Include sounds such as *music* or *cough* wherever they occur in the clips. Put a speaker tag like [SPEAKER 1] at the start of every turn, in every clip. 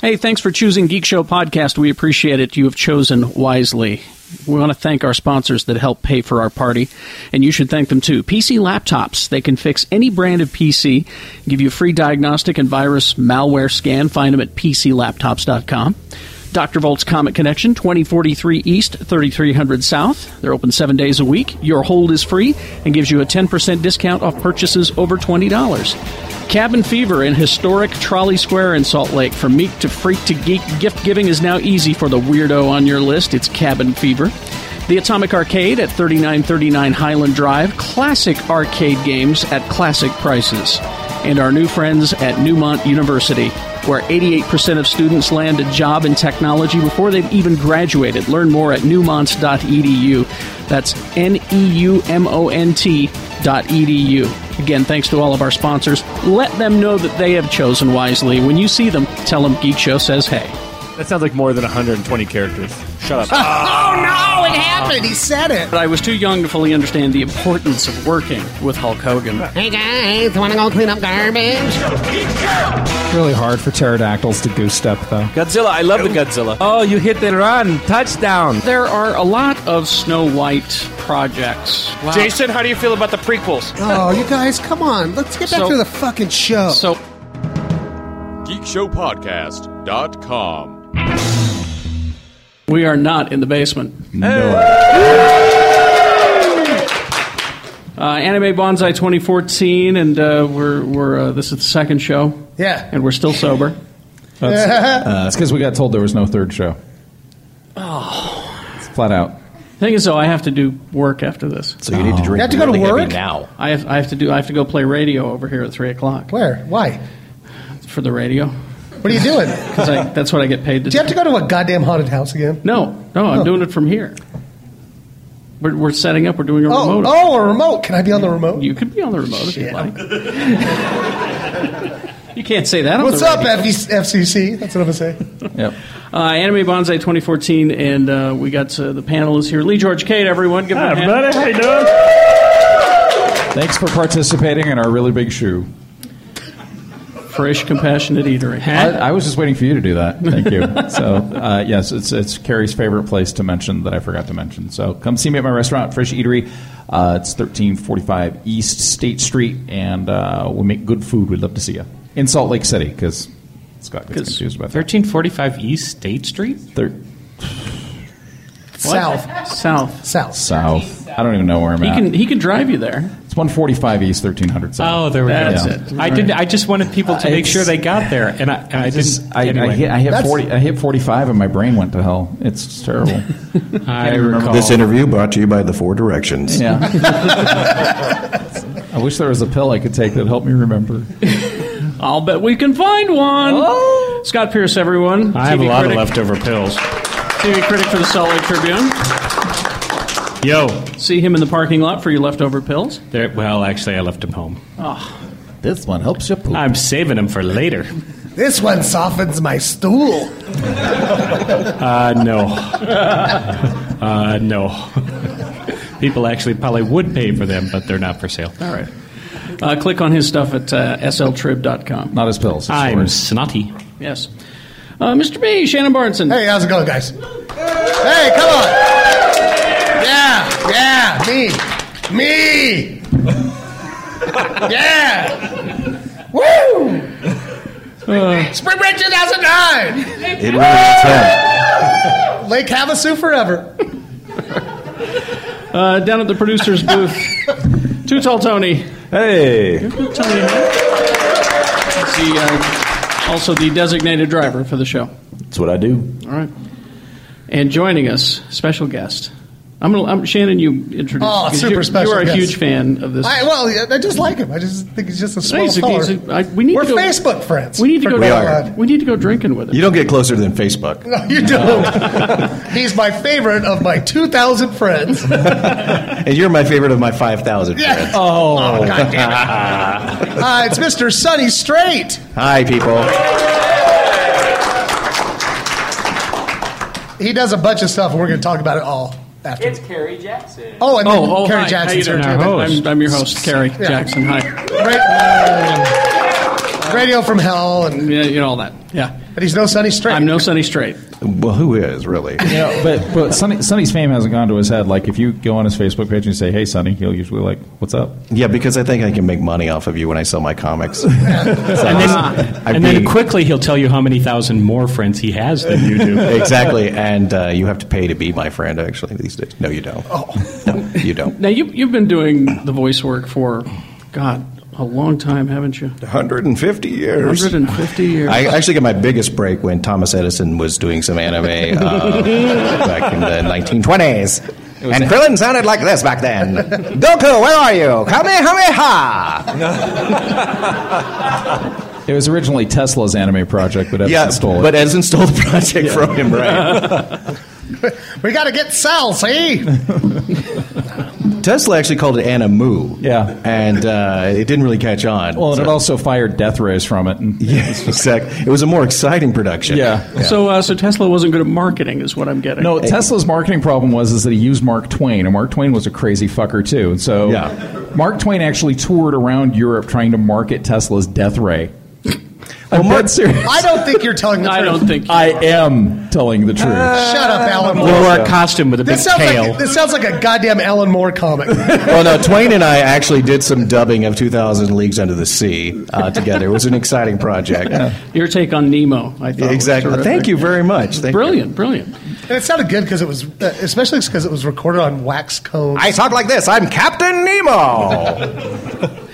[SPEAKER 1] Hey, thanks for choosing Geek Show Podcast. We appreciate it. You have chosen wisely. We want to thank our sponsors that help pay for our party, and you should thank them too. PC Laptops. They can fix any brand of PC, give you a free diagnostic and virus malware scan. Find them at PCLaptops.com. Dr. Volt's Comet Connection, 2043 East, 3300 South. They're open seven days a week. Your hold is free and gives you a 10% discount off purchases over $20. Cabin Fever in historic Trolley Square in Salt Lake. From meek to freak to geek, gift giving is now easy for the weirdo on your list. It's Cabin Fever. The Atomic Arcade at 3939 Highland Drive. Classic arcade games at classic prices and our new friends at Newmont University, where 88% of students land a job in technology before they've even graduated. Learn more at newmont.edu. That's N E U M O N T dot edu. Again, thanks to all of our sponsors. Let them know that they have chosen wisely. When you see them, tell them Geek Show says hey.
[SPEAKER 2] That sounds like more than 120 characters. Shut up.
[SPEAKER 3] Oh no, it happened. *laughs* He said it.
[SPEAKER 1] But I was too young to fully understand the importance of working with Hulk Hogan.
[SPEAKER 3] Hey guys, want to go clean up garbage?
[SPEAKER 4] Really hard for pterodactyls to goose step, though.
[SPEAKER 3] *laughs*
[SPEAKER 2] Godzilla. I love the Godzilla.
[SPEAKER 4] Oh, you hit the run. Touchdown.
[SPEAKER 1] There are a lot of Snow White projects.
[SPEAKER 2] Jason, how do you feel about the prequels?
[SPEAKER 3] Oh, you guys, come on. Let's get back
[SPEAKER 1] So-
[SPEAKER 3] to the fucking show.
[SPEAKER 1] So
[SPEAKER 5] GeekShowPodcast.com.
[SPEAKER 1] we are not in the basement.
[SPEAKER 4] No.
[SPEAKER 1] Uh, Anime Bonsai 2014, and uh, we're, we're uh, this is the second show,
[SPEAKER 3] yeah.
[SPEAKER 1] and we're still
[SPEAKER 3] *laughs*
[SPEAKER 1] sober.
[SPEAKER 4] That's because Uh, we got told there was no third show. Oh. It's flat out.
[SPEAKER 1] Thing is, though, I have to do work after this.
[SPEAKER 6] So you need to drink.
[SPEAKER 3] You have to go to
[SPEAKER 6] really heavy
[SPEAKER 3] work?
[SPEAKER 6] now.
[SPEAKER 1] I have, I have to do. I have to go play radio over here at three o'clock
[SPEAKER 3] Where? Why?
[SPEAKER 1] for the radio
[SPEAKER 3] What are you
[SPEAKER 1] *laughs*
[SPEAKER 3] doing? Do
[SPEAKER 1] because that's what I get paid to.
[SPEAKER 3] you have to
[SPEAKER 1] do.
[SPEAKER 3] go to Oh. a goddamn haunted house again?
[SPEAKER 1] No, no, I'm doing it from here. We're, we're setting up. We're doing a
[SPEAKER 3] Oh,
[SPEAKER 1] remote. Oh,
[SPEAKER 3] oh, a remote. Can I be on the remote?
[SPEAKER 1] You could be on the remote if you'd
[SPEAKER 3] Shit. *laughs*
[SPEAKER 1] like. you can't say that. On
[SPEAKER 3] What's
[SPEAKER 1] the
[SPEAKER 3] up, E
[SPEAKER 1] radio.
[SPEAKER 3] FV FCC? That's what I'm gonna say.
[SPEAKER 4] Yep.
[SPEAKER 1] Uh, Anime Bonsai 2014, and uh, we got uh, the panelists here. Lee George Kate, everyone. Give him a hand.
[SPEAKER 2] How you doing?
[SPEAKER 4] Thanks for participating in our really big shoe.
[SPEAKER 1] Fresh, compassionate eatery.
[SPEAKER 4] I, I was just waiting for you to do that. Thank you. so, uh, yes, it's, it's Carrie's favorite place to mention that I forgot to mention. So, come see me at my restaurant, Fresh Eatery. Uh, it's 1345 East State Street, and uh, we make good food. We'd love to see you in Salt Lake City because Scott gets confused about that.
[SPEAKER 7] 1345 East State Street?
[SPEAKER 4] Thir-
[SPEAKER 3] South,
[SPEAKER 1] South.
[SPEAKER 3] south.
[SPEAKER 4] south. I don't even know where I'm
[SPEAKER 1] He
[SPEAKER 4] at.
[SPEAKER 1] can he can drive you there.
[SPEAKER 4] it's 145 East, 1300 South.
[SPEAKER 7] Oh, there we
[SPEAKER 1] That's
[SPEAKER 7] go.
[SPEAKER 1] it.
[SPEAKER 7] I did. I just wanted people to
[SPEAKER 4] I-
[SPEAKER 7] make sure they got there, and I, and I didn't.
[SPEAKER 4] I,
[SPEAKER 7] anyway,
[SPEAKER 4] I hit, I hit
[SPEAKER 3] That's-
[SPEAKER 1] uh,
[SPEAKER 4] 40. I hit 45, and my brain went to hell. It's terrible.
[SPEAKER 7] *laughs* I
[SPEAKER 4] can't remember
[SPEAKER 7] recall.
[SPEAKER 6] This interview brought to you by the Four Directions.
[SPEAKER 7] *laughs*
[SPEAKER 4] yeah. I wish there was a pill I could take that helped me remember.
[SPEAKER 1] I'll bet we can find one. Scott Pierce, everyone.
[SPEAKER 7] I have a
[SPEAKER 1] TV
[SPEAKER 7] lot
[SPEAKER 1] critic,
[SPEAKER 7] of leftover pills.
[SPEAKER 1] TV critic for the Salt Lake Tribune.
[SPEAKER 7] Yo.
[SPEAKER 1] See him in the parking lot for your leftover pills.
[SPEAKER 7] There, well, actually, I left them home.
[SPEAKER 1] Ah.
[SPEAKER 6] This one helps you poop.
[SPEAKER 7] I'm saving them for
[SPEAKER 1] *laughs*
[SPEAKER 7] later.
[SPEAKER 3] This one softens my stool. *laughs*
[SPEAKER 7] Uh, no. Uh, no. *laughs* People actually probably would pay for them, but they're not for sale.
[SPEAKER 1] All right. Uh, click on his stuff at uh, sltrib.com.
[SPEAKER 4] Not as pills. as
[SPEAKER 7] I'm
[SPEAKER 4] words.
[SPEAKER 7] snotty.
[SPEAKER 1] Yes. Uh, Mr. B, Shannon Barneson.
[SPEAKER 3] Hey, how's it going, guys? Hey, come on. Yeah, yeah, me, me. *laughs* yeah. Woo!
[SPEAKER 1] Uh.
[SPEAKER 3] Spring Break 2009.
[SPEAKER 6] it really is
[SPEAKER 3] *laughs*
[SPEAKER 6] him.
[SPEAKER 3] Lake Havasu forever.
[SPEAKER 1] Uh, down at the
[SPEAKER 3] *laughs*
[SPEAKER 1] producer's booth. Too Tall Tony.
[SPEAKER 6] Hey,
[SPEAKER 1] Tony
[SPEAKER 5] *laughs*
[SPEAKER 1] He's the, uh, also the designated driver for the show.
[SPEAKER 6] that's what I do.
[SPEAKER 1] All right. And joining us, special guest, I'm gonna I'm, Shannon. You introduce.
[SPEAKER 3] Oh,
[SPEAKER 1] 'cause
[SPEAKER 3] super
[SPEAKER 1] you're,
[SPEAKER 3] special
[SPEAKER 1] You are a
[SPEAKER 3] guest.
[SPEAKER 1] huge fan of this.
[SPEAKER 3] I, well, I just like him. I just think he's just a small
[SPEAKER 1] He's a-
[SPEAKER 3] fella.
[SPEAKER 1] he's a- I- we need
[SPEAKER 3] We're
[SPEAKER 1] to go-
[SPEAKER 3] Facebook friends.
[SPEAKER 1] we need
[SPEAKER 3] for
[SPEAKER 1] to go.
[SPEAKER 3] crying
[SPEAKER 8] are.
[SPEAKER 3] out loud.
[SPEAKER 1] We need to go drinking with him.
[SPEAKER 8] You don't get closer than Facebook.
[SPEAKER 3] No, you don't. he's my favorite of my 2,000
[SPEAKER 1] *laughs*
[SPEAKER 3] friends. Uh,
[SPEAKER 8] And you're my favorite of my 5,000
[SPEAKER 3] Yeah.
[SPEAKER 8] friends.
[SPEAKER 3] Oh, God damn it. Uh, it's Mr. Sunny Straight.
[SPEAKER 8] *laughs* Hi, people.
[SPEAKER 3] He does a bunch of stuff, and we're going to talk about it all after.
[SPEAKER 9] It's Carrie Jackson.
[SPEAKER 3] oh, and then
[SPEAKER 1] Oh, oh,
[SPEAKER 3] Kerry
[SPEAKER 1] hi.
[SPEAKER 3] Jackson's
[SPEAKER 1] How you
[SPEAKER 3] here,
[SPEAKER 1] doing?
[SPEAKER 3] too.
[SPEAKER 7] Our host.
[SPEAKER 1] I'm, I'm your host, Carrie Jackson. Hi.
[SPEAKER 3] Ra- radio from hell, Oh, and
[SPEAKER 1] Yeah, you know all that. Yeah.
[SPEAKER 3] but he's no Sunny Straight.
[SPEAKER 1] I'm
[SPEAKER 3] *laughs*
[SPEAKER 1] no Sunny Straight.
[SPEAKER 8] Well, who is,
[SPEAKER 4] *laughs*
[SPEAKER 8] really?
[SPEAKER 4] You know, but but Sonny, Sonny's fame hasn't gone to his head. Like if you go on his Facebook page and you say, "Hey, Sonny," he'll usually like, "What's up?"
[SPEAKER 8] Yeah, because I think I can make money off of you when I sell my comics.
[SPEAKER 7] And then,
[SPEAKER 1] Ah.
[SPEAKER 8] I'd
[SPEAKER 7] and then
[SPEAKER 8] be-
[SPEAKER 7] quickly he'll tell you how many thousand more friends he has than you do.
[SPEAKER 8] exactly. And uh, you have to pay to be my friend, actually, these days. No, you don't. Oh. No, you don't.
[SPEAKER 1] Now you you've been doing the voice work for, God, a long time, haven't you?
[SPEAKER 8] 150 years.
[SPEAKER 1] 150 years.
[SPEAKER 8] I actually got my biggest break when Thomas Edison was doing some anime
[SPEAKER 4] *laughs*
[SPEAKER 8] uh, back in the 1920s. And Krillin sounded like this back then. Goku, where are you?
[SPEAKER 4] *laughs*
[SPEAKER 8] Kamehameha!
[SPEAKER 4] It was originally Tesla's anime project, but Edison
[SPEAKER 8] Yeah,
[SPEAKER 4] stole it.
[SPEAKER 8] but Edison stole the project from him, right?
[SPEAKER 3] we got to get Sal, see?
[SPEAKER 8] Tesla actually called it Animu.
[SPEAKER 4] Yeah.
[SPEAKER 8] And uh, it didn't really catch on.
[SPEAKER 4] well, and
[SPEAKER 8] so-
[SPEAKER 4] it also fired Death Rays from it. And,
[SPEAKER 8] *laughs* Yeah, exactly. It was a more exciting production.
[SPEAKER 4] Yeah.
[SPEAKER 1] So uh, so Tesla wasn't good at marketing, is what I'm getting.
[SPEAKER 4] No, Tesla's marketing problem was is that he used Mark Twain, and Mark Twain was a crazy fucker too. And so,
[SPEAKER 8] Yeah.
[SPEAKER 4] Mark Twain actually toured around Europe trying to market Tesla's death ray. I'm
[SPEAKER 8] Mark-
[SPEAKER 4] dead serious.
[SPEAKER 3] I don't think you're telling the
[SPEAKER 1] *laughs* I
[SPEAKER 3] truth. Uh,
[SPEAKER 1] don't think.
[SPEAKER 4] I am telling the truth.
[SPEAKER 3] Shut up, Alan
[SPEAKER 7] He
[SPEAKER 3] Moore.
[SPEAKER 7] wore a costume with a big
[SPEAKER 3] This sounds,
[SPEAKER 7] tail.
[SPEAKER 3] like, this sounds like a goddamn Alan Moore comic.
[SPEAKER 8] Well, no, Twain and I actually did some dubbing of 2000 Leagues Under the Sea uh, together. It was an exciting project.
[SPEAKER 1] Your take on Nemo, I
[SPEAKER 8] Yeah,
[SPEAKER 1] thought.
[SPEAKER 8] exactly.
[SPEAKER 1] Was terrific.
[SPEAKER 8] Thank you very much. Thank you.
[SPEAKER 1] Brilliant, brilliant.
[SPEAKER 3] And it sounded good because it was, uh, especially because it was recorded on wax cones.
[SPEAKER 8] I talk like this. I'm Captain
[SPEAKER 3] *laughs*
[SPEAKER 8] Nemo.
[SPEAKER 1] *laughs*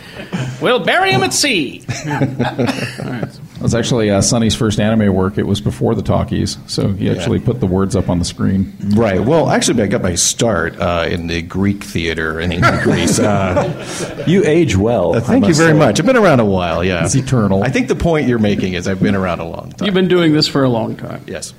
[SPEAKER 1] We'll bury him at
[SPEAKER 8] *laughs*
[SPEAKER 1] sea.
[SPEAKER 4] It was actually uh, Sonny's first anime work. It was before the talkies, so he actually put the words up on the screen.
[SPEAKER 8] right. Well, actually, I got my start uh, in the Greek theater in ancient Greece. Uh,
[SPEAKER 10] You age well.
[SPEAKER 8] uh, thank you very much. I've been around a while. Yeah,
[SPEAKER 4] It's eternal.
[SPEAKER 8] I think the point you're making is I've been around a long time.
[SPEAKER 1] You've been doing this for a long time.
[SPEAKER 8] yes.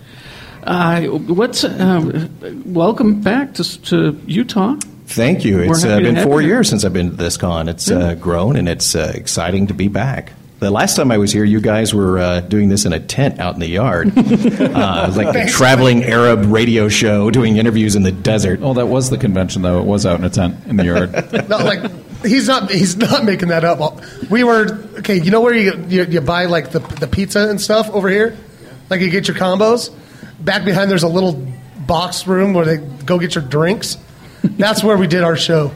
[SPEAKER 1] Uh, what's uh, welcome back to, to Utah?
[SPEAKER 8] Thank you. It's uh,
[SPEAKER 1] happy to
[SPEAKER 8] been
[SPEAKER 1] have
[SPEAKER 8] four
[SPEAKER 1] you.
[SPEAKER 8] years since I've been to this con. It's uh, grown and it's uh, exciting to be back. The last time I was here, you guys were uh, doing this in a tent out in
[SPEAKER 1] *laughs*
[SPEAKER 8] the yard, uh, like the traveling Arab radio show, doing interviews in the desert.
[SPEAKER 4] Oh, that was the convention, though. It was out in a tent in the
[SPEAKER 3] *laughs*
[SPEAKER 4] yard.
[SPEAKER 3] No, like he's not he's not making that up. We were okay. You know where you you, you buy like the the pizza and stuff over here, like you get your combos. Back behind there's a little box room where they go get your drinks. That's where we did our show.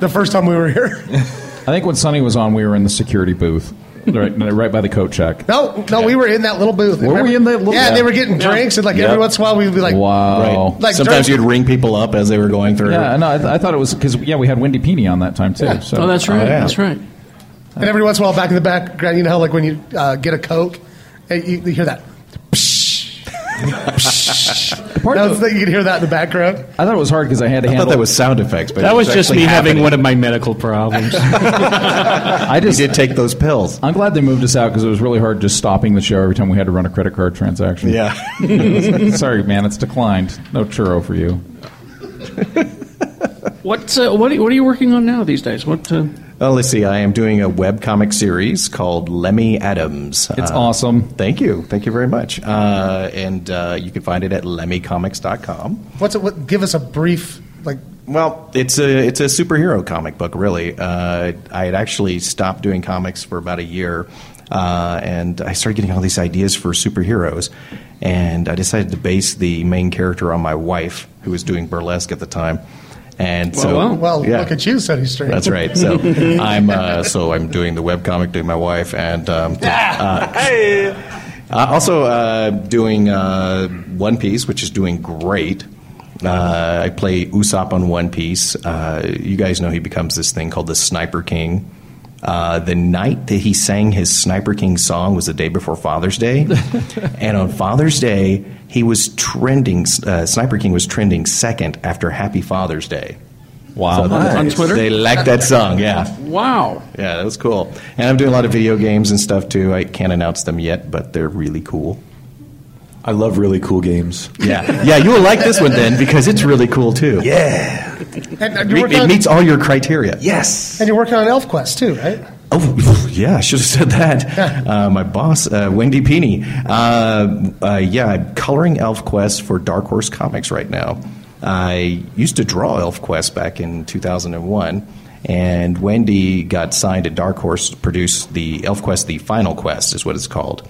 [SPEAKER 3] The first time we were here. *laughs*
[SPEAKER 4] I think when Sonny was on, we were in the security booth, right, right by the coat check.
[SPEAKER 3] No, no, we were in that little booth.
[SPEAKER 4] Were we in that little-
[SPEAKER 3] Yeah, and they were getting drinks, and like every once in a while we'd be like,
[SPEAKER 4] Wow.
[SPEAKER 8] Right.
[SPEAKER 3] Like
[SPEAKER 8] Sometimes
[SPEAKER 3] during-
[SPEAKER 8] you'd ring people up as they were going through.
[SPEAKER 4] Yeah, no, I, th- I thought it was because yeah, we had Wendy Pini on that time too. So
[SPEAKER 1] Oh, that's right.
[SPEAKER 8] yeah.
[SPEAKER 1] That's
[SPEAKER 3] *laughs*
[SPEAKER 1] right.
[SPEAKER 3] And every once in a while, back in the background, you know how like when you uh, get a Coke, and you, you hear that. Psh, psh.
[SPEAKER 4] Part
[SPEAKER 3] That
[SPEAKER 4] of
[SPEAKER 3] was
[SPEAKER 4] the-
[SPEAKER 3] the, you could hear that in the background.
[SPEAKER 4] I thought it was hard because I had to
[SPEAKER 8] I
[SPEAKER 4] handle.
[SPEAKER 8] thought that was sound effects, but
[SPEAKER 7] that
[SPEAKER 8] it
[SPEAKER 7] was just me
[SPEAKER 8] actually
[SPEAKER 7] having
[SPEAKER 8] happening.
[SPEAKER 7] one of my medical *laughs* problems.
[SPEAKER 4] I
[SPEAKER 8] You *laughs*
[SPEAKER 4] just.
[SPEAKER 8] did take those pills.
[SPEAKER 4] I'm glad they moved us out because it was really hard just stopping the show every time we had to run a credit card transaction.
[SPEAKER 8] Yeah.
[SPEAKER 4] *laughs* Sorry, man, it's declined. No churro for you.
[SPEAKER 1] What's uh, what? Are, what are you working on now these days? What? Uh,
[SPEAKER 8] Well, let's see. I am doing a web comic series called Lemmy Adams. Uh,
[SPEAKER 4] It's awesome.
[SPEAKER 8] Thank you. Thank you very much. Uh, and uh, you can find it at lemmycomics.com.
[SPEAKER 3] What's it? What, give us a brief like.
[SPEAKER 8] Well, it's a it's a superhero comic book, really. Uh, I had actually stopped doing comics for about a year, uh, and I started getting all these ideas for superheroes, and I decided to base the main character on my wife, who was doing burlesque at the time, and so
[SPEAKER 1] wow.
[SPEAKER 3] Well,
[SPEAKER 8] Yeah.
[SPEAKER 3] look at you, Sunny String.
[SPEAKER 8] That's
[SPEAKER 3] *laughs*
[SPEAKER 8] right. So I'm uh, so I'm doing the webcomic, doing my wife, and um, uh, uh, also uh, doing uh, One Piece, which is doing great. Uh, I play Usopp on One Piece. Uh, you guys know he becomes this thing called the Sniper King. Uh, the night that he sang his Sniper King song was the day before Father's Day, and on Father's Day he was trending. Uh, Sniper King was trending second after Happy Father's Day.
[SPEAKER 4] Wow.
[SPEAKER 1] On Twitter?
[SPEAKER 8] They liked that song. Yeah.
[SPEAKER 1] Wow.
[SPEAKER 8] Yeah, that was cool. And I'm doing a lot of video games and stuff too. I can't announce them yet, but they're really cool.
[SPEAKER 6] I love really cool games.
[SPEAKER 8] Yeah, yeah, you will like this one then because it's really cool too. Yeah,
[SPEAKER 3] And, and, you're
[SPEAKER 8] it,
[SPEAKER 3] working on,
[SPEAKER 8] meets all your criteria.
[SPEAKER 6] Yes.
[SPEAKER 3] and you're working on Elf Quest too, right?
[SPEAKER 8] Oh, *laughs* yeah, I should have said that. Uh, my boss, uh, Wendy Peeney. Uh, uh, yeah, I'm coloring Elf Quest for Dark Horse Comics right now. I used to draw Elf Quest back in 2001, and Wendy got signed at Dark Horse to produce the Elf Quest, the Final Quest is what it's called.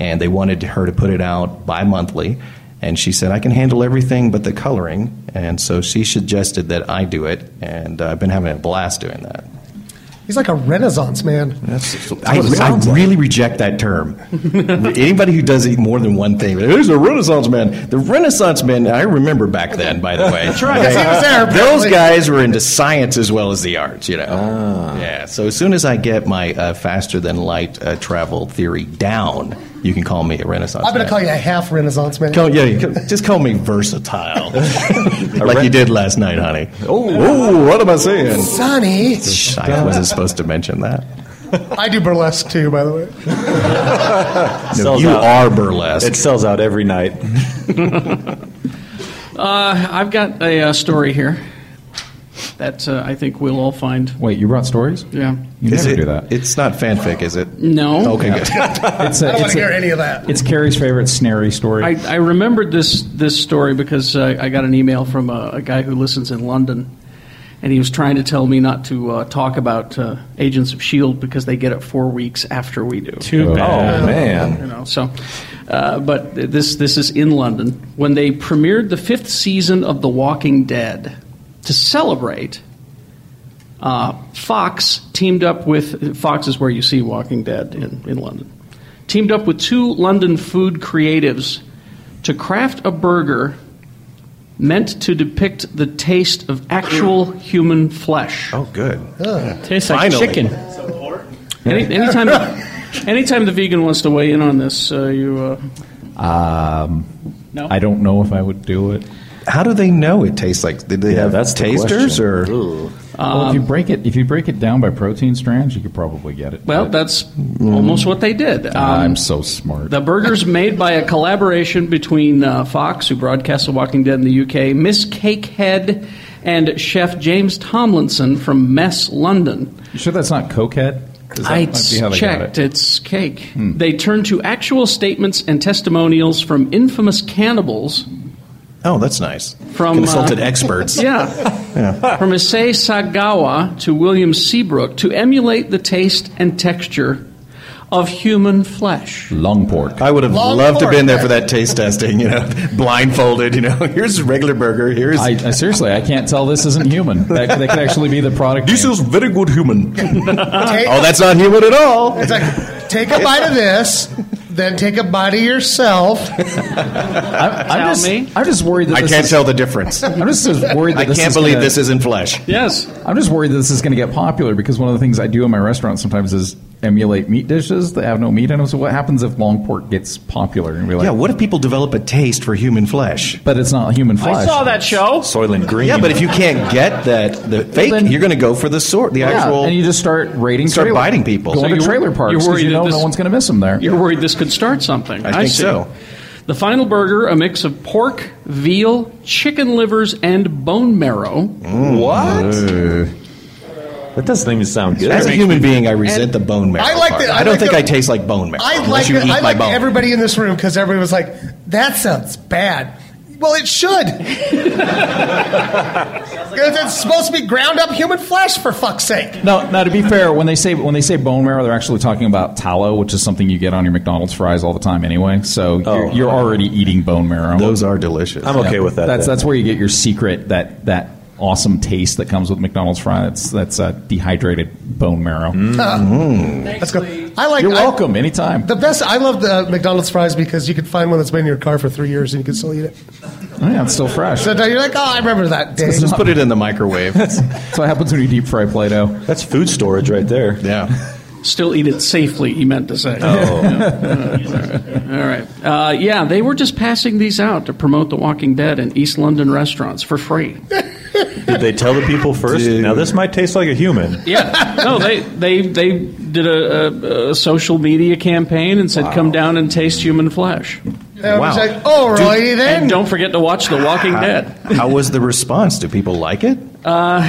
[SPEAKER 8] And they wanted her to put it out bi monthly. And she said, I can handle everything but the coloring. And so she suggested that I do it, and I've been having a blast doing that.
[SPEAKER 3] He's like a Renaissance man.
[SPEAKER 8] I, I really reject
[SPEAKER 3] *laughs*
[SPEAKER 8] that term. Anybody who does it more than one thing, there's a Renaissance man. The Renaissance men, I remember back then, by the way. That's right.
[SPEAKER 3] Yes, he was there,
[SPEAKER 8] Those
[SPEAKER 3] apparently.
[SPEAKER 8] guys were into science as well as the arts, you know.
[SPEAKER 3] Ah.
[SPEAKER 8] Yeah. So as soon as I get my uh, faster than light uh, travel theory down, you can call me a Renaissance.
[SPEAKER 3] I'm going to
[SPEAKER 8] man.
[SPEAKER 3] call you a half Renaissance man.
[SPEAKER 8] Call- yeah, you can- just call
[SPEAKER 3] *laughs*
[SPEAKER 8] me versatile, like you did last night, honey.
[SPEAKER 6] Oh, oh, what am I saying?
[SPEAKER 3] Sonny.
[SPEAKER 8] Shh, I wasn't supposed to mention that.
[SPEAKER 3] I do burlesque too, by the way.
[SPEAKER 8] *laughs* No,
[SPEAKER 6] Sells
[SPEAKER 8] you
[SPEAKER 6] out.
[SPEAKER 8] are burlesque.
[SPEAKER 6] It sells out every night.
[SPEAKER 1] Uh, I've got a uh, story here that uh, I think we'll all find.
[SPEAKER 4] Wait, you brought stories?
[SPEAKER 1] Yeah.
[SPEAKER 4] You
[SPEAKER 8] Is
[SPEAKER 4] never
[SPEAKER 8] it-
[SPEAKER 4] do that.
[SPEAKER 8] It's not fanfic, is it?
[SPEAKER 1] No.
[SPEAKER 8] Okay, good.
[SPEAKER 4] *laughs* It's a-
[SPEAKER 3] I don't want
[SPEAKER 4] it's
[SPEAKER 3] to
[SPEAKER 4] a-
[SPEAKER 3] hear any of that.
[SPEAKER 4] It's Carrie's favorite snary story.
[SPEAKER 1] I, I remembered this this story because uh, I got an email from a, a guy who listens in London, and he was trying to tell me not to uh, talk about uh, Agents of Shield because they get it four weeks after we do.
[SPEAKER 5] Too bad.
[SPEAKER 6] Oh man.
[SPEAKER 1] You know, so, uh, but this this is in London when they premiered the fifth season of The Walking Dead to celebrate. Uh, Fox teamed up with Fox is where you see Walking Dead in, in London. Teamed up with two London food creatives to craft a burger meant to depict the taste of actual human flesh.
[SPEAKER 8] Oh, good.
[SPEAKER 5] Tastes like
[SPEAKER 8] Finally.
[SPEAKER 5] chicken.
[SPEAKER 1] Any, anytime,
[SPEAKER 4] *laughs*
[SPEAKER 1] anytime the vegan wants to weigh in on this, uh, you. Uh,
[SPEAKER 4] um,
[SPEAKER 1] No?
[SPEAKER 4] I don't know if I would do it.
[SPEAKER 8] How do they know it tastes like? Did they
[SPEAKER 6] Yeah,
[SPEAKER 8] have
[SPEAKER 6] that's the
[SPEAKER 8] tasters
[SPEAKER 6] question.
[SPEAKER 8] or?
[SPEAKER 6] Ooh.
[SPEAKER 4] well, if
[SPEAKER 1] Um,
[SPEAKER 4] you break it, if you break it down by protein strands, you could probably get it.
[SPEAKER 1] Well,
[SPEAKER 4] But
[SPEAKER 1] that's almost what they did. Um,
[SPEAKER 4] I'm so smart.
[SPEAKER 1] the burger's made by a collaboration between uh, Fox, who broadcasts The Walking Dead in the UK, Miss Cakehead, and Chef James Tomlinson from Mess London.
[SPEAKER 4] you sure that's not cokehead? 'Cause that
[SPEAKER 1] I
[SPEAKER 4] might be how they got Hmm.
[SPEAKER 1] checked. It's cake. They turned to actual statements and testimonials from infamous cannibals
[SPEAKER 8] Oh, that's nice.
[SPEAKER 1] From,
[SPEAKER 8] consulted
[SPEAKER 1] uh,
[SPEAKER 8] experts.
[SPEAKER 1] *laughs* Yeah. From Issei Sagawa to William Seabrook to emulate the taste and texture of human flesh.
[SPEAKER 4] Long pork.
[SPEAKER 8] I would have
[SPEAKER 3] Long
[SPEAKER 8] loved to
[SPEAKER 3] fork.
[SPEAKER 8] have been there for that taste testing. You know, *laughs* blindfolded. You know, *laughs* here's a regular burger. Here's
[SPEAKER 4] I, I seriously, I can't tell this isn't human. That, that could actually be the product. name.
[SPEAKER 6] very good
[SPEAKER 3] *laughs*
[SPEAKER 6] human.
[SPEAKER 3] Take,
[SPEAKER 8] oh, that's not human at all.
[SPEAKER 3] it's like, take a bite of this, then take a bite of yourself.
[SPEAKER 4] I'm, I'm
[SPEAKER 1] Tell
[SPEAKER 4] just,
[SPEAKER 1] me.
[SPEAKER 4] I'm just worried that
[SPEAKER 8] I
[SPEAKER 4] this
[SPEAKER 8] can't
[SPEAKER 4] is-
[SPEAKER 8] tell the difference. I
[SPEAKER 4] I'm just as worried that this
[SPEAKER 8] can't
[SPEAKER 4] is
[SPEAKER 8] believe
[SPEAKER 4] gonna-
[SPEAKER 8] this isn't flesh.
[SPEAKER 1] Yes.
[SPEAKER 4] I'm just worried that this is going to get popular because one of the things I do in my restaurant sometimes is emulate meat dishes that have no meat in them. So what happens if long pork gets popular and we're like,
[SPEAKER 8] Yeah, what if people develop a taste for human flesh?
[SPEAKER 4] but it's not human flesh.
[SPEAKER 1] I saw that show.
[SPEAKER 6] Soylent Green.
[SPEAKER 8] Yeah, but if you can't get that the fake,
[SPEAKER 4] then-
[SPEAKER 8] you're going to go for the sort, the
[SPEAKER 4] Yeah,
[SPEAKER 8] actual.
[SPEAKER 4] and you just start raiding,
[SPEAKER 8] Start
[SPEAKER 4] trailer-
[SPEAKER 8] biting people.
[SPEAKER 4] going
[SPEAKER 8] So
[SPEAKER 4] to
[SPEAKER 1] you-
[SPEAKER 4] trailer parks.
[SPEAKER 1] you're
[SPEAKER 4] 'cause
[SPEAKER 1] worried
[SPEAKER 4] you
[SPEAKER 1] that
[SPEAKER 4] know
[SPEAKER 1] this-
[SPEAKER 4] no one's going to miss them there.
[SPEAKER 1] You're worried this could start something.
[SPEAKER 8] I think
[SPEAKER 1] see.
[SPEAKER 8] so.
[SPEAKER 1] The final burger, a mix of pork, veal, chicken livers, and bone marrow.
[SPEAKER 6] what? that doesn't even sound good.
[SPEAKER 8] As a human being, I resent the bone marrow.
[SPEAKER 3] I like
[SPEAKER 8] part.
[SPEAKER 3] the- I
[SPEAKER 8] I don't
[SPEAKER 3] like
[SPEAKER 8] think
[SPEAKER 3] the-
[SPEAKER 8] I taste like bone marrow.
[SPEAKER 3] I like,
[SPEAKER 8] unless you eat
[SPEAKER 3] I
[SPEAKER 8] my
[SPEAKER 3] like
[SPEAKER 8] bone.
[SPEAKER 3] everybody in this room because everybody was like, that sounds bad. Well, it should. 'Cause it's supposed to be ground up human flesh, for fuck's sake.
[SPEAKER 4] No, now to be fair, when they say when they say bone marrow, they're actually talking about tallow, which is something you get on your McDonald's fries all the time anyway. So you're, you're already eating bone marrow.
[SPEAKER 8] Oh, Those are delicious.
[SPEAKER 6] I'm okay with that.
[SPEAKER 4] That's
[SPEAKER 6] then.
[SPEAKER 4] that's where you get your secret that that
[SPEAKER 11] awesome taste that comes with McDonald's fry. That's that's uh, dehydrated bone marrow.
[SPEAKER 8] Mm.
[SPEAKER 3] Uh,
[SPEAKER 4] *laughs*
[SPEAKER 3] Let's go. I like.
[SPEAKER 11] Mm-hmm. You're
[SPEAKER 3] I-
[SPEAKER 11] welcome anytime.
[SPEAKER 3] the best. I love the McDonald's fries because you can find one that's been in your car for three years and you can still eat it.
[SPEAKER 11] Oh, yeah, it's still fresh.
[SPEAKER 3] So now you're like, oh, I remember
[SPEAKER 8] *laughs*
[SPEAKER 3] that day.
[SPEAKER 8] Let's just put it in the microwave.
[SPEAKER 11] That's, that's what happens when you deep fry Play-Doh.
[SPEAKER 6] That's food storage right there.
[SPEAKER 8] yeah.
[SPEAKER 1] Still eat it safely, he meant to say.
[SPEAKER 4] Oh.
[SPEAKER 1] *laughs* All right. Uh, yeah, they were just passing these out to promote The Walking Dead in East London restaurants for free.
[SPEAKER 6] *laughs* Did they tell the people first? Now this might taste like a human.
[SPEAKER 1] Yeah. No, they they they did a, a, a social media campaign and said, "Come down and taste human flesh."
[SPEAKER 3] And I was
[SPEAKER 8] Wow.
[SPEAKER 3] like, oh, righty then.
[SPEAKER 1] And don't forget to watch The Walking Dead. *laughs*
[SPEAKER 8] How was the response? Do people like it?
[SPEAKER 1] Uh,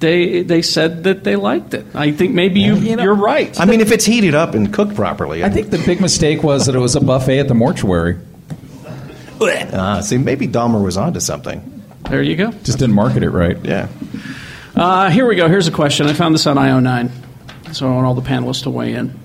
[SPEAKER 1] They they said that they liked it. I think maybe you, you are right.
[SPEAKER 8] I mean, if it's heated up and cooked properly,
[SPEAKER 11] I think the big mistake was that it was a buffet at the mortuary.
[SPEAKER 8] *laughs* Ah, see, maybe Dahmer was onto something.
[SPEAKER 1] There you go.
[SPEAKER 11] Just didn't market it right.
[SPEAKER 8] Yeah.
[SPEAKER 1] Uh, here we go. Here's a question. I found this on IO9, so I want all the panelists to weigh in.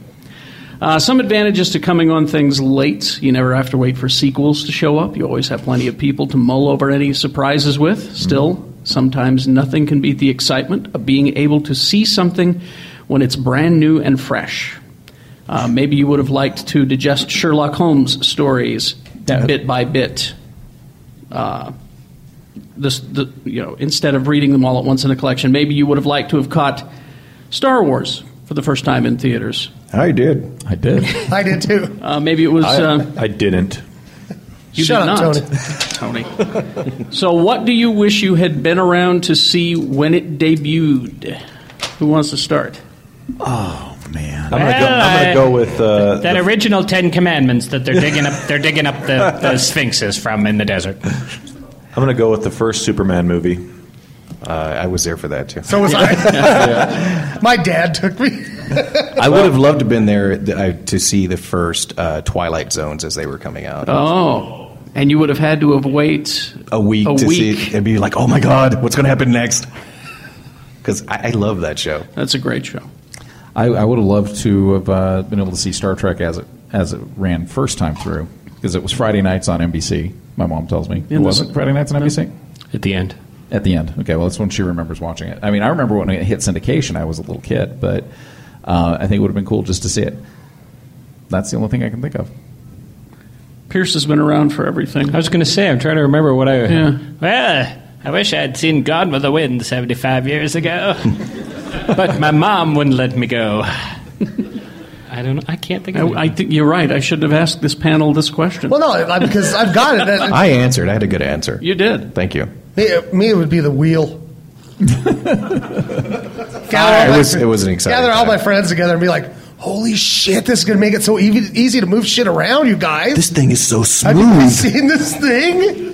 [SPEAKER 1] Uh, some advantages to coming on things late. You never have to wait for sequels to show up. You always have plenty of people to mull over any surprises with. Still, sometimes nothing can beat the excitement of being able to see something when it's brand new and fresh. Uh, maybe you would have liked to digest Sherlock Holmes stories bit by bit Uh, this, the, you know, instead of reading them all at once in a collection, maybe you would have liked to have caught Star Wars for the first time in theaters.
[SPEAKER 8] I did.
[SPEAKER 11] I did.
[SPEAKER 3] I did too.
[SPEAKER 1] Uh, maybe it was.
[SPEAKER 6] I,
[SPEAKER 1] uh,
[SPEAKER 6] I didn't.
[SPEAKER 1] you
[SPEAKER 3] Shut
[SPEAKER 1] did
[SPEAKER 3] up,
[SPEAKER 1] not, *laughs* Tony. Tony. so, what do you wish you had been around to see when it debuted? Who wants to start?
[SPEAKER 6] I'm gonna go, I'm gonna go with uh,
[SPEAKER 7] that
[SPEAKER 6] the-
[SPEAKER 7] original Ten Commandments that they're digging up. They're digging
[SPEAKER 3] *laughs*
[SPEAKER 7] up the, the sphinxes from in the desert.
[SPEAKER 6] I'm gonna go with the first Superman movie.
[SPEAKER 8] Uh, I was there for that too.
[SPEAKER 3] So
[SPEAKER 11] *laughs*
[SPEAKER 3] was
[SPEAKER 6] *laughs*
[SPEAKER 3] I. My dad took me.
[SPEAKER 8] I would have loved to have been there th- I- to see the first uh, Twilight Zones as they were coming out.
[SPEAKER 1] Oh, and you would have had to have wait
[SPEAKER 8] a week
[SPEAKER 1] A
[SPEAKER 8] to
[SPEAKER 1] week.
[SPEAKER 8] see it and be like, oh my God, what's going to happen next? Because I, I love that show.
[SPEAKER 1] That's a great show.
[SPEAKER 11] I, I would have loved to have uh, been able to see Star Trek as it as it ran first time through because it was Friday nights on NBC. My mom tells me it
[SPEAKER 1] this-
[SPEAKER 11] wasn't Friday nights on NBC.
[SPEAKER 7] At the end,
[SPEAKER 11] At the end, okay. Well, that's when she remembers watching it. I mean, I remember when it hit syndication. I was a little kid, but uh, I think it would have been cool just to see it. That's the only thing I can think of.
[SPEAKER 1] Pierce has been around for everything.
[SPEAKER 7] I was going to say I'm trying to remember what I.
[SPEAKER 1] Yeah.
[SPEAKER 7] Well, I wish I had seen Gone with the Wind 75 years *laughs* ago, but my mom wouldn't let me
[SPEAKER 1] *laughs*
[SPEAKER 7] go. I don't. know. I can't think.
[SPEAKER 1] I,
[SPEAKER 7] of
[SPEAKER 1] I think you're right. I shouldn't have asked this panel this
[SPEAKER 3] *laughs*
[SPEAKER 1] question.
[SPEAKER 3] Well, no, I, because I've
[SPEAKER 11] *laughs*
[SPEAKER 3] got it. That-
[SPEAKER 8] I answered. I had a good answer.
[SPEAKER 1] you did.
[SPEAKER 8] Thank you.
[SPEAKER 3] me, me, it would be the
[SPEAKER 8] *laughs*
[SPEAKER 3] wheel.
[SPEAKER 8] It
[SPEAKER 3] gather all,
[SPEAKER 8] was-
[SPEAKER 3] my,
[SPEAKER 8] it was an exciting
[SPEAKER 3] gather all
[SPEAKER 8] time.
[SPEAKER 3] my friends together and be like, holy shit, this is going to make it so easy, easy to move shit around, you guys.
[SPEAKER 8] This thing is so
[SPEAKER 3] Have you guys
[SPEAKER 8] smooth.
[SPEAKER 3] seen this thing?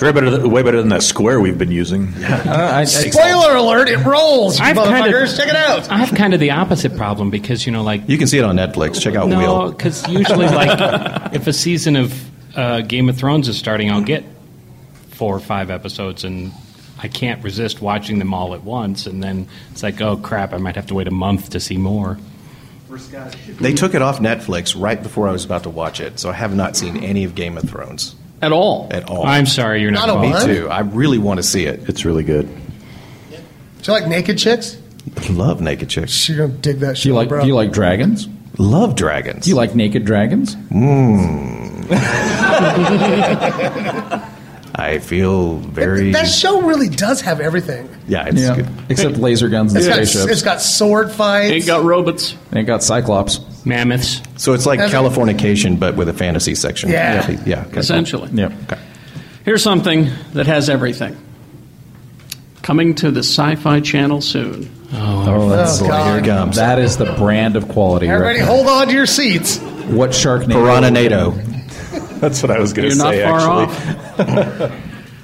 [SPEAKER 6] Way better, than, way better than that square we've been using.
[SPEAKER 3] Spoiler alert, it rolls, you
[SPEAKER 7] I've kind
[SPEAKER 3] motherfuckers.
[SPEAKER 7] of-
[SPEAKER 3] Check it out.
[SPEAKER 7] I have kind of the opposite problem because you know, like
[SPEAKER 8] You can see it on Netflix. Check out
[SPEAKER 7] no,
[SPEAKER 8] Wheel.
[SPEAKER 7] because
[SPEAKER 8] *laughs*
[SPEAKER 7] usually, like if a season of uh, Game of Thrones is starting, I'll get four or five episodes, and I can't resist watching them all at once. And then it's like, oh crap, I might have to wait a month to see more.
[SPEAKER 8] They took it off Netflix right before I was about to watch it, so I have not seen any of Game of Thrones
[SPEAKER 1] At all.
[SPEAKER 8] at all.
[SPEAKER 7] I'm sorry, you're not.
[SPEAKER 3] Not a
[SPEAKER 7] wrong.
[SPEAKER 8] Me
[SPEAKER 3] What?
[SPEAKER 8] too. I really want to see it.
[SPEAKER 6] It's really good.
[SPEAKER 3] Do you like naked chicks?
[SPEAKER 8] Love naked chicks.
[SPEAKER 3] You're going to dig that shit,
[SPEAKER 11] Do you like
[SPEAKER 3] bro.
[SPEAKER 11] Do you like dragons? Do
[SPEAKER 8] Love dragons. Hmm.
[SPEAKER 11] you like naked dragons? *laughs*
[SPEAKER 8] I feel very.
[SPEAKER 3] that show really does have everything.
[SPEAKER 8] yeah, it's good.
[SPEAKER 11] Except laser guns and
[SPEAKER 3] It's got,
[SPEAKER 11] spaceships.
[SPEAKER 3] it's got sword
[SPEAKER 1] Ain't
[SPEAKER 3] fights.
[SPEAKER 1] got robots.
[SPEAKER 11] and it got Cyclops.
[SPEAKER 7] Mammoths.
[SPEAKER 8] So it's like
[SPEAKER 3] That's-
[SPEAKER 8] Californication, but with a fantasy section.
[SPEAKER 3] Yeah.
[SPEAKER 8] yeah. yeah. Okay.
[SPEAKER 1] Essentially.
[SPEAKER 11] Yep.
[SPEAKER 1] Here's something that has everything. Coming to the Sci Fi Channel soon.
[SPEAKER 11] Oh, that's
[SPEAKER 3] Oh, God.
[SPEAKER 8] Here it comes.
[SPEAKER 11] that is the brand of quality.
[SPEAKER 3] Everybody,
[SPEAKER 11] right
[SPEAKER 3] hold on to your seats.
[SPEAKER 11] there. What Sharknado?
[SPEAKER 8] Piranha NATO.
[SPEAKER 6] That's what I was going
[SPEAKER 1] You're
[SPEAKER 6] to
[SPEAKER 1] not
[SPEAKER 6] say.
[SPEAKER 1] far
[SPEAKER 6] actually,
[SPEAKER 1] off.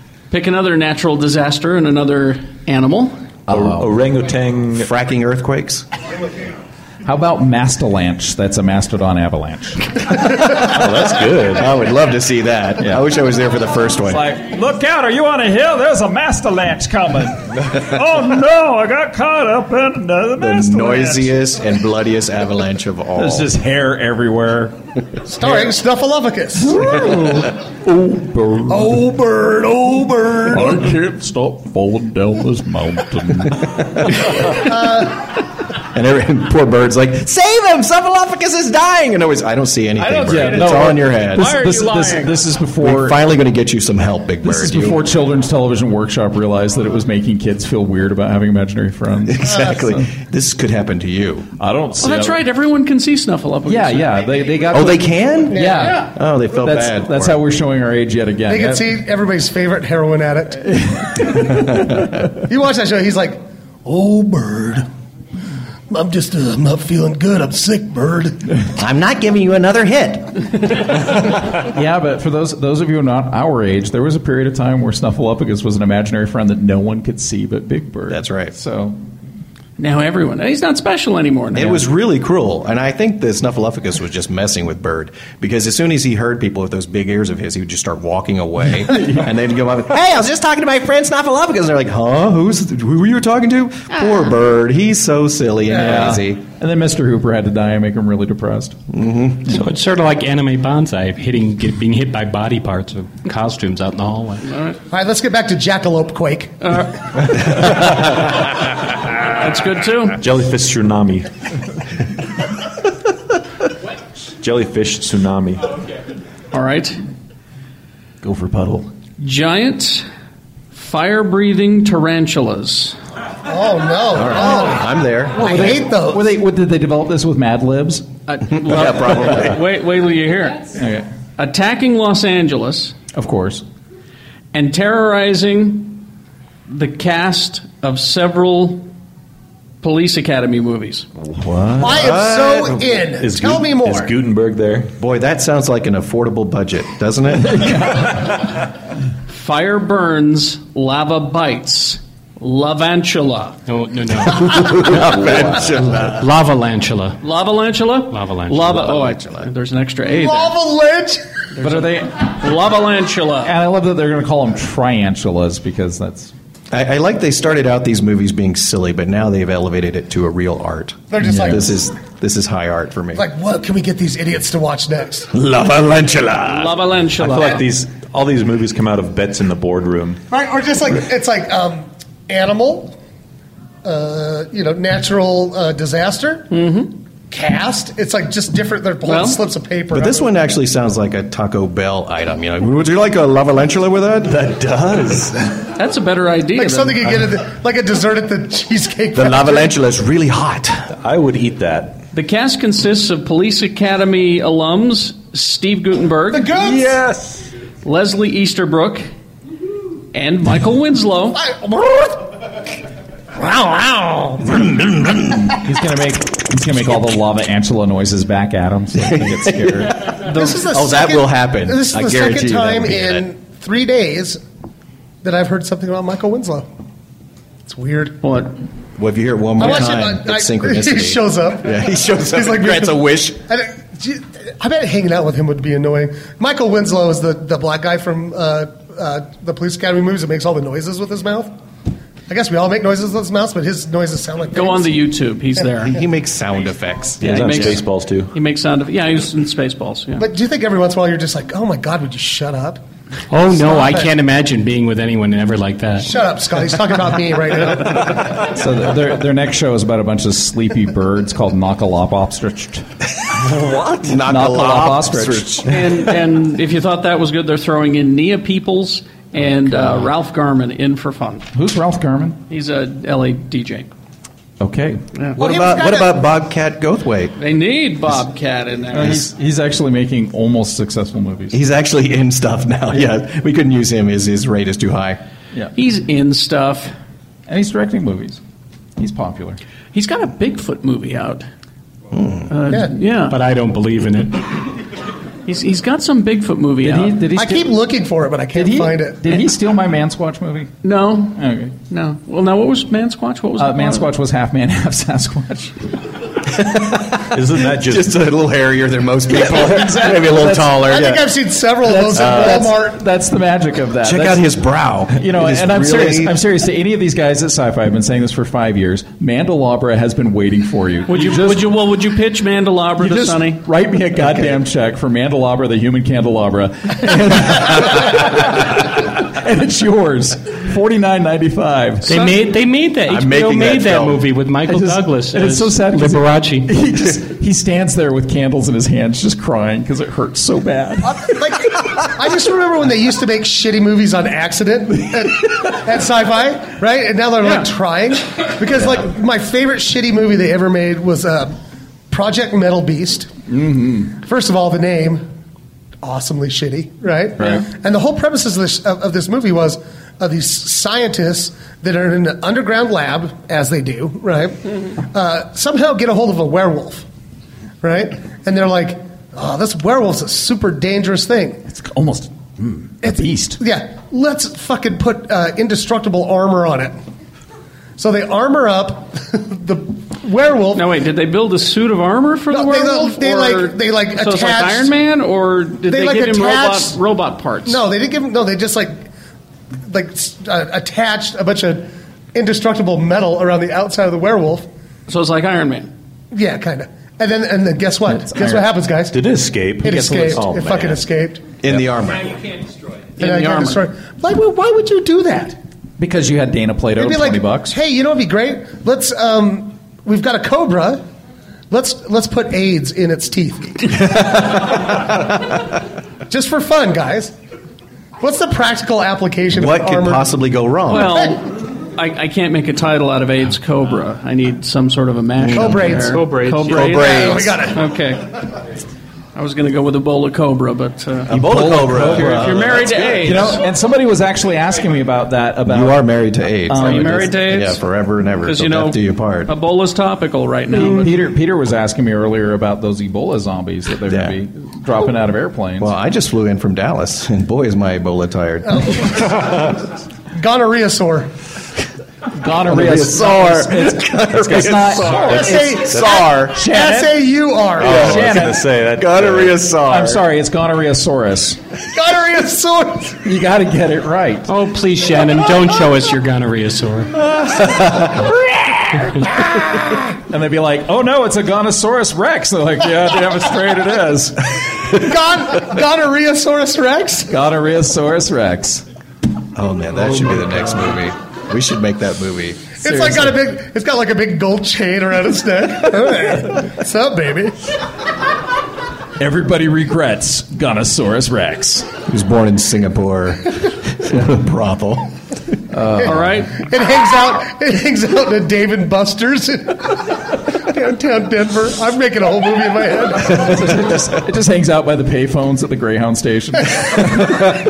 [SPEAKER 1] *laughs* Pick another natural disaster and another animal. Oh,
[SPEAKER 6] Or- orangutan.
[SPEAKER 8] Fracking earthquakes.
[SPEAKER 4] How about Mastalanche? That's a mastodon
[SPEAKER 8] *laughs*
[SPEAKER 4] avalanche.
[SPEAKER 8] Oh, that's good. I would love to see that. I wish I was there for the first *laughs* one.
[SPEAKER 12] Like, look out, are you on a hill? There's a masterlanch coming.
[SPEAKER 8] *laughs*
[SPEAKER 12] oh no, I got caught up in another
[SPEAKER 8] the
[SPEAKER 12] masterlanch.
[SPEAKER 8] *laughs* noisiest and bloodiest avalanche of all.
[SPEAKER 4] There's just hair everywhere.
[SPEAKER 3] Starring Snuffleupagus. *laughs* oh, bird, oh, bird.
[SPEAKER 4] I can't stop falling down this mountain.
[SPEAKER 8] And every, and poor bird's like, save him! Cephalophagus is dying! And always, I don't see anything, Bird. it's all in your head.
[SPEAKER 4] This, this- this- this is before.
[SPEAKER 8] We're finally going to get you some help, Big Bird.
[SPEAKER 4] This is
[SPEAKER 8] You-
[SPEAKER 4] before Children's Television Workshop realized that it was making kids feel weird about having imaginary
[SPEAKER 8] *laughs*
[SPEAKER 4] friends.
[SPEAKER 8] exactly.
[SPEAKER 4] *laughs*
[SPEAKER 8] This could happen to you.
[SPEAKER 4] I don't see.
[SPEAKER 1] Oh, that's
[SPEAKER 4] how-
[SPEAKER 1] right. Everyone can see Snuffleupagus.
[SPEAKER 4] Yeah, yeah. They, they got.
[SPEAKER 8] Oh, they can?
[SPEAKER 4] Yeah.
[SPEAKER 8] Oh, they felt
[SPEAKER 4] That's,
[SPEAKER 8] bad.
[SPEAKER 4] that's
[SPEAKER 8] for
[SPEAKER 4] how we're showing our age yet again.
[SPEAKER 3] They can
[SPEAKER 4] That-
[SPEAKER 3] see everybody's favorite heroin addict.
[SPEAKER 8] *laughs*
[SPEAKER 4] *laughs*
[SPEAKER 3] you watch that show, he's like, "Oh, bird, I'm just, uh, I'm not feeling good. I'm sick, bird."
[SPEAKER 8] him. I'm not giving you another hit.
[SPEAKER 4] Yeah, but for those those of you not our age, there was a period of time where Snuffleupagus was an imaginary friend that no one could see but Big Bird.
[SPEAKER 8] That's right.
[SPEAKER 4] So
[SPEAKER 1] Now everyone. He's not special anymore. Now.
[SPEAKER 8] It was really cruel, and I think the Snuffleupagus was just messing with Bird because as soon as he heard people with those big ears of his, he would just start walking away, and they'd go up, and, "Hey, I was just talking to my friend Snuffleupagus," and they're like, "Huh? Who's who were you talking to? Poor Bird, he's so silly and crazy."
[SPEAKER 4] and then Mr. Hooper had to die and make him really depressed.
[SPEAKER 8] Mm-hmm.
[SPEAKER 7] So it's sort of like anime bonsai, hitting, get, being hit by body parts of costumes out in the
[SPEAKER 8] *laughs*
[SPEAKER 7] hallway.
[SPEAKER 3] All right, let's get back to Jackalope Quake.
[SPEAKER 1] That's good too.
[SPEAKER 6] Jellyfish tsunami. Jellyfish tsunami.
[SPEAKER 1] All right.
[SPEAKER 8] Go for puddle.
[SPEAKER 1] Giant fire-breathing tarantulas.
[SPEAKER 3] oh no!
[SPEAKER 8] I'm there.
[SPEAKER 3] Oh, I hate those.
[SPEAKER 4] Were they? What, did they develop this with Mad Libs?
[SPEAKER 1] Uh,
[SPEAKER 8] *laughs*
[SPEAKER 1] yeah, probably. Wait, wait till you hear it.
[SPEAKER 4] Okay.
[SPEAKER 1] Attacking Los Angeles
[SPEAKER 4] Of course.
[SPEAKER 1] and terrorizing the cast of several police academy movies.
[SPEAKER 3] I am so in. Tell
[SPEAKER 6] Guten-
[SPEAKER 3] me more.
[SPEAKER 6] Is Gutenberg there?
[SPEAKER 8] Boy, that sounds like an affordable budget, doesn't it?
[SPEAKER 1] Fire burns, lava bites. Lavantula.
[SPEAKER 7] No, no,
[SPEAKER 8] *laughs*
[SPEAKER 7] no. Lavalantula.
[SPEAKER 1] Lavalantula?
[SPEAKER 7] Lavalantula.
[SPEAKER 1] Lava, oh, I, *laughs* there's an extra A there.
[SPEAKER 3] Lava Lynch.
[SPEAKER 4] But are they?
[SPEAKER 1] Lavalantula.
[SPEAKER 4] And I love that they're going to call them triantulas because that's
[SPEAKER 8] I, I like they started out these movies being silly, but now they've elevated it to a real art.
[SPEAKER 3] They're just like-
[SPEAKER 8] this is this is high art for me.
[SPEAKER 3] Like, what can we get these idiots to watch next?
[SPEAKER 6] Lavalantula.
[SPEAKER 1] Lavalantula.
[SPEAKER 6] I feel like these all these movies come out of bets in the boardroom.
[SPEAKER 3] Right, or just like it's like um, animal, uh, you know, natural uh, disaster, cast. It's like just different. They're pulling
[SPEAKER 1] Mm-hmm. Well,
[SPEAKER 3] slips of paper.
[SPEAKER 8] But this one actually sounds like a Taco Bell item. You know, would you like a lavalantula with that? That does. *laughs*
[SPEAKER 1] That's a better idea.
[SPEAKER 3] like
[SPEAKER 1] than-
[SPEAKER 3] something you get at the, *laughs* like a dessert at the cheesecake.
[SPEAKER 8] The
[SPEAKER 3] Factory.
[SPEAKER 8] lavalantula is really hot.
[SPEAKER 6] I would eat that.
[SPEAKER 1] The cast consists of Police Academy alums Steve Gutenberg,
[SPEAKER 3] The goods.
[SPEAKER 6] Yes.
[SPEAKER 1] Leslie Easterbrook, and Michael Winslow.
[SPEAKER 4] *laughs* he's going to make he's going to make all the lava antula noises back at him. So he *laughs* gets scared.
[SPEAKER 3] This is the
[SPEAKER 8] Oh, that
[SPEAKER 3] second-
[SPEAKER 8] will happen.
[SPEAKER 3] This is
[SPEAKER 8] I
[SPEAKER 3] the
[SPEAKER 8] guarantee
[SPEAKER 3] second
[SPEAKER 8] you that
[SPEAKER 3] time
[SPEAKER 8] will be
[SPEAKER 3] in three days that I've heard something about Michael Winslow. It's weird.
[SPEAKER 1] What?
[SPEAKER 8] Well, if you hear it one
[SPEAKER 3] I
[SPEAKER 8] more
[SPEAKER 3] watched it
[SPEAKER 8] time,
[SPEAKER 3] on- I-
[SPEAKER 8] it's synchronicity.
[SPEAKER 3] *laughs* he shows up.
[SPEAKER 8] Yeah, he shows up.
[SPEAKER 3] He's like-
[SPEAKER 8] grants a wish.
[SPEAKER 3] I, don't- gee, I bet hanging out with him would be annoying. Michael Winslow is the, the black guy from uh, uh, the Police Academy movies that makes all the noises with his mouth. I guess we all make noises with his mouth, but his noises sound like
[SPEAKER 1] Go on the
[SPEAKER 3] things.
[SPEAKER 1] YouTube. He's
[SPEAKER 8] He,
[SPEAKER 1] there.
[SPEAKER 8] he makes sound effects.
[SPEAKER 6] Yeah,
[SPEAKER 1] he
[SPEAKER 6] on
[SPEAKER 1] makes-
[SPEAKER 6] Spaceballs too.
[SPEAKER 1] He makes sound of yeah. He was in Spaceballs. Yeah.
[SPEAKER 3] But do you think every once in a while you're just like, oh my god, would you shut up?
[SPEAKER 7] Oh, no, I
[SPEAKER 3] it.
[SPEAKER 7] can't imagine being with anyone ever like that.
[SPEAKER 3] Shut up, Scott. He's talking about me right now.
[SPEAKER 8] *laughs*
[SPEAKER 4] So th- their their next show is about a bunch of sleepy birds called Knockalop ostrich.
[SPEAKER 3] *laughs*
[SPEAKER 8] What? Not,
[SPEAKER 4] Not
[SPEAKER 8] the lava
[SPEAKER 4] the lava
[SPEAKER 8] ostrich.
[SPEAKER 4] ostrich.
[SPEAKER 1] and and if you thought that was good, they're throwing in Nia Peoples and uh, Ralph Garman in for fun.
[SPEAKER 4] Who's Ralph Garman?
[SPEAKER 1] He's a LA DJ.
[SPEAKER 4] Okay,
[SPEAKER 3] Oh,
[SPEAKER 8] What about what about Bobcat Goldthwait?
[SPEAKER 1] They need Bobcat in there.
[SPEAKER 4] he's he's actually making almost successful movies.
[SPEAKER 8] He's actually in stuff now. Yeah, we couldn't use him. His his rate is too high.
[SPEAKER 4] yeah,
[SPEAKER 1] He's in stuff.
[SPEAKER 4] and he's directing movies. He's popular.
[SPEAKER 1] He's got a Bigfoot movie out. Uh,
[SPEAKER 3] Yeah.
[SPEAKER 1] yeah.
[SPEAKER 7] But I don't believe in it.
[SPEAKER 1] he's he's got some Bigfoot movie
[SPEAKER 4] Did
[SPEAKER 1] out.
[SPEAKER 4] he? Did he?
[SPEAKER 3] I
[SPEAKER 4] steal-
[SPEAKER 3] keep looking for it, but I
[SPEAKER 4] Did
[SPEAKER 3] can't
[SPEAKER 4] he?
[SPEAKER 3] find it.
[SPEAKER 4] Did he steal my Man Squatch movie?
[SPEAKER 1] no,
[SPEAKER 4] Okay.
[SPEAKER 1] no. Well, now what was Man Squatch? What was
[SPEAKER 4] Uh,
[SPEAKER 1] the-
[SPEAKER 4] *laughs* man Squatch was half man, half Sasquatch.
[SPEAKER 6] Isn't that just
[SPEAKER 8] just a little hairier than most people?
[SPEAKER 4] *laughs* exactly.
[SPEAKER 8] Maybe a little
[SPEAKER 4] That's-
[SPEAKER 8] taller.
[SPEAKER 3] I think
[SPEAKER 8] yeah.
[SPEAKER 3] I've seen several of
[SPEAKER 4] That's,
[SPEAKER 3] those at
[SPEAKER 4] that's-
[SPEAKER 3] Walmart.
[SPEAKER 4] That's, the magic of that.
[SPEAKER 8] Check
[SPEAKER 4] That's-
[SPEAKER 8] out his brow.
[SPEAKER 4] *laughs* You know,
[SPEAKER 8] It is
[SPEAKER 4] and I'm
[SPEAKER 8] really-
[SPEAKER 4] serious. I'm serious to any of these guys at Sci-Fi. I've been saying this for five years. Mandelabra has been waiting for you.
[SPEAKER 1] Would you,
[SPEAKER 4] just-
[SPEAKER 1] would you well would you pitch Mandelabra
[SPEAKER 4] you
[SPEAKER 1] to
[SPEAKER 4] just
[SPEAKER 1] Sonny?
[SPEAKER 4] write me a goddamn check for Mandelabra, the human *laughs* candelabra, and it's yours, forty nine ninety five.
[SPEAKER 7] They made they made that.
[SPEAKER 8] I'm
[SPEAKER 7] HBO
[SPEAKER 8] making
[SPEAKER 7] made
[SPEAKER 8] that
[SPEAKER 7] that,
[SPEAKER 8] film.
[SPEAKER 7] movie with Michael Douglas.
[SPEAKER 4] And it's
[SPEAKER 7] as
[SPEAKER 4] so sad. 'cause
[SPEAKER 7] Liberace.
[SPEAKER 4] *laughs* He just he stands there with candles in his hands, just crying because it hurts so bad.
[SPEAKER 3] Like, I just remember when they used to make shitty movies on accident at, at sci-fi, right? And now they're like trying because like my favorite shitty movie they ever made was uh, Project Metal Beast. Mm-hmm. First of all, the name awesomely shitty, right?
[SPEAKER 4] Right.
[SPEAKER 3] And the whole premise of this, of, of this movie was of these scientists that are in an underground lab, as they do, right? Uh, somehow get a hold of a werewolf, right? And they're like, oh, this werewolf's a super dangerous thing.
[SPEAKER 4] It's almost mm, a beast.
[SPEAKER 3] Yeah, let's fucking put uh, indestructible armor on it. So they armor up *laughs* the werewolf.
[SPEAKER 1] Now wait, did they build a suit of armor for the
[SPEAKER 3] No, they-
[SPEAKER 1] werewolf?
[SPEAKER 3] they,
[SPEAKER 1] or-
[SPEAKER 3] like- they, like,
[SPEAKER 1] so it's like
[SPEAKER 3] attached-
[SPEAKER 1] Iron Man, or did they,
[SPEAKER 3] They, like,
[SPEAKER 1] give him robot
[SPEAKER 3] attached-
[SPEAKER 1] robot parts?
[SPEAKER 3] No, they didn't give him. No, they just like like s- uh, attached a bunch of indestructible metal around the outside of the werewolf.
[SPEAKER 1] so it's like Iron Man.
[SPEAKER 3] Yeah, kind of. And then and then guess what?
[SPEAKER 4] It's
[SPEAKER 3] guess
[SPEAKER 4] iron.
[SPEAKER 3] what happens, guys?
[SPEAKER 6] Did it escape?
[SPEAKER 3] It
[SPEAKER 6] Yes,
[SPEAKER 3] escaped.
[SPEAKER 6] oh,
[SPEAKER 3] it
[SPEAKER 6] man.
[SPEAKER 3] fucking escaped.
[SPEAKER 8] in the armor.
[SPEAKER 3] In
[SPEAKER 1] the armor.
[SPEAKER 3] Like, why- why would you do that?
[SPEAKER 4] Because you had Dana Plato,
[SPEAKER 3] It'd be
[SPEAKER 4] twenty
[SPEAKER 3] like,
[SPEAKER 4] bucks.
[SPEAKER 3] Hey, you know what'd be great? Let's um, we've got a cobra. Let's let's put AIDS in its teeth. Just for fun, guys. What's the practical application?
[SPEAKER 8] What
[SPEAKER 3] of
[SPEAKER 8] could
[SPEAKER 3] armor?
[SPEAKER 8] possibly go wrong?
[SPEAKER 1] Well, I, I can't make a title out of AIDS Cobra. I need some sort of a mashup.
[SPEAKER 3] Cobraids.
[SPEAKER 1] there.
[SPEAKER 7] Cobraids.
[SPEAKER 1] Cobraids.
[SPEAKER 8] Cobraids.
[SPEAKER 3] We got it.
[SPEAKER 1] Okay. I was going to go with Ebola Cobra, but uh,
[SPEAKER 8] Ebola
[SPEAKER 1] If you're, if
[SPEAKER 8] cobra.
[SPEAKER 1] you're married to AIDS,
[SPEAKER 4] You know, and somebody was actually asking me about that. About
[SPEAKER 8] Oh, You are married to AIDS.
[SPEAKER 4] Are
[SPEAKER 8] so
[SPEAKER 4] you
[SPEAKER 8] it
[SPEAKER 1] married
[SPEAKER 8] is-
[SPEAKER 1] to AIDS?
[SPEAKER 8] Yeah, forever and ever.
[SPEAKER 1] because
[SPEAKER 8] till
[SPEAKER 1] you know
[SPEAKER 8] death do you part.
[SPEAKER 1] Ebola's topical right now. But
[SPEAKER 4] Peter Peter was asking me earlier about those Ebola zombies that they're
[SPEAKER 8] Yeah.
[SPEAKER 4] going to be dropping out of airplanes.
[SPEAKER 8] Well, I just flew in from Dallas, *laughs* and boy, is my Ebola tired.
[SPEAKER 3] *laughs*
[SPEAKER 4] Oh.
[SPEAKER 3] Gonorrhea sore.
[SPEAKER 4] gonorrhea SAR.
[SPEAKER 8] *laughs*
[SPEAKER 4] It's, it's not
[SPEAKER 3] S
[SPEAKER 4] it's-
[SPEAKER 3] A S A U R.
[SPEAKER 4] Oh,
[SPEAKER 6] I was
[SPEAKER 4] Shannon.
[SPEAKER 6] gonna say that.
[SPEAKER 8] Gonorrhea SAR.
[SPEAKER 4] I'm sorry, it's gonorrheasaurus.
[SPEAKER 3] Gonorrhea sore.
[SPEAKER 4] *laughs* You got to get it right.
[SPEAKER 7] Oh please, Shannon, don't show us your
[SPEAKER 8] *laughs*
[SPEAKER 7] gonorrhea sore.
[SPEAKER 4] And they'd be like, "Oh no, it's a gonosaurus rex." They're like, "Yeah, damn straight it is."
[SPEAKER 3] *laughs* Gon- gonorrhea saurus rex.
[SPEAKER 4] Gonorrheasaurus rex.
[SPEAKER 8] Oh man, that should be the next movie. We should make that movie.
[SPEAKER 3] It's like got a big. It's got like a big gold chain around its neck. *laughs* All right. What's up, baby?
[SPEAKER 1] Uh-huh.
[SPEAKER 4] Everybody regrets gonosaurus rex.
[SPEAKER 8] He was born in Singapore, *laughs* in a brothel.
[SPEAKER 1] all right,
[SPEAKER 3] It hangs out. It hangs out in a Dave and Buster's in downtown Denver. I'm making a whole movie in my head.
[SPEAKER 4] *laughs* it, just, it just hangs out by the payphones at the Greyhound station.
[SPEAKER 1] *laughs* all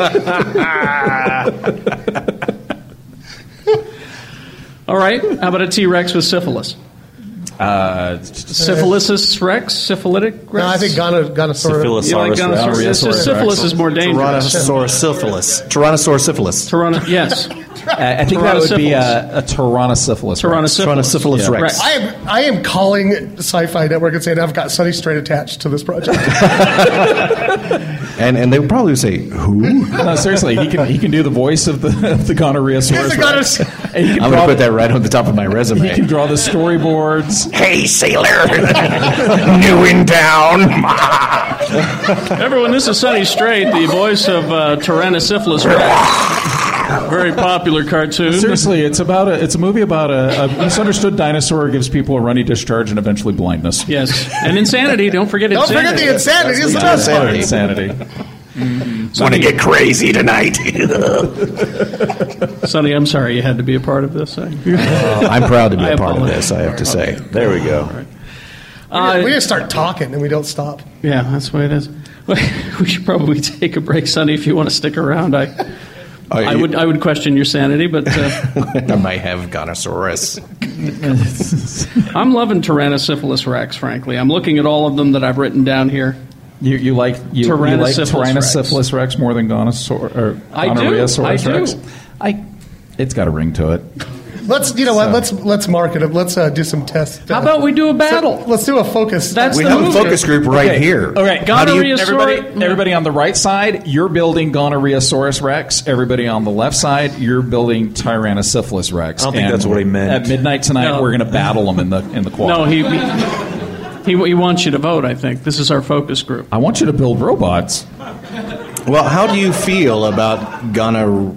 [SPEAKER 1] right. How about a T Rex with syphilis?
[SPEAKER 4] Uh,
[SPEAKER 1] Syphilisis Rex, syphilitic Rex.
[SPEAKER 3] No, I think gono- gonosaurus.
[SPEAKER 6] Syphilis.
[SPEAKER 1] You like
[SPEAKER 6] Saurus
[SPEAKER 1] gonosaurus-
[SPEAKER 6] Rex.
[SPEAKER 1] it's just
[SPEAKER 4] Saurus
[SPEAKER 1] syphilis
[SPEAKER 4] Rex.
[SPEAKER 1] is more dangerous.
[SPEAKER 8] Tyrannosaurus Tyrannosaurus
[SPEAKER 1] Tyranno- yes,
[SPEAKER 4] I think that would be a, a tyrannosyphilis. rex.
[SPEAKER 1] Tyrannosyphilis.
[SPEAKER 8] Tyrannosyphilis
[SPEAKER 4] Yeah.
[SPEAKER 8] rex.
[SPEAKER 3] I am. I am calling Sci-Fi Network and saying I've got Sunny Straight attached to this
[SPEAKER 1] *laughs*
[SPEAKER 3] project.
[SPEAKER 8] And and they would probably say who?
[SPEAKER 4] *laughs* No, seriously, he can he can do the voice of the of the
[SPEAKER 3] He's
[SPEAKER 4] gonorrheasaurus.
[SPEAKER 3] a
[SPEAKER 4] rex.
[SPEAKER 3] gonos-
[SPEAKER 4] *laughs* And he can
[SPEAKER 8] I'm
[SPEAKER 4] draw
[SPEAKER 8] gonna put
[SPEAKER 4] the-
[SPEAKER 8] that right on the top of my
[SPEAKER 4] *laughs* He can
[SPEAKER 8] resume.
[SPEAKER 4] draw the
[SPEAKER 8] *laughs*
[SPEAKER 4] storyboards.
[SPEAKER 8] Hey sailor, *laughs*
[SPEAKER 4] *laughs*
[SPEAKER 8] new in town.
[SPEAKER 1] *laughs* Everyone, this is Sunny Strait, the voice of uh, Tyrannosyphilis Rex. Very popular cartoon.
[SPEAKER 4] Seriously, it's about a it's a movie about a, a misunderstood dinosaur who gives people a runny discharge and eventually blindness.
[SPEAKER 1] Yes,
[SPEAKER 4] *laughs*
[SPEAKER 1] and insanity. Don't forget
[SPEAKER 3] Don't
[SPEAKER 1] insanity.
[SPEAKER 3] forget the insanity. It's the best
[SPEAKER 4] Or
[SPEAKER 3] part.
[SPEAKER 4] insanity.
[SPEAKER 8] Want to get crazy tonight?
[SPEAKER 1] Sonny, I'm sorry you had to be a part of this.
[SPEAKER 8] Oh, I'm proud to be
[SPEAKER 1] *laughs* I
[SPEAKER 8] a part of
[SPEAKER 1] apologize.
[SPEAKER 8] this. I have to say.
[SPEAKER 6] There we go.
[SPEAKER 1] Uh,
[SPEAKER 3] we just start talking and we don't stop.
[SPEAKER 1] yeah, that's the way it is. *laughs* We should probably take a break, Sonny, if you want to stick around. I,
[SPEAKER 8] Are
[SPEAKER 1] I
[SPEAKER 8] Oh, you-
[SPEAKER 1] would, I would question your sanity, but uh,
[SPEAKER 8] *laughs* I might have gonosaurus.
[SPEAKER 1] *laughs* I'm loving Tyrannosyphilis Rex. Frankly, I'm looking at all of them that I've written down here.
[SPEAKER 4] You, you like you, you like
[SPEAKER 1] Tyrannosyphilis rex.
[SPEAKER 4] Tyrannosyphilis rex. more than gonosaur or
[SPEAKER 1] I do,
[SPEAKER 4] gonorrheasaurus
[SPEAKER 1] I do.
[SPEAKER 4] rex? I it's got a ring to it.
[SPEAKER 3] Let's you know what? Let's let's market it. Let's uh, do some tests.
[SPEAKER 1] How about we do a battle?
[SPEAKER 3] let's do a focus.
[SPEAKER 1] That's
[SPEAKER 3] we
[SPEAKER 8] the have a move. focus group right
[SPEAKER 4] Okay.
[SPEAKER 8] here.
[SPEAKER 4] All right,
[SPEAKER 8] How do you-
[SPEAKER 4] gonorrhea. Everybody, everybody on the right side, you're building gonorrheasaurus rex. Everybody on the left side, you're building tyrannosyphilis rex.
[SPEAKER 6] I don't think that's what he meant.
[SPEAKER 4] At midnight tonight,
[SPEAKER 1] No.
[SPEAKER 4] we're going to battle them in the in the quad.
[SPEAKER 1] No, he, he he wants you to vote. I think this is our focus group.
[SPEAKER 4] I want you to build robots.
[SPEAKER 8] Well, how do you feel about Gonosaurus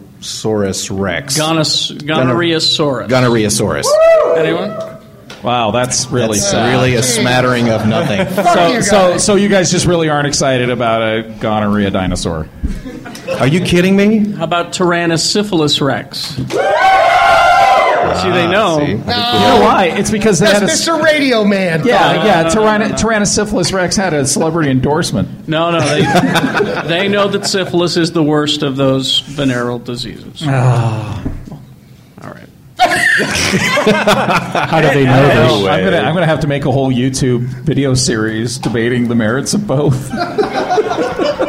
[SPEAKER 8] Rex?
[SPEAKER 1] Gonos, gonorrheasaurus.
[SPEAKER 8] Gonorrheasaurus.
[SPEAKER 1] Anyone?
[SPEAKER 4] Wow, that's really
[SPEAKER 8] That's
[SPEAKER 4] sad.
[SPEAKER 8] really a smattering of
[SPEAKER 4] *laughs*
[SPEAKER 8] nothing.
[SPEAKER 4] so, so, so you guys just really aren't excited about a gonorrhea dinosaur.
[SPEAKER 8] Are you kidding me?
[SPEAKER 1] How about Tyrannosyphilis rex? see, they know.
[SPEAKER 8] Ah, see.
[SPEAKER 4] You know why? It's because they had a.
[SPEAKER 3] That's Mr. Radio Man.
[SPEAKER 4] Yeah, yeah. Tyranno- Tyrannosyphilis rex had a celebrity endorsement.
[SPEAKER 1] No, no, they *laughs* they know that syphilis is the worst of those venereal diseases.
[SPEAKER 7] Ah.
[SPEAKER 1] All right.
[SPEAKER 13] How do they know
[SPEAKER 4] Oh, I'm gonna, I'm gonna have to make a whole YouTube video series debating the merits of both.
[SPEAKER 8] *laughs*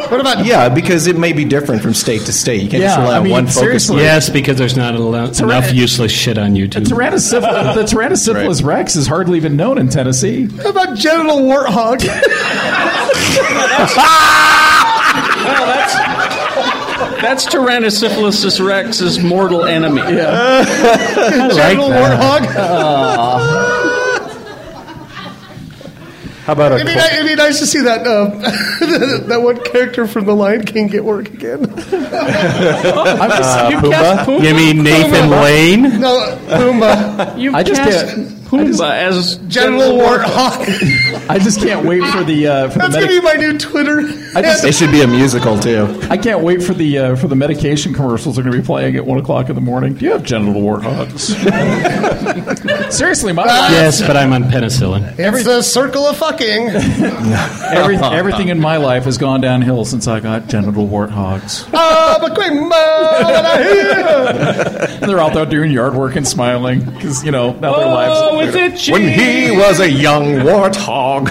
[SPEAKER 8] What about yeah? Because it may be different from state to state. You can't
[SPEAKER 4] Yeah,
[SPEAKER 8] just rely
[SPEAKER 4] I mean,
[SPEAKER 8] on one focus.
[SPEAKER 4] seriously.
[SPEAKER 8] group.
[SPEAKER 7] Yes, because there's not alo- enough useless shit on YouTube.
[SPEAKER 4] Tyrannosyphil- the Tyrannosyphilis rex is hardly even known in Tennessee.
[SPEAKER 3] How about genital warthog? *laughs*
[SPEAKER 1] That's Tyrannosyphilis rex's mortal enemy.
[SPEAKER 3] genital warthog.
[SPEAKER 6] How about a
[SPEAKER 3] It'd be, ni- it'd be nice to see that um, *laughs* that one character from The Lion King get work again.
[SPEAKER 4] I'm just,
[SPEAKER 8] Uh,
[SPEAKER 4] you cast Pumbaa?
[SPEAKER 13] You mean Nathan Lane?
[SPEAKER 3] No, uh, Pumbaa,
[SPEAKER 1] *laughs* You
[SPEAKER 4] I just
[SPEAKER 1] just cast
[SPEAKER 4] can't-
[SPEAKER 1] Pumbaa as
[SPEAKER 3] genital warthog.
[SPEAKER 4] I just can't wait for the uh, for the
[SPEAKER 3] That's gonna
[SPEAKER 4] medi-
[SPEAKER 3] be my new Twitter. *laughs*
[SPEAKER 4] I just-
[SPEAKER 8] It should be a musical too.
[SPEAKER 4] I can't wait for the uh, for the medication commercials are going to be playing at one o'clock in the morning. Do you have genital warthogs? Seriously,
[SPEAKER 3] Uh,
[SPEAKER 4] my
[SPEAKER 7] Yes, but I'm on penicillin.
[SPEAKER 3] It's the circle of fucking. *laughs*
[SPEAKER 8] *laughs*
[SPEAKER 7] *laughs*
[SPEAKER 4] every, everything in my life has gone downhill since I got genital warthogs.
[SPEAKER 3] Ah, but quick, ma, when I hear.
[SPEAKER 4] And they're out there doing yard work and smiling because you know now their lives.
[SPEAKER 1] Oh, it's itchy.
[SPEAKER 8] When he was a young warthog,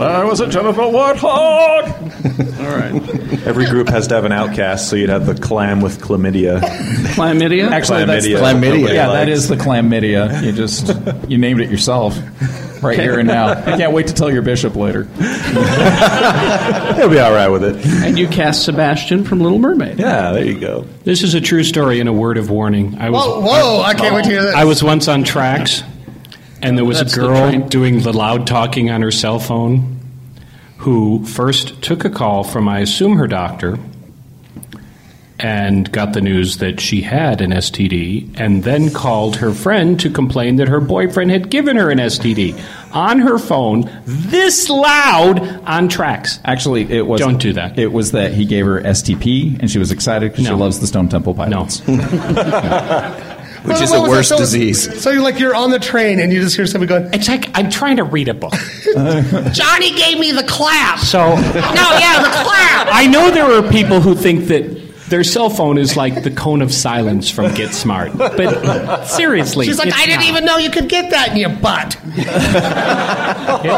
[SPEAKER 4] I was a genital warthog.
[SPEAKER 6] Every group has to have an outcast, so you'd have the clam with chlamydia.
[SPEAKER 1] Chlamydia.
[SPEAKER 4] Actually, that's the,
[SPEAKER 6] Chlamydia.
[SPEAKER 8] Chlamydia.
[SPEAKER 4] Yeah, that
[SPEAKER 6] Likes.
[SPEAKER 4] is the chlamydia. You just you named it yourself, right here and now. I can't wait to tell your
[SPEAKER 8] *laughs*
[SPEAKER 4] bishop later.
[SPEAKER 6] He'll be all right with it.
[SPEAKER 1] *laughs* and you cast Sebastian from Little Mermaid.
[SPEAKER 6] Yeah, there you go.
[SPEAKER 7] This is a true story and a word of warning. I was,
[SPEAKER 3] Whoa, whoa! I can't wait to hear this.
[SPEAKER 7] I was once on tracks, and there was
[SPEAKER 1] That's
[SPEAKER 7] a
[SPEAKER 1] the
[SPEAKER 7] girl
[SPEAKER 1] train.
[SPEAKER 7] doing the loud talking on her cell phone who first took a call from, I assume, her doctor and got the news that she had an STD, and then called her friend to complain that her boyfriend had given her an STD on her phone, this loud on tracks.
[SPEAKER 4] Actually, it was
[SPEAKER 7] Don't do that.
[SPEAKER 4] It was that he gave her STP, and she was excited because she
[SPEAKER 7] No.
[SPEAKER 4] loves the Stone Temple
[SPEAKER 7] No.
[SPEAKER 4] Pilots.
[SPEAKER 8] *laughs* which
[SPEAKER 3] What-
[SPEAKER 8] is
[SPEAKER 3] what
[SPEAKER 8] the
[SPEAKER 3] was that?
[SPEAKER 8] worst
[SPEAKER 3] So-
[SPEAKER 8] disease.
[SPEAKER 3] So you're like you're on the train and you just hear somebody going.
[SPEAKER 7] It's like I'm trying to read a book. *laughs*
[SPEAKER 14] Johnny gave me the clap.
[SPEAKER 3] *laughs*
[SPEAKER 7] So
[SPEAKER 14] No, yeah, the
[SPEAKER 8] *laughs*
[SPEAKER 14] clap.
[SPEAKER 7] I know there are people who think that their cell phone is like the cone of silence from Get Smart, but seriously,
[SPEAKER 3] She's like,
[SPEAKER 7] it's
[SPEAKER 3] I didn't
[SPEAKER 7] not.
[SPEAKER 3] even know you could get that in your butt.
[SPEAKER 7] It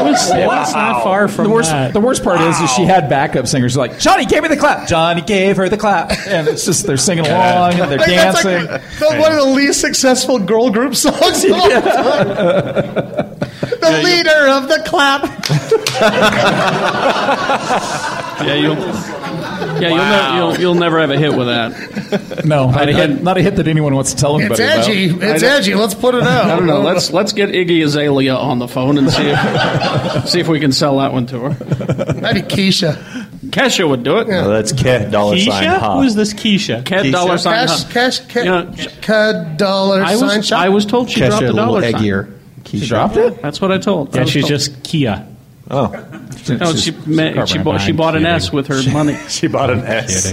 [SPEAKER 7] was, it was not far from
[SPEAKER 4] Oh, The worst,
[SPEAKER 7] that.
[SPEAKER 4] the worst part is, is she had backup singers like Johnny gave me the clap. Johnny gave her the clap, and it's just they're singing along and they're
[SPEAKER 3] Like, that's
[SPEAKER 4] dancing.
[SPEAKER 3] like the, one of the least successful girl group songs of all
[SPEAKER 8] *laughs*
[SPEAKER 3] time. The leader of the clap.
[SPEAKER 1] Yeah, you'll, yeah, you'll, never, you'll, you'll never have a hit with that.
[SPEAKER 4] no, not a, hit, not a hit that anyone wants to tell
[SPEAKER 3] It's
[SPEAKER 4] anybody about.
[SPEAKER 3] edgy. It's edgy. Let's put it out.
[SPEAKER 1] *laughs*
[SPEAKER 3] *laughs*
[SPEAKER 1] I don't know. Let's let's get Iggy Azalea on the phone and see
[SPEAKER 3] *laughs*
[SPEAKER 1] if, see if we can sell that one to her.
[SPEAKER 3] Maybe Keisha.
[SPEAKER 1] Kesha would do it.
[SPEAKER 6] Well, that's K dollar sign hop.
[SPEAKER 7] this Keisha?
[SPEAKER 1] Cat dollar sign.
[SPEAKER 3] Cash,
[SPEAKER 1] huh?
[SPEAKER 3] cash, cash,
[SPEAKER 1] You know,
[SPEAKER 3] dollar
[SPEAKER 1] I
[SPEAKER 3] sign
[SPEAKER 1] was
[SPEAKER 3] shop.
[SPEAKER 1] I was told she dropped the
[SPEAKER 8] Kesha, a little
[SPEAKER 1] dollar sign.
[SPEAKER 8] eggier.
[SPEAKER 4] She dropped it.
[SPEAKER 1] That's what I told. I
[SPEAKER 7] Yeah,
[SPEAKER 1] was
[SPEAKER 7] she's
[SPEAKER 1] told.
[SPEAKER 7] just Kia.
[SPEAKER 6] oh,
[SPEAKER 1] No, she ma- she, bought, she bought an
[SPEAKER 7] Kidding.
[SPEAKER 1] S with her money.
[SPEAKER 6] *laughs* she bought an S. *laughs*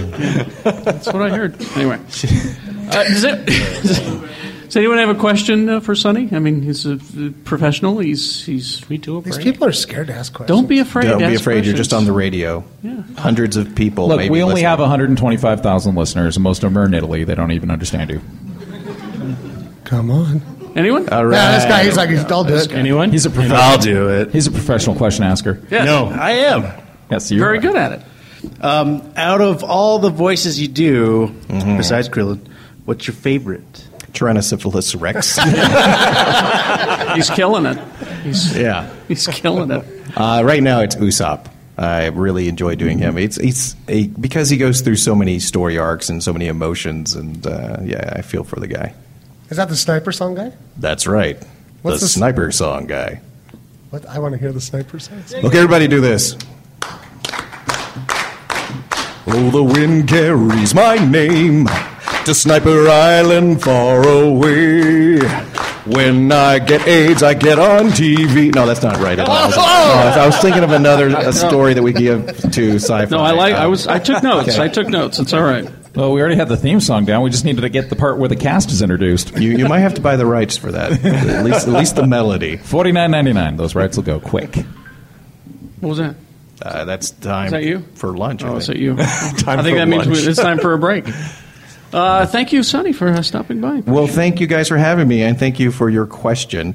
[SPEAKER 1] That's what I heard. Anyway, uh, does, it, *laughs* does anyone have a question uh, for Sonny? I mean, he's a uh, professional. He's he's
[SPEAKER 7] We do a
[SPEAKER 3] These
[SPEAKER 7] break.
[SPEAKER 3] people are scared to ask questions.
[SPEAKER 1] don't be afraid.
[SPEAKER 8] Don't
[SPEAKER 1] to
[SPEAKER 8] be
[SPEAKER 1] ask
[SPEAKER 8] afraid. You're just
[SPEAKER 1] questions.
[SPEAKER 8] on the radio. Hundreds of people.
[SPEAKER 4] Look,
[SPEAKER 8] may
[SPEAKER 4] we
[SPEAKER 8] be
[SPEAKER 4] only
[SPEAKER 8] listening.
[SPEAKER 4] have 125,000 listeners, and most of them are in Italy. They don't even understand you.
[SPEAKER 3] Come on.
[SPEAKER 6] *laughs*
[SPEAKER 1] Anyone?
[SPEAKER 8] All right.
[SPEAKER 3] Yeah, this guy, he's like, I'll do it.
[SPEAKER 7] Anyone?
[SPEAKER 4] He's a prof-
[SPEAKER 6] I'll do it.
[SPEAKER 4] he's a professional question asker.
[SPEAKER 1] Yes.
[SPEAKER 15] I am.
[SPEAKER 4] Yes, you're
[SPEAKER 1] Very
[SPEAKER 4] right.
[SPEAKER 1] good at it.
[SPEAKER 4] Mm-hmm.
[SPEAKER 15] Um, out of all the voices you do, besides Krillin, what's your favorite?
[SPEAKER 8] Tyrannosyphilis rex. *laughs*
[SPEAKER 1] He's killing it. *laughs* He's,
[SPEAKER 8] yeah.
[SPEAKER 1] He's killing it.
[SPEAKER 8] Uh, right now, it's Usopp. I really enjoy doing him. It's it's a, because he goes through so many story arcs and so many emotions, and uh, yeah, I feel for the guy.
[SPEAKER 3] Is that the sniper song guy?
[SPEAKER 8] That's right,
[SPEAKER 3] What's
[SPEAKER 8] the
[SPEAKER 3] the s-
[SPEAKER 8] sniper song guy.
[SPEAKER 3] What I want to hear the sniper song.
[SPEAKER 8] Look, everybody, do this. Oh, the wind carries my name to Sniper Island far away. When I get AIDS, I get on TV. No, that's not right at
[SPEAKER 1] Oh!
[SPEAKER 8] all. No, I was thinking of another a story that we give to sci-fi.
[SPEAKER 1] No, I like. I was.
[SPEAKER 11] *laughs*
[SPEAKER 1] I took notes.
[SPEAKER 11] Okay.
[SPEAKER 1] I took notes. It's all right.
[SPEAKER 11] Well, we already had the theme song down. We just needed to get the part where the cast is introduced.
[SPEAKER 8] You, you might have to buy the rights for that. At least, at least the melody.
[SPEAKER 11] Forty nine ninety nine. Those rights will go quick.
[SPEAKER 1] What was that?
[SPEAKER 8] Uh, that's time
[SPEAKER 1] Is that you?
[SPEAKER 8] for lunch.
[SPEAKER 1] Oh,
[SPEAKER 8] I
[SPEAKER 1] is
[SPEAKER 8] think.
[SPEAKER 1] it
[SPEAKER 8] *laughs*
[SPEAKER 1] you? I think
[SPEAKER 8] for
[SPEAKER 1] that means
[SPEAKER 8] lunch.
[SPEAKER 1] we, it's time for
[SPEAKER 6] *laughs*
[SPEAKER 1] a break. Uh, thank you, Sonny, for uh, stopping by.
[SPEAKER 8] *laughs* Well, thank you guys for having me, and thank you for your question.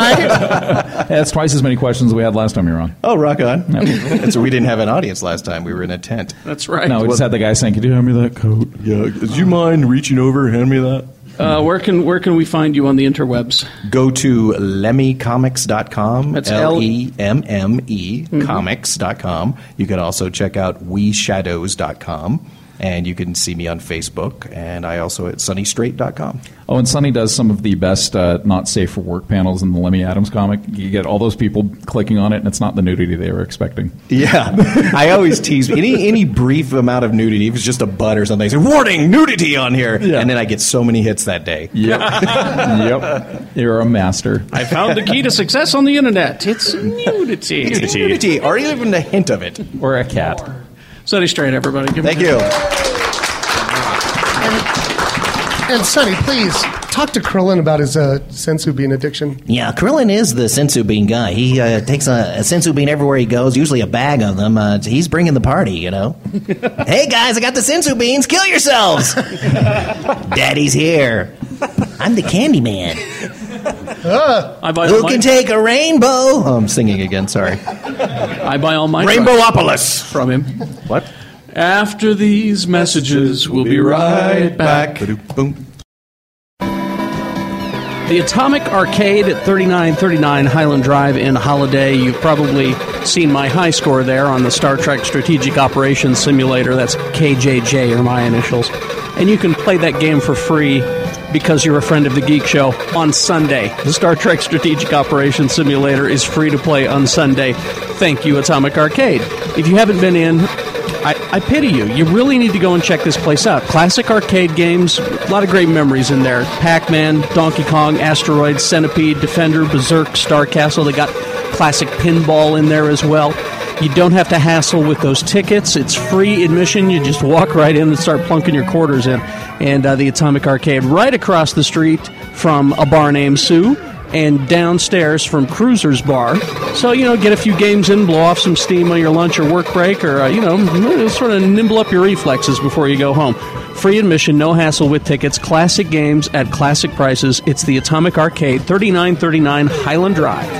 [SPEAKER 11] That's twice as many questions we had last time you were on.
[SPEAKER 8] Oh, rock on. *laughs* That's- we didn't have an audience last time. We were in a tent.
[SPEAKER 1] That's right.
[SPEAKER 11] No, we just had the guy saying, "Could you hand me that coat?"
[SPEAKER 8] Yeah. Do you mind reaching over, hand me that?
[SPEAKER 1] Uh, where can where can we find you on the interwebs?
[SPEAKER 8] Go to lemmycomics.com.
[SPEAKER 1] That's L- E
[SPEAKER 8] E
[SPEAKER 1] Mm-hmm.
[SPEAKER 8] L-E-M-M-E comics.com. You can also check out weshadows.com. And you can see me on Facebook, and I also at sunnystraight.com.
[SPEAKER 11] Oh, and Sonny does some of the best uh, not safe for work panels in the Lemmy Adams comic. You get all those people clicking on it, and it's not the nudity they were expecting.
[SPEAKER 8] Yeah,
[SPEAKER 11] *laughs*
[SPEAKER 8] *laughs* I always tease any any brief amount of nudity. If it's just a butt or something, I say warning nudity on here, and then I get so many hits that day. *laughs*
[SPEAKER 11] Yep. yep. You're a master.
[SPEAKER 1] I found the key to success on the internet. It's nudity.
[SPEAKER 8] Nudity, or even a hint of it.
[SPEAKER 11] Or a cat.
[SPEAKER 1] Sonny Straight, everybody. Give
[SPEAKER 8] Thank
[SPEAKER 1] him a-
[SPEAKER 8] you.
[SPEAKER 3] And Sonny, please talk to Krillin about his uh, sensu bean addiction.
[SPEAKER 16] Yeah, Krillin is the sensu bean guy. He uh, takes a, a sensu bean everywhere he goes, usually a bag of them. Uh, he's bringing the party, you
[SPEAKER 1] *laughs*
[SPEAKER 16] know. hey, guys, I got the sensu beans. Kill yourselves. Daddy's here. I'm the candy man.
[SPEAKER 1] I buy all
[SPEAKER 16] Who
[SPEAKER 1] my,
[SPEAKER 16] can take a rainbow?
[SPEAKER 8] Oh, I'm singing again. Sorry.
[SPEAKER 1] I buy all my
[SPEAKER 8] Rainbowopolis.
[SPEAKER 1] from him.
[SPEAKER 8] What?
[SPEAKER 1] After these messages, we'll be right back.
[SPEAKER 8] Boom.
[SPEAKER 1] The Atomic Arcade at 3939 Highland Drive in Holiday. You've probably seen my high score there on the Star Trek Strategic Operations Simulator. That's KJJ, or my initials. And you can play that game for free because you're a friend of the Geek Show on Sunday. The Star Trek Strategic Operations Simulator is free to play on Sunday. Thank you, Atomic Arcade. If you haven't been in, I, I pity you. You really need to go and check this place out. Classic arcade games, a lot of great memories in there. Pac Man, Donkey Kong, Asteroid, Centipede, Defender, Berserk, Star Castle. They got classic pinball in there as well. You don't have to hassle with those tickets. It's free admission. You just walk *laughs* right in and start plunking your quarters in. And uh, the Atomic Arcade, right across the street from a bar named Sue and downstairs from Cruiser's Bar. So, you know, get a few games in, blow off some steam on your lunch or work break, or, uh, you know, sort of nimble up your reflexes before you go home. Free admission, no hassle with tickets, classic games at classic prices. It's the Atomic Arcade, 3939 Highland Drive.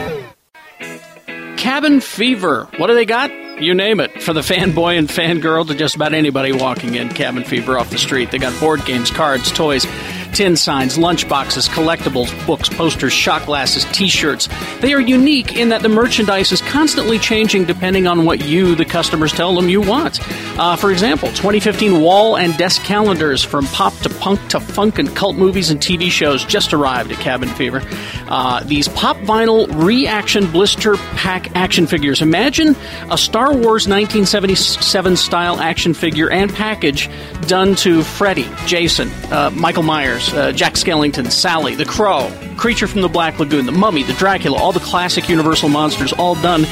[SPEAKER 1] Cabin Fever. What do they got? You name it. For the fanboy and fangirl to just about anybody walking in, Cabin Fever off the street. They got board games, cards, toys, tin signs, lunch boxes, collectibles, books, posters, shot glasses, t shirts. They are unique in that the merchandise is constantly changing depending on what you, the customers, tell them you want. Uh, for example, 2015 wall and desk calendars from pop to punk to funk and cult movies and TV shows just arrived at Cabin Fever. Uh, these pop vinyl reaction blister pack action figures. Imagine a Star Wars 1977 style action figure and package done to Freddy, Jason, uh, Michael Myers, uh, Jack Skellington, Sally, The Crow, Creature from the Black Lagoon, The Mummy, The Dracula, all the classic Universal monsters, all done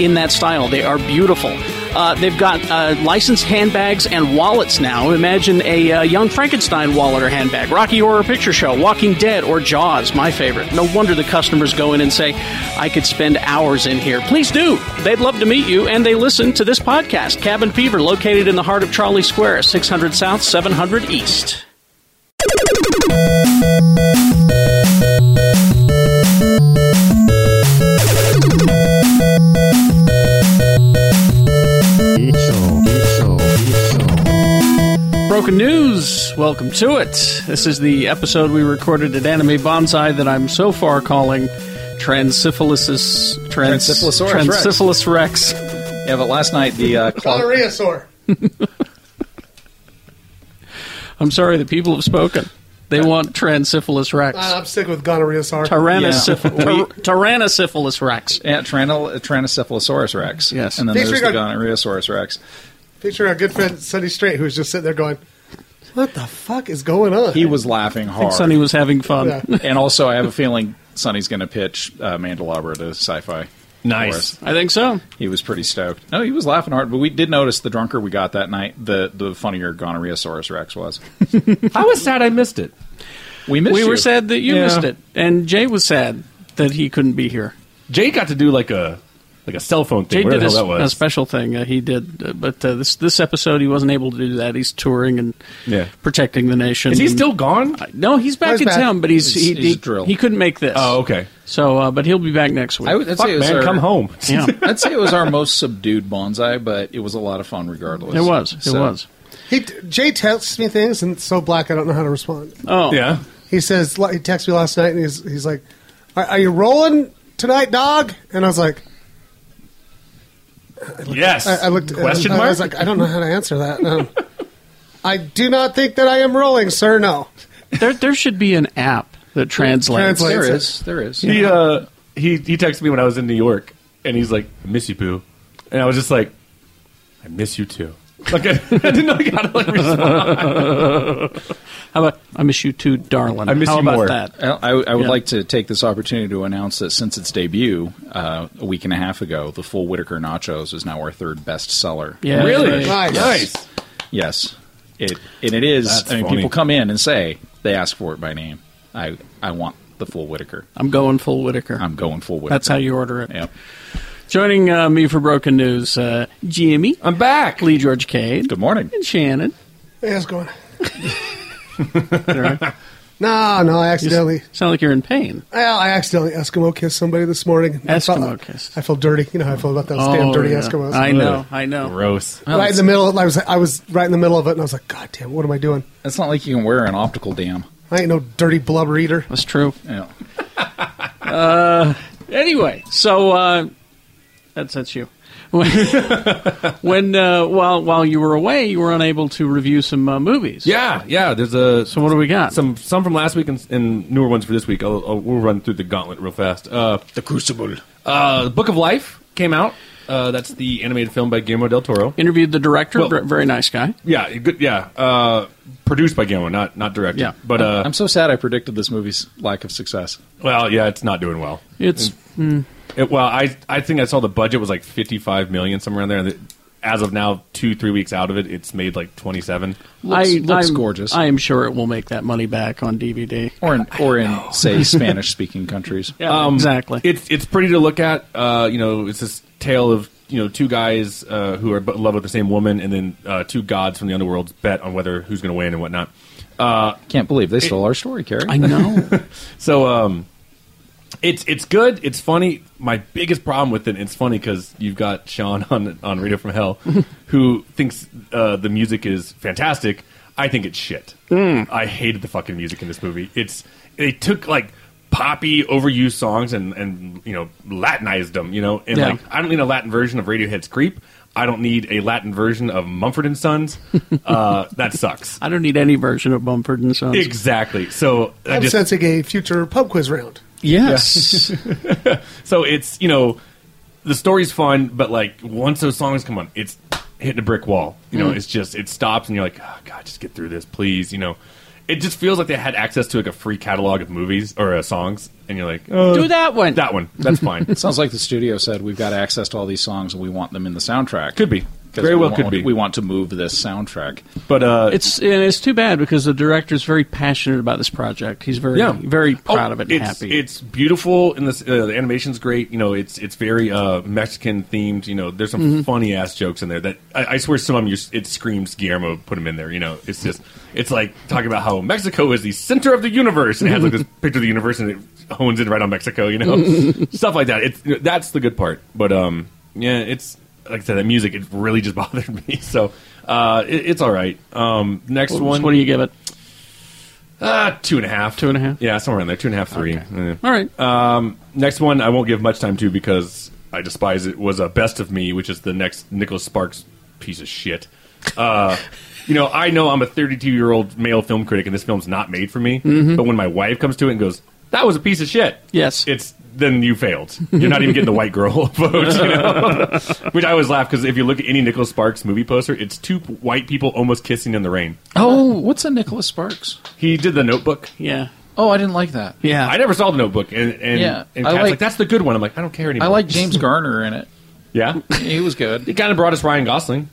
[SPEAKER 1] in that style. They are beautiful. Uh, they've got uh, licensed handbags and wallets now. Imagine a uh, Young Frankenstein wallet or handbag, Rocky Horror Picture Show, Walking Dead, or Jaws, my favorite. No wonder the customers go in and say, I could spend hours in here. Please do. They'd love to meet you, and they listen to this podcast, Cabin Fever, located in the heart of Charlie Square, 600 South, 700 East. Pro Broken News. Welcome to it. This is the episode we recorded at Anime Bonsai that I'm so far calling Transsyphilis trans,
[SPEAKER 4] Transcephalosaurus Rex.
[SPEAKER 1] Transsyphilis Rex.
[SPEAKER 4] Yeah, but last night the uh, clock.
[SPEAKER 3] Gonorrhea sore.
[SPEAKER 1] I'm sorry, the people have spoken. They want Transsyphilis Rex.
[SPEAKER 3] I- Uh, I'm sick with gonorrhea sore.
[SPEAKER 1] Tyrannosyphil-
[SPEAKER 3] *laughs*
[SPEAKER 1] Tyr-
[SPEAKER 8] *laughs*
[SPEAKER 1] Tyrannosyphilis Rex.
[SPEAKER 4] Yeah, Tyranno- Tyrannocephalosaurus Rex. Yes. And then
[SPEAKER 3] Thanks
[SPEAKER 4] there's
[SPEAKER 3] for
[SPEAKER 4] the
[SPEAKER 3] your-
[SPEAKER 4] Gonorrheosaurus Rex.
[SPEAKER 3] Picture our good friend Sunny Straight, who's just sitting there going, "What the fuck is going on?"
[SPEAKER 4] He was laughing hard.
[SPEAKER 3] think Sonny
[SPEAKER 1] was having fun.
[SPEAKER 3] Yeah.
[SPEAKER 4] *laughs* and also, I have a feeling Sonny's going to pitch uh, Mandelabra to sci fi.
[SPEAKER 1] Nice. I think so.
[SPEAKER 4] He was pretty stoked. No, he was laughing hard, but we did notice the drunker we got that night, the, the funnier Gonorrheosaurus Rex was.
[SPEAKER 1] *laughs* I was sad I missed it.
[SPEAKER 4] We missed
[SPEAKER 1] We
[SPEAKER 4] you.
[SPEAKER 1] were sad that you
[SPEAKER 4] Yeah.
[SPEAKER 1] missed it, and Jay was sad that he couldn't be here.
[SPEAKER 5] Jay got to do like a like a cell phone thing.
[SPEAKER 1] Jay
[SPEAKER 5] Where
[SPEAKER 1] did
[SPEAKER 5] the
[SPEAKER 1] a,
[SPEAKER 5] hell that
[SPEAKER 1] a
[SPEAKER 5] was?
[SPEAKER 1] special thing uh, he did, uh, but uh, this this episode he wasn't able to do that. He's touring and
[SPEAKER 5] Yeah.
[SPEAKER 1] protecting the nation.
[SPEAKER 5] Is he
[SPEAKER 1] and-
[SPEAKER 5] still gone?
[SPEAKER 1] No, he's back
[SPEAKER 5] He's
[SPEAKER 1] in
[SPEAKER 5] back.
[SPEAKER 1] town, but he's,
[SPEAKER 5] He's-
[SPEAKER 1] he,
[SPEAKER 5] he's
[SPEAKER 1] he,
[SPEAKER 5] drilled.
[SPEAKER 1] he couldn't make this.
[SPEAKER 5] Oh, okay.
[SPEAKER 1] So, uh, but he'll be back next week.
[SPEAKER 4] I would, I'd say it was our-
[SPEAKER 1] *laughs* yeah,
[SPEAKER 4] *laughs* I'd say it was our most subdued bonsai, but it was a lot of fun regardless.
[SPEAKER 1] It was. It was.
[SPEAKER 3] He, Jay texts me things, and it's so black I don't know how to respond.
[SPEAKER 1] Oh. Yeah.
[SPEAKER 3] He says he texted me last night, and he's he's like, "Are, are you rolling tonight, dog?" And I was
[SPEAKER 1] *laughs*
[SPEAKER 3] like,
[SPEAKER 5] Yes.
[SPEAKER 3] I, I looked. at-
[SPEAKER 5] Question
[SPEAKER 3] I,
[SPEAKER 5] mark.
[SPEAKER 3] I was like, I don't know how to answer that.
[SPEAKER 1] Uh-huh.
[SPEAKER 3] Um, I do not think that I am rolling, sir. No.
[SPEAKER 1] there there should be an app that translates.
[SPEAKER 3] Translates There it.
[SPEAKER 4] is. There is.
[SPEAKER 5] He uh, he he texted me when I was in New York, and he's like, "I miss you, Pooh," and I was just like, "I miss you too." Like I, I didn't know how to like respond.
[SPEAKER 1] *laughs* How about I miss you too, darling? How about that?
[SPEAKER 4] I, I would
[SPEAKER 1] Yeah.
[SPEAKER 4] like to take this opportunity to announce that since its debut uh, a week and a half ago, the full Whitaker Nachos is now our third best seller.
[SPEAKER 1] Yeah. Really?
[SPEAKER 4] Yes.
[SPEAKER 1] Nice. Nice.
[SPEAKER 4] Yes. It and it is.
[SPEAKER 1] That's
[SPEAKER 4] I mean,
[SPEAKER 1] funny.
[SPEAKER 4] people come in and say they ask for it by name. I I want the full Whitaker.
[SPEAKER 1] I'm going full Whitaker.
[SPEAKER 4] I'm going full Whitaker.
[SPEAKER 1] That's how you order it.
[SPEAKER 4] Yep.
[SPEAKER 1] Joining uh, me for Broken News, uh, Jimmy.
[SPEAKER 5] I'm back.
[SPEAKER 1] Lee George Cade. Good
[SPEAKER 4] morning. And
[SPEAKER 1] Shannon.
[SPEAKER 3] Hey, how's it going?
[SPEAKER 1] Right?
[SPEAKER 3] No, Ah, no, I accidentally.
[SPEAKER 1] sound like you're in pain.
[SPEAKER 3] Well, I accidentally Eskimo kissed somebody this morning. Eskimo kissed. I feel dirty. You know how I feel about those damn
[SPEAKER 1] Oh,
[SPEAKER 3] dirty
[SPEAKER 1] yeah.
[SPEAKER 3] Eskimos.
[SPEAKER 1] I know. I know.
[SPEAKER 5] Gross.
[SPEAKER 3] right in the middle, I was I was right in the middle of it, and I was like, God damn, what am I doing?
[SPEAKER 4] That's not like you can wear an optical dam.
[SPEAKER 3] I ain't no dirty blubber eater.
[SPEAKER 1] That's true.
[SPEAKER 4] Yeah.
[SPEAKER 1] Uh, anyway, so uh, that's that's you. When, *laughs* when uh, while while you were away, you were unable to review some uh, movies.
[SPEAKER 5] Yeah, yeah. There's a. So
[SPEAKER 1] what do we got?
[SPEAKER 5] Some some from last week and, and newer ones for this week. I'll, I'll, we'll run through the gauntlet real fast. Uh, the Crucible. Uh, Book of Life came out. Uh, that's the animated film by Guillermo del Toro.
[SPEAKER 1] Interviewed the director.
[SPEAKER 5] Well-
[SPEAKER 1] ver- very nice guy.
[SPEAKER 5] Yeah, good. Yeah, uh, produced by Guillermo, not not directed.
[SPEAKER 1] Yeah.
[SPEAKER 5] but uh,
[SPEAKER 4] I'm so sad I predicted this movie's lack of success.
[SPEAKER 5] Well, yeah, it's not doing well.
[SPEAKER 1] It's mm,
[SPEAKER 5] It, well, I I think I saw the budget was like 55 million somewhere around there. And it, as of now, two three weeks out of it, it's made like 27.
[SPEAKER 1] I, I'm- I am sure it will make that money back on DVD
[SPEAKER 4] or in or
[SPEAKER 1] *laughs*
[SPEAKER 4] in say Spanish speaking countries.
[SPEAKER 1] Yeah, exactly.
[SPEAKER 5] Um, It's it's pretty to look at. Uh, you know, it's this tale of you know two guys uh, who are in love with the same woman, and then uh, two gods from the underworld bet on whether who's going to win and whatnot. Uh,
[SPEAKER 4] Can't believe they stole our story, Carrie. I *laughs*
[SPEAKER 1] know.
[SPEAKER 5] so um, it's it's good. It's funny. My biggest problem with it, it's funny because you've got Sean on on Rita
[SPEAKER 1] *laughs*
[SPEAKER 5] from Hell, who thinks uh, the music is fantastic. I think it's shit.
[SPEAKER 1] Mm.
[SPEAKER 5] I hated the fucking music in this movie. It's they took like poppy overused songs and and you know Latinized them. You know, and
[SPEAKER 1] Yeah.
[SPEAKER 5] like I don't need a Latin version of Radiohead's "Creep." I don't need a Latin version of Mumford and
[SPEAKER 1] *laughs*
[SPEAKER 5] Sons. Uh, that sucks.
[SPEAKER 1] I don't need any version of Bumford and Sons.
[SPEAKER 5] Exactly. So I
[SPEAKER 3] I'm
[SPEAKER 5] just
[SPEAKER 3] sensing a future pub quiz round.
[SPEAKER 5] *laughs*
[SPEAKER 1] Yes.
[SPEAKER 5] so it's you know the story's fun, but like once those songs come on, it's hitting a brick wall. You know,
[SPEAKER 1] Mm.
[SPEAKER 5] it's just it stops, and you're like, oh, God, just get through this, please. You know, it just feels like they had access to like a free catalog of movies or uh, songs, and you're like, uh,
[SPEAKER 1] Do that one.
[SPEAKER 5] that one, that's fine.
[SPEAKER 4] It *laughs* sounds like the studio said we've got access to all these songs and we want them in the soundtrack. Could
[SPEAKER 5] be.
[SPEAKER 4] 'Cause
[SPEAKER 5] Very
[SPEAKER 4] we
[SPEAKER 5] well
[SPEAKER 4] want-
[SPEAKER 5] could be.
[SPEAKER 4] We want to move this soundtrack.
[SPEAKER 5] But uh,
[SPEAKER 1] it's and it's too bad because the director is very passionate about this project. He's very very proud
[SPEAKER 5] Oh,
[SPEAKER 1] of it and
[SPEAKER 5] It's,
[SPEAKER 1] happy.
[SPEAKER 5] It's beautiful, and this, uh, the animation's great. You know, it's it's very uh, Mexican themed. You know, there's some
[SPEAKER 1] Mhm.
[SPEAKER 5] funny ass jokes in there that I, I swear some of them you, s- it screams Guillermo put them in there. You know, it's just it's like talking about how Mexico is the center of the universe and it has
[SPEAKER 1] *laughs*
[SPEAKER 5] like this picture of the universe and it hones in right on Mexico. You know, stuff like that. It's that's the good part. But um, yeah, it's like I said, that music it really just *laughs* bothered me. So Uh, it, it's all right. Um, next
[SPEAKER 1] What-
[SPEAKER 5] one.
[SPEAKER 1] what do you give it?
[SPEAKER 5] Uh, two and a half. Two and a half. Yeah, somewhere in there. Two and a half, three. Yeah.
[SPEAKER 1] All right.
[SPEAKER 5] Um, next one, I won't give much time to because I despise it. Was a best of me, which is the next Nicholas Sparks piece of shit. Uh, *laughs* you know, I know I'm a 32 year old male film critic, and this film's not made for me.
[SPEAKER 1] Mhm.
[SPEAKER 5] But when my wife comes to it and goes, "That was a piece of shit,"
[SPEAKER 1] yes,
[SPEAKER 5] it's then you failed. You're not even getting the white girl *laughs* vote. You know? which I always laugh because if you look at any Nicholas Sparks movie poster, it's two white people almost kissing in the rain. uh,
[SPEAKER 4] Oh, what's a Nicholas Sparks?
[SPEAKER 5] He did the Notebook.
[SPEAKER 1] Yeah.
[SPEAKER 4] Oh, I didn't like that.
[SPEAKER 1] Yeah,
[SPEAKER 5] I never saw the Notebook, and and,
[SPEAKER 4] Yeah,
[SPEAKER 5] and
[SPEAKER 4] I
[SPEAKER 5] Kat's like,
[SPEAKER 4] like-
[SPEAKER 5] that's the good one. I'm like, I don't care anymore.
[SPEAKER 4] I like James Garner in it.
[SPEAKER 5] Yeah,
[SPEAKER 4] he was good.
[SPEAKER 5] He kind of brought us Ryan Gosling,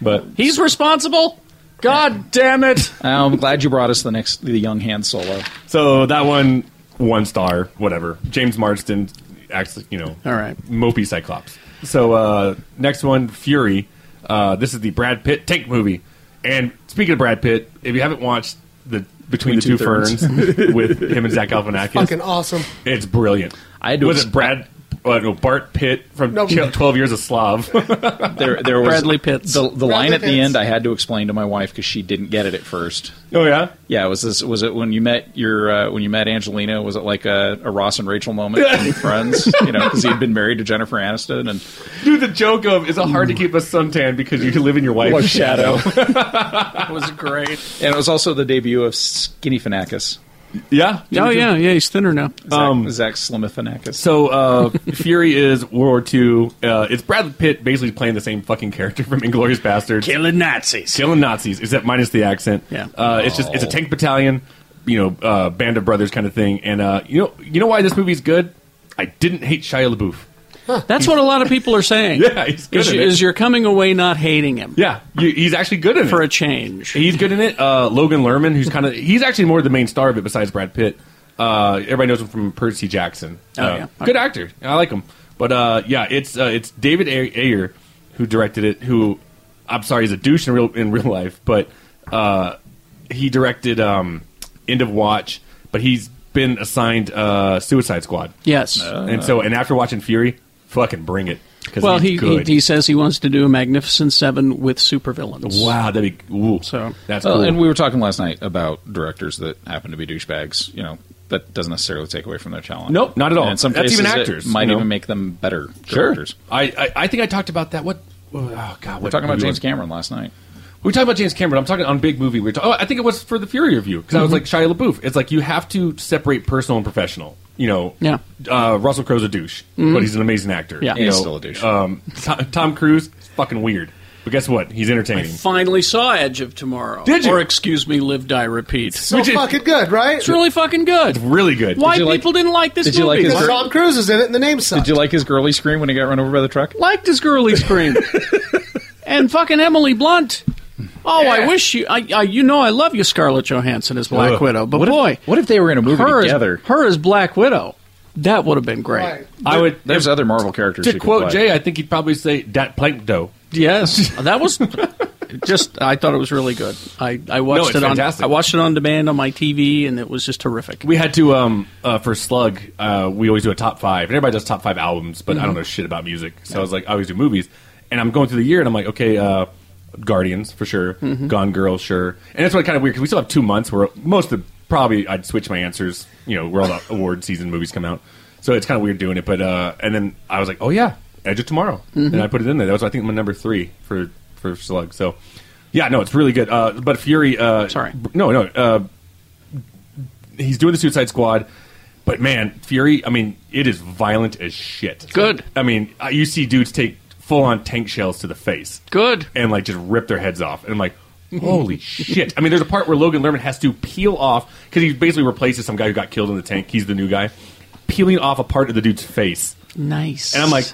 [SPEAKER 5] but
[SPEAKER 1] He's responsible. God damn it!
[SPEAKER 4] I'm glad you brought us the next the young Han Solo.
[SPEAKER 5] so that one one star, whatever. James Marsden acts, like, you know,
[SPEAKER 1] All right.
[SPEAKER 5] mopey Cyclops. So uh, next one, Fury. Uh, this is the Brad Pitt tank movie. And speaking of Brad Pitt, if you haven't watched the Between, the Two, Ferns, *laughs* with him and Zach Galifianakis,
[SPEAKER 3] Fucking awesome.
[SPEAKER 5] It's brilliant. I
[SPEAKER 4] to
[SPEAKER 5] was it
[SPEAKER 4] expe-
[SPEAKER 5] Brad. Uh, no, Bart Pitt from
[SPEAKER 3] No.
[SPEAKER 5] Twelve Years a Slav. *laughs*
[SPEAKER 4] There, there was The, the line at the
[SPEAKER 5] Pitts.
[SPEAKER 4] end, I had to explain to my wife because she didn't get it at first.
[SPEAKER 5] Oh yeah,
[SPEAKER 4] yeah. Was this was it when you met your uh, when you met Angelina? Was it like a, a Ross and Rachel moment from Friends? You know, because he'd been married to Jennifer Aniston, and
[SPEAKER 5] Dude, the joke of is it hard to keep a suntan because you live in your wife's
[SPEAKER 4] Wife's
[SPEAKER 5] *laughs*
[SPEAKER 4] shadow.
[SPEAKER 1] That was great.
[SPEAKER 4] and it was also the debut of Skinny Fanakis.
[SPEAKER 5] Yeah.
[SPEAKER 1] Oh yeah, yeah. He's thinner now.
[SPEAKER 4] Zach, Zach Slimothanakis.
[SPEAKER 5] Um, So uh, *laughs* Fury is World War II. Uh, it's Brad Pitt basically playing the same fucking character *laughs* from Inglorious Bastards,
[SPEAKER 1] killing Nazis,
[SPEAKER 5] killing Nazis. Except minus the accent. Yeah. Uh, it's just it's a tank battalion, you know, uh, band of brothers kind of thing. And uh, you know, you know why this movie's good? I didn't hate Shia LaBeouf.
[SPEAKER 1] That's what a lot of people are saying.
[SPEAKER 5] *laughs* Yeah, he's good
[SPEAKER 1] Is,
[SPEAKER 5] in it.
[SPEAKER 1] is you're coming away not hating him.
[SPEAKER 5] Yeah, you, he's actually good in it
[SPEAKER 1] for a change.
[SPEAKER 5] He's good in it. Uh, Logan Lerman, who's kind of he's actually more the main star of it besides Brad Pitt. Uh, everybody knows him from Percy Jackson.
[SPEAKER 1] Oh,
[SPEAKER 5] Uh,
[SPEAKER 1] yeah.
[SPEAKER 5] good actor. I like him. But uh, yeah, it's uh, it's David A- Ayer who directed it. Who I'm sorry, is a douche in real in real life, but uh, he directed um, End of Watch. But he's been assigned uh, Suicide Squad.
[SPEAKER 1] Yes.
[SPEAKER 5] and so and after watching Fury, fucking bring it. 'cause
[SPEAKER 1] Well,
[SPEAKER 5] he's
[SPEAKER 1] he, he
[SPEAKER 5] good.
[SPEAKER 1] he says he wants to do a Magnificent Seven with supervillains.
[SPEAKER 5] Wow, that'd be ooh,
[SPEAKER 1] so
[SPEAKER 5] that's
[SPEAKER 4] Well,
[SPEAKER 5] cool.
[SPEAKER 4] And we were talking last night about directors that happen to be douchebags. You know, that doesn't necessarily take away from their talent.
[SPEAKER 5] Nope, not at all.
[SPEAKER 4] And in some
[SPEAKER 5] That's
[SPEAKER 4] cases,
[SPEAKER 5] even
[SPEAKER 4] it
[SPEAKER 5] actors,
[SPEAKER 4] might
[SPEAKER 5] you know.
[SPEAKER 4] even make them better
[SPEAKER 5] Sure.
[SPEAKER 4] directors.
[SPEAKER 5] I, I I think I talked about that. What? Oh God,
[SPEAKER 4] We're
[SPEAKER 5] what
[SPEAKER 4] talking about
[SPEAKER 5] movie
[SPEAKER 4] James
[SPEAKER 5] was-
[SPEAKER 4] Cameron last night.
[SPEAKER 5] We were talking about James Cameron. I'm talking on big movie. We were talking, oh, I think it was for the Fury review because I was
[SPEAKER 4] Mhm.
[SPEAKER 5] like Shia LaBeouf. It's like you have to separate personal and professional. You know,
[SPEAKER 1] Yeah.
[SPEAKER 5] Uh, Russell Crowe's a douche,
[SPEAKER 4] Mm-hmm.
[SPEAKER 1] Mhm.
[SPEAKER 5] but he's an amazing actor.
[SPEAKER 1] Yeah.
[SPEAKER 5] You
[SPEAKER 1] He's
[SPEAKER 5] know,
[SPEAKER 1] still a douche.
[SPEAKER 5] Um, *laughs* Tom, Tom Cruise, is fucking weird, but guess what? He's entertaining.
[SPEAKER 1] Finally saw Edge of Tomorrow.
[SPEAKER 5] Did you?
[SPEAKER 1] Or excuse me, Live, Die, Repeat.
[SPEAKER 3] So fucking good, right?
[SPEAKER 1] It's really fucking good.
[SPEAKER 5] really good.
[SPEAKER 1] Why people didn't like this
[SPEAKER 4] did you like
[SPEAKER 1] movie?
[SPEAKER 4] his
[SPEAKER 3] Because
[SPEAKER 4] gir-
[SPEAKER 3] Tom Cruise is in it, and the name sucks.
[SPEAKER 4] Did you like his girly scream when he got run over by the truck?
[SPEAKER 1] Liked his girly
[SPEAKER 4] *laughs*
[SPEAKER 1] scream. and fucking Emily Blunt. Oh, I wish you. I, I, you know, I love you, Scarlett Johansson as Black
[SPEAKER 4] Ugh.
[SPEAKER 1] Widow. But
[SPEAKER 4] What if-
[SPEAKER 1] boy,
[SPEAKER 4] what if they were in a movie
[SPEAKER 1] her as-
[SPEAKER 4] together?
[SPEAKER 1] her as Black Widow, that would have been great.
[SPEAKER 5] I would.
[SPEAKER 4] There's other Marvel characters.
[SPEAKER 5] To
[SPEAKER 4] you could
[SPEAKER 5] quote
[SPEAKER 4] play.
[SPEAKER 5] Jay, I think he'd probably say "dat plank dough." *laughs*
[SPEAKER 1] Yes, that was just. I thought it was really good. I, I watched
[SPEAKER 5] it's
[SPEAKER 1] it on.
[SPEAKER 5] fantastic.
[SPEAKER 1] I watched it on demand on my TV, and it was just terrific.
[SPEAKER 5] We had to um uh, for Slug. Uh, we always do a top five, and everybody does top five albums, but I don't
[SPEAKER 1] Mhm.
[SPEAKER 5] know shit about music. So I was like, I always do movies, and I'm going through the year, and I'm like, okay, uh, Guardians for sure,
[SPEAKER 1] Mhm.
[SPEAKER 5] Gone Girl sure, and that's what kind of weird because we still have two months where most of the, probably I'd switch my answers. You know, where all the award season movies come out, so it's kind of weird doing it. But uh, and then I was like, oh yeah, Edge of Tomorrow,
[SPEAKER 1] Mhm.
[SPEAKER 5] and I put it in there. That was I think my number three for for Slug. So. Yeah, no, it's really good. Uh, but Fury, uh, sorry, no, no, uh, he's doing the Suicide Squad, but man, Fury. I mean, it is violent as shit. Good. I mean, I- you see dudes take full on tank shells to the face.
[SPEAKER 1] Good.
[SPEAKER 5] And like just rip their heads off, and I'm like. Holy shit! I mean, there's a part where Logan Lerman has to peel off because he basically replaces some guy who got killed in the tank. He's the new guy, peeling off a part of the dude's face,
[SPEAKER 1] Nice.
[SPEAKER 5] and I'm like,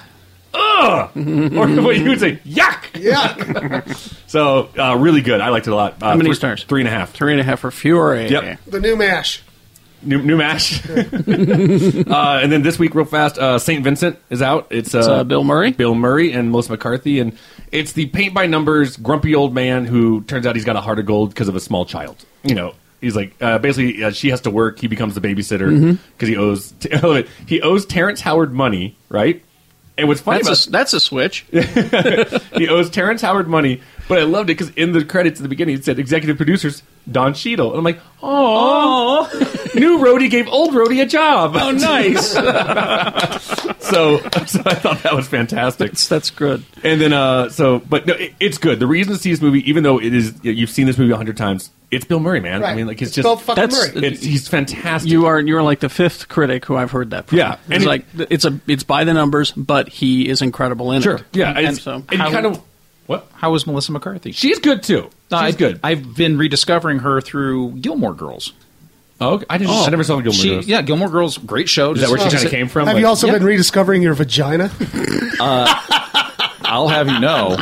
[SPEAKER 5] ugh, *laughs* or what you would say, yuck, yuck. so uh, really good. I liked it a lot. Uh,
[SPEAKER 1] How many
[SPEAKER 5] three-
[SPEAKER 1] stars?
[SPEAKER 5] Three and a half.
[SPEAKER 1] Three and a half for Fury.
[SPEAKER 5] Yep.
[SPEAKER 3] the new Mash.
[SPEAKER 5] New,
[SPEAKER 3] *laughs*
[SPEAKER 5] new mash. *laughs* uh, and then this week, real fast, uh, St. Vincent is out. It's, uh,
[SPEAKER 1] It's, uh, Bill Murray.
[SPEAKER 5] Bill Murray and Melissa McCarthy. And it's the paint by numbers, grumpy old man who turns out he's got a heart of gold because of a small child. You know, he's like, uh, basically, uh, she has to work. He becomes the babysitter
[SPEAKER 1] Mhm.
[SPEAKER 5] *laughs* because he owes, I love it. he owes Terrence Howard money, right? And what's funny
[SPEAKER 1] That's
[SPEAKER 5] about
[SPEAKER 1] a, that's a switch.
[SPEAKER 5] *laughs* he owes Terrence Howard money, but I loved it because in the credits at the beginning it said executive producers Don Cheadle, and I'm like, oh, new roadie gave old roadie a job.
[SPEAKER 1] Oh,
[SPEAKER 5] *laughs*
[SPEAKER 1] nice.
[SPEAKER 5] so, *laughs* so I thought that was fantastic. That's,
[SPEAKER 1] good.
[SPEAKER 5] And then, uh, so, but no, it, it's good. The reason to see this movie, even though it is you've seen this movie a hundred times, it's Bill Murray, man. I
[SPEAKER 1] Right.
[SPEAKER 5] mean, like
[SPEAKER 1] It's
[SPEAKER 5] just
[SPEAKER 1] Bill fucking That's- Murray.
[SPEAKER 5] It's, he's fantastic.
[SPEAKER 1] You are you are like the fifth critic who I've heard that from.
[SPEAKER 5] Yeah,
[SPEAKER 1] it's
[SPEAKER 5] and it-
[SPEAKER 1] like it's a it's by the numbers, but he is incredible in it.
[SPEAKER 4] Yeah,
[SPEAKER 1] and,
[SPEAKER 4] it's-
[SPEAKER 1] so
[SPEAKER 4] and you
[SPEAKER 1] *laughs*
[SPEAKER 4] kind of-
[SPEAKER 5] what?
[SPEAKER 4] How was Melissa McCarthy?
[SPEAKER 5] She's good too. She's
[SPEAKER 4] I,
[SPEAKER 5] good.
[SPEAKER 4] I've been rediscovering her through Gilmore Girls.
[SPEAKER 5] Oh, I didn't- I never saw Gilmore Girls.
[SPEAKER 4] Yeah, Gilmore Girls, great show.
[SPEAKER 5] Oh, Is that where she
[SPEAKER 4] Just-
[SPEAKER 5] kinda came from?
[SPEAKER 3] Have you also
[SPEAKER 4] Yeah.
[SPEAKER 3] been rediscovering your vagina?
[SPEAKER 4] Uh, I'll have
[SPEAKER 3] *laughs*
[SPEAKER 4] you know,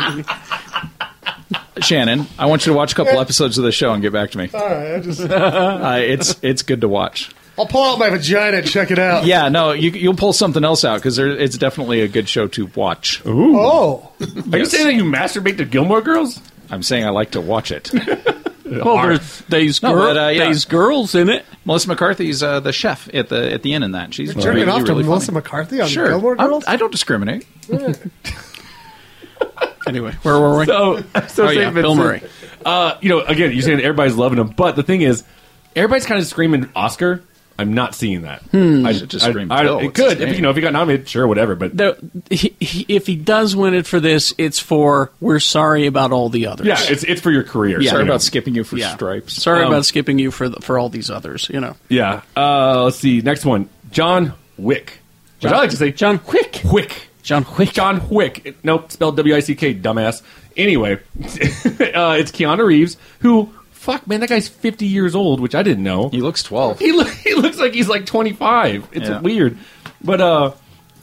[SPEAKER 4] Shannon. I want you to watch a couple episodes of the show and get back to me.
[SPEAKER 3] All right, I
[SPEAKER 4] *laughs*
[SPEAKER 3] just
[SPEAKER 4] Uh, it's it's good to watch.
[SPEAKER 3] I'll pull out my vagina and check it out.
[SPEAKER 4] Yeah, no, you, you'll pull something else out because it's definitely a good show to watch.
[SPEAKER 3] Oh,
[SPEAKER 5] are you saying that you masturbate to Gilmore Girls?
[SPEAKER 4] I'm saying I like to watch
[SPEAKER 5] *laughs*
[SPEAKER 4] it.
[SPEAKER 1] Well, there's- there's
[SPEAKER 4] No,
[SPEAKER 1] girl-
[SPEAKER 4] but, uh, yeah.
[SPEAKER 1] there's girls in it.
[SPEAKER 4] Melissa McCarthy's uh, the chef at the at the end in that. She's
[SPEAKER 3] You're jerking
[SPEAKER 4] really,
[SPEAKER 3] off to
[SPEAKER 4] really
[SPEAKER 3] Melissa
[SPEAKER 4] funny.
[SPEAKER 3] McCarthy on
[SPEAKER 4] sure.
[SPEAKER 3] Gilmore
[SPEAKER 4] I'm-
[SPEAKER 3] Girls?
[SPEAKER 4] I don't discriminate.
[SPEAKER 1] anyway, where were we?
[SPEAKER 5] So, so
[SPEAKER 1] Oh,
[SPEAKER 5] St.
[SPEAKER 1] yeah, Bill
[SPEAKER 5] Vincent,
[SPEAKER 1] Murray.
[SPEAKER 5] Uh, you know, again, you're saying everybody's loving him, but the thing is, everybody's kind of screaming Oscar. I'm not seeing that.
[SPEAKER 1] Hmm.
[SPEAKER 5] I
[SPEAKER 1] Should just scream
[SPEAKER 5] I,
[SPEAKER 1] Bill,
[SPEAKER 5] it
[SPEAKER 1] what's his
[SPEAKER 5] could, if,
[SPEAKER 1] name?
[SPEAKER 5] you know, if he got nominated, sure, whatever. But
[SPEAKER 1] There, he, he, if he does win it for this, it's for we're sorry about all the others.
[SPEAKER 5] yeah, it's um, it's for your career.
[SPEAKER 1] Yeah. Sorry about
[SPEAKER 4] skipping you for
[SPEAKER 5] stripes.
[SPEAKER 1] Sorry about skipping you for the, for all these others. You know,
[SPEAKER 5] Yeah. Uh, let's see. Next one, John Wick. Which I like to say John Wick. Wick.
[SPEAKER 1] John Wick.
[SPEAKER 5] John Wick. Nope, spelled W I C K. Dumbass. Anyway, *laughs* uh, it's Keanu Reeves who. Fuck, man, that guy's 50 years old, which I didn't know. He
[SPEAKER 4] looks 12.
[SPEAKER 5] He, look, *laughs* he looks like he's like 25. It's
[SPEAKER 4] Yeah.
[SPEAKER 5] weird. But uh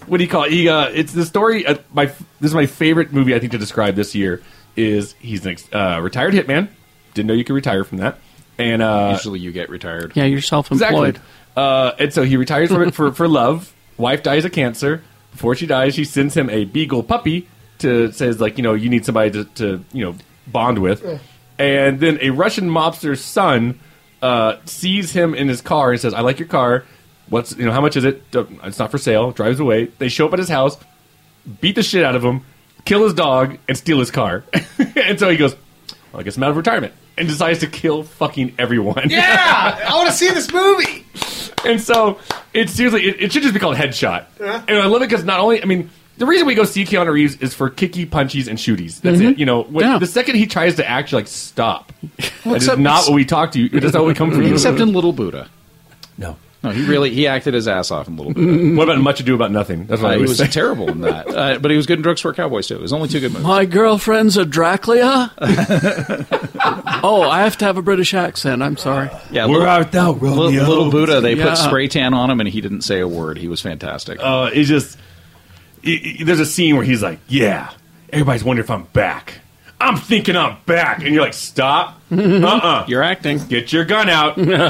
[SPEAKER 5] what do you call it? He uh it's the story uh, my this is my favorite movie I think to describe this year is he's an ex- uh, retired hitman. Didn't know you could retire from that. And uh
[SPEAKER 4] Usually you get retired.
[SPEAKER 1] yeah, you're self-employed.
[SPEAKER 5] Exactly. Uh, and so he retires from it for, for love. Wife dies of cancer. Before she dies, she sends him a beagle puppy to says like you know you need somebody to, to you know bond with. And then a Russian mobster's son uh, sees him in his car and says, "I like your car. What's you know how much is it? Don't- It's not for sale." Drives away. They show up at his house, beat the shit out of him, kill his dog, and steal his car. *laughs* and so he goes, well, "I guess I'm out of retirement," and decides to kill fucking everyone.
[SPEAKER 3] Yeah, I want to see this movie.
[SPEAKER 5] And so it's seriously, it, it should just be called Headshot. And I love it because not only, I mean, the reason we go see Keanu Reeves is for kicky punchies and shooties. That's
[SPEAKER 4] Mm-hmm.
[SPEAKER 5] it. You know, when, the second he tries to act, you're
[SPEAKER 4] *laughs*
[SPEAKER 5] like, stop. that is
[SPEAKER 4] except
[SPEAKER 5] not
[SPEAKER 4] it's-
[SPEAKER 5] what we talk to you. That's not what we come for
[SPEAKER 4] *laughs*
[SPEAKER 5] you.
[SPEAKER 4] Except in Little Buddha.
[SPEAKER 5] No.
[SPEAKER 4] No, he really he acted his ass off in Little Buddha.
[SPEAKER 5] what about Much Ado About Nothing? That's what
[SPEAKER 4] Uh,
[SPEAKER 5] I
[SPEAKER 4] he
[SPEAKER 5] always
[SPEAKER 4] was
[SPEAKER 5] say.
[SPEAKER 4] terrible in that, uh, but he was good in Drugstore Cowboys too. It was only two good movies.
[SPEAKER 1] My girlfriend's a
[SPEAKER 5] *laughs*
[SPEAKER 1] Dracula. oh, I have to have a British accent. I'm sorry.
[SPEAKER 4] Yeah, Where art thou, Little, Little Buddha. They
[SPEAKER 1] Yeah.
[SPEAKER 4] put spray tan on him, and he didn't say a word. He was fantastic.
[SPEAKER 5] Uh, it's just, i- i- there's a scene where he's like, yeah, everybody's wondering if I'm back. I'm thinking I'm back. And you're
[SPEAKER 4] *laughs*
[SPEAKER 5] like, stop. Uh-uh.
[SPEAKER 1] You're acting.
[SPEAKER 5] Get your gun out. *laughs* you know,